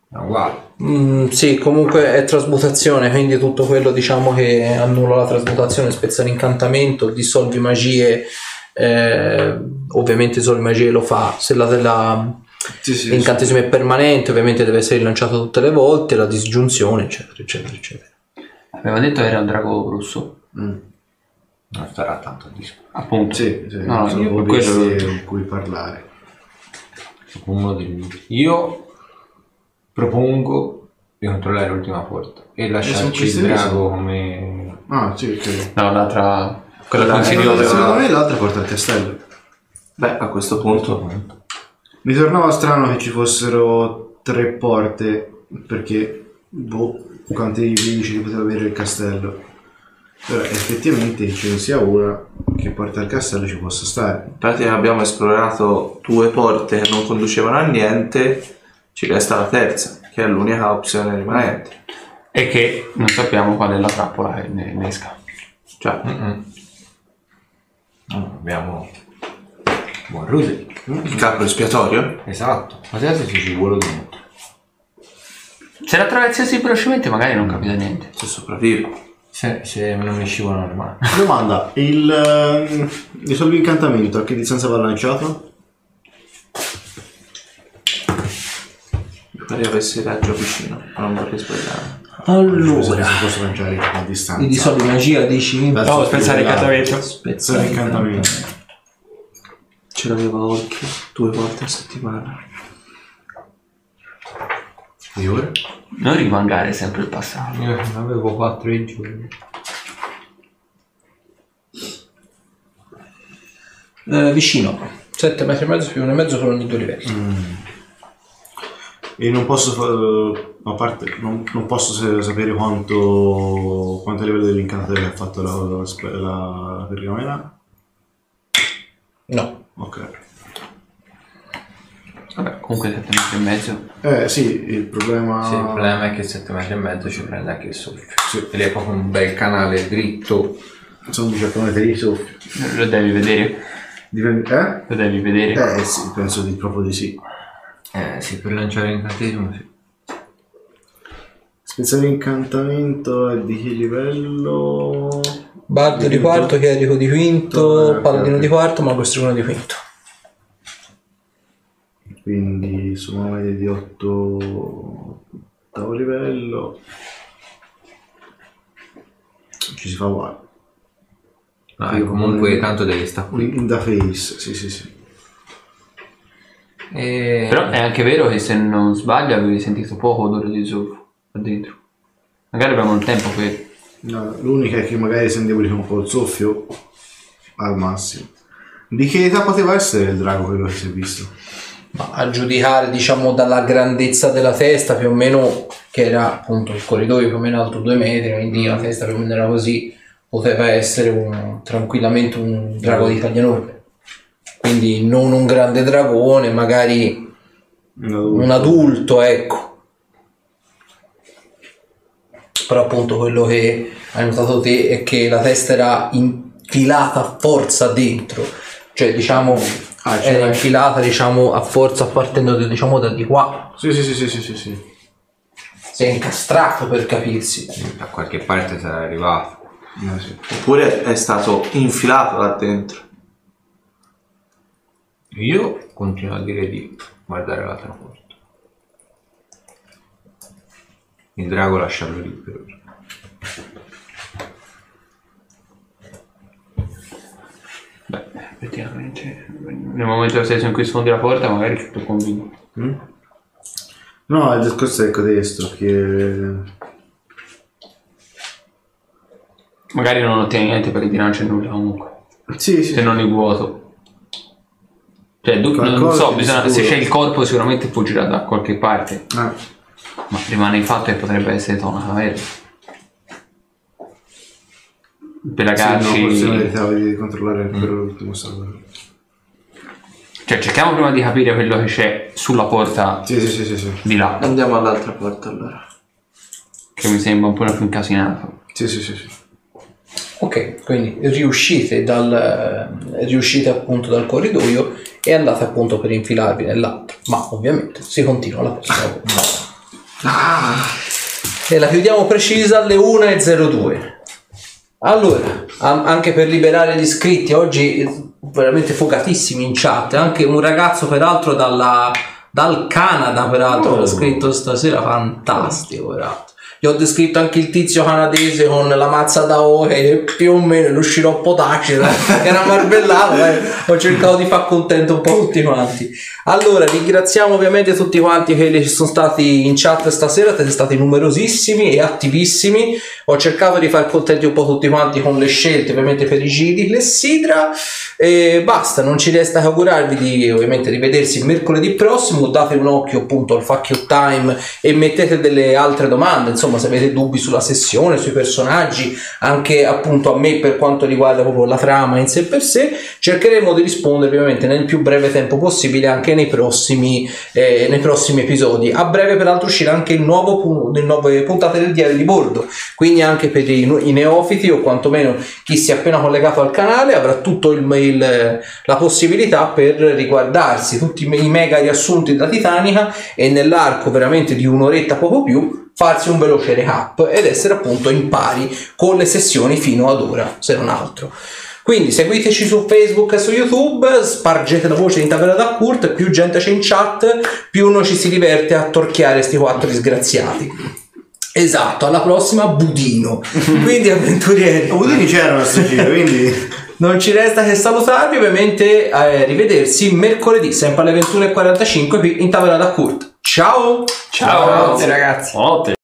No, uguale. Mm, sì, comunque è trasmutazione, quindi tutto quello diciamo che annulla la trasmutazione, spezza l'incantamento, dissolvi magie, eh, ovviamente dissolvi magie lo fa, se la, la- Sì, sì, sì. l'incantesimo è permanente ovviamente deve essere rilanciato tutte le volte, la disgiunzione eccetera eccetera eccetera. Abbiamo detto che era il drago rosso. Non starà tanto a disco. Appunto. Sì, sì, No, sono io per obiettivi quello- con cui parlare. Uno degli- Io propongo di controllare l'ultima porta e lasciarci il questi drago come... Ah, sì, ok. No, l'altra. Quella Quella- Eh, consigliosa. secondo me l'altra porta al castello. Beh, a questo punto. Mi tornava strano che ci fossero tre porte, perché boh, quanti nemici che poteva avere il castello. Però effettivamente ce ne sia una che porta al castello ci possa stare. In pratica abbiamo esplorato due porte che non conducevano a niente, ci resta la terza, che è l'unica opzione rimanente. E che non sappiamo qual è la trappola che ne, ne esca. Cioè, No, Ah, Abbiamo... Buon Ruderick. il capo espiatorio? Esatto. Ma adesso se ci vuole dentro. Se la attraversiassi velocemente magari non capita niente. Se sopravvivo. Se, se non mi scivolano le mani. Domanda, il ehm, dissolvi incantamento a che distanza va lanciato? Mi pare avessi il raggio vicino, ma non vorrei sbagliare. Allora, si posso lanciare a distanza. I dissolvi magia dici? Verso Oh, No, il spezzare tribunale. incantamento. Spezzare incantamento. Ce l'aveva occhio due volte a settimana. E ora? Non rimangare sempre il passato. [laughs] Io ne avevo quattro i giorni. Eh, vicino. 7 metri e mezzo più 1,5 e mezzo per ogni due livelli. E non posso, fa- eh, a parte, non, non posso sa- sapere quanto, quanto a livello dell'incantatore che ha fatto la, la, spe- la, la pergamena. No. Ok. Vabbè, comunque 7 metri e mezzo. Eh sì, il problema... Sì, il problema è che 7 metri e mezzo ci prende anche il soffio. Sì. E lì è proprio un bel canale dritto. Sono 18 metri di soffio. Lo devi vedere. Dipende... Lo devi Eh? vedere. Eh sì, penso di, proprio di sì. Eh sì, per lanciare l'incantesimo sì. Spezzare incantamento è di che livello? Bardo di eh, Quinto. quarto, chierico di Ah, quinto, ok, paladino ok. di quarto, mago strigono di quinto. Quindi sono una media di 8... ottavo livello. Ci si fa uguale. Ma comunque tanto devi stare qui. Un- Da face, sì sì sì. E... Però è anche vero che se non sbaglio avevi sentito poco odore di zolfo là dentro. Magari abbiamo il tempo per... No, l'unica è che magari se andiamo un po' il soffio, al massimo. Di che età poteva essere il drago quello che si è visto? Ma a giudicare, diciamo, dalla grandezza della testa, più o meno, che era appunto il corridoio più o meno alto due metri, quindi la testa più o meno era così, poteva essere un- tranquillamente un drago di taglia enorme. Quindi non un grande dragone, magari un adulto, ecco. Però appunto quello che hai notato te è che la testa era infilata a forza dentro, cioè diciamo Ah, era cioè, infilata diciamo a forza partendo da- diciamo da di qua. sì, sì, sì, sì, sì, sì, sì. Si è incastrato per capirsi. Da qualche parte sarà arrivato. No, Eh, sì. Oppure è stato infilato là dentro. Io continuo a dire di guardare l'altra porta. Il drago lasciarlo libero. Beh, effettivamente. Nel momento stesso in cui sfondi la porta, magari ci puoi convinto. Mm? No, il discorso è questo, che... Magari non ottieni niente perché di non c'è nulla comunque. Sì, sì. Se non il vuoto. Cioè, du- non- non Qualcosa so, di bisogna- se sicuro. c'è il corpo sicuramente fuggirà da qualche parte, Ah, ma rimane il fatto che potrebbe essere tonaca, vero? Per la sì, no, forse cacci- meritavo di controllare per l'ultimo salvo. Cioè, cerchiamo prima di capire quello che c'è sulla porta Sì, sì, sì, sì, sì. di là, Andiamo all'altra porta allora. che mi sembra un po' più incasinato. Sì, sì, sì, sì. Ok, quindi riuscite, dal, riuscite appunto dal corridoio e andate appunto per infilarvi nell'altro, ma ovviamente si continua la prossima volta. E la chiudiamo precisa alle 1.02. Allora, an- anche per liberare gli iscritti, oggi eh, veramente fogatissimi in chat, anche un ragazzo peraltro dalla- dal Canada peraltro l'ha scritto stasera, fantastico peraltro. Gli ho descritto anche il tizio canadese con la mazza da oche e più o meno lo sciroppo d'acero che [laughs] era marbellato. eh. Ho cercato di far contento un po' tutti quanti. Allora, ringraziamo ovviamente tutti quanti quelli che sono stati in chat stasera. Siete stati numerosissimi e attivissimi. Ho cercato di far contenti un po' tutti quanti con le scelte, ovviamente per i giri, le sidra. E basta, non ci resta che augurarvi di ovviamente rivedersi mercoledì prossimo. Date un occhio appunto al Fuck You Time e mettete delle altre domande, insomma, se avete dubbi sulla sessione, sui personaggi, anche appunto a me per quanto riguarda proprio la trama in sé per sé, cercheremo di rispondervi ovviamente nel più breve tempo possibile anche nei prossimi, eh, nei prossimi episodi. A breve peraltro uscirà anche il nuovo pu- le nuove puntate del diario di bordo, quindi anche per i, nu- i neofiti o quantomeno chi si è appena collegato al canale avrà tutto il, il- la possibilità per riguardarsi tutti i me- i mega riassunti della Titanica e nell'arco veramente di un'oretta poco più farsi un veloce recap ed essere appunto in pari con le sessioni fino ad ora, se non altro. Quindi seguiteci su Facebook e su YouTube, spargete la voce in tavola da Kurt, più gente c'è in chat, più noi ci si diverte a torchiare sti quattro disgraziati. Esatto, alla prossima Budino. Quindi avventurieri, Udini c'erano a sto giro, quindi... non ci resta che salutarvi, ovviamente eh, rivedersi mercoledì sempre alle 21.45 qui in tavola da Kurt. Ciao! Ciao, Grazie ragazzi. Ottimo.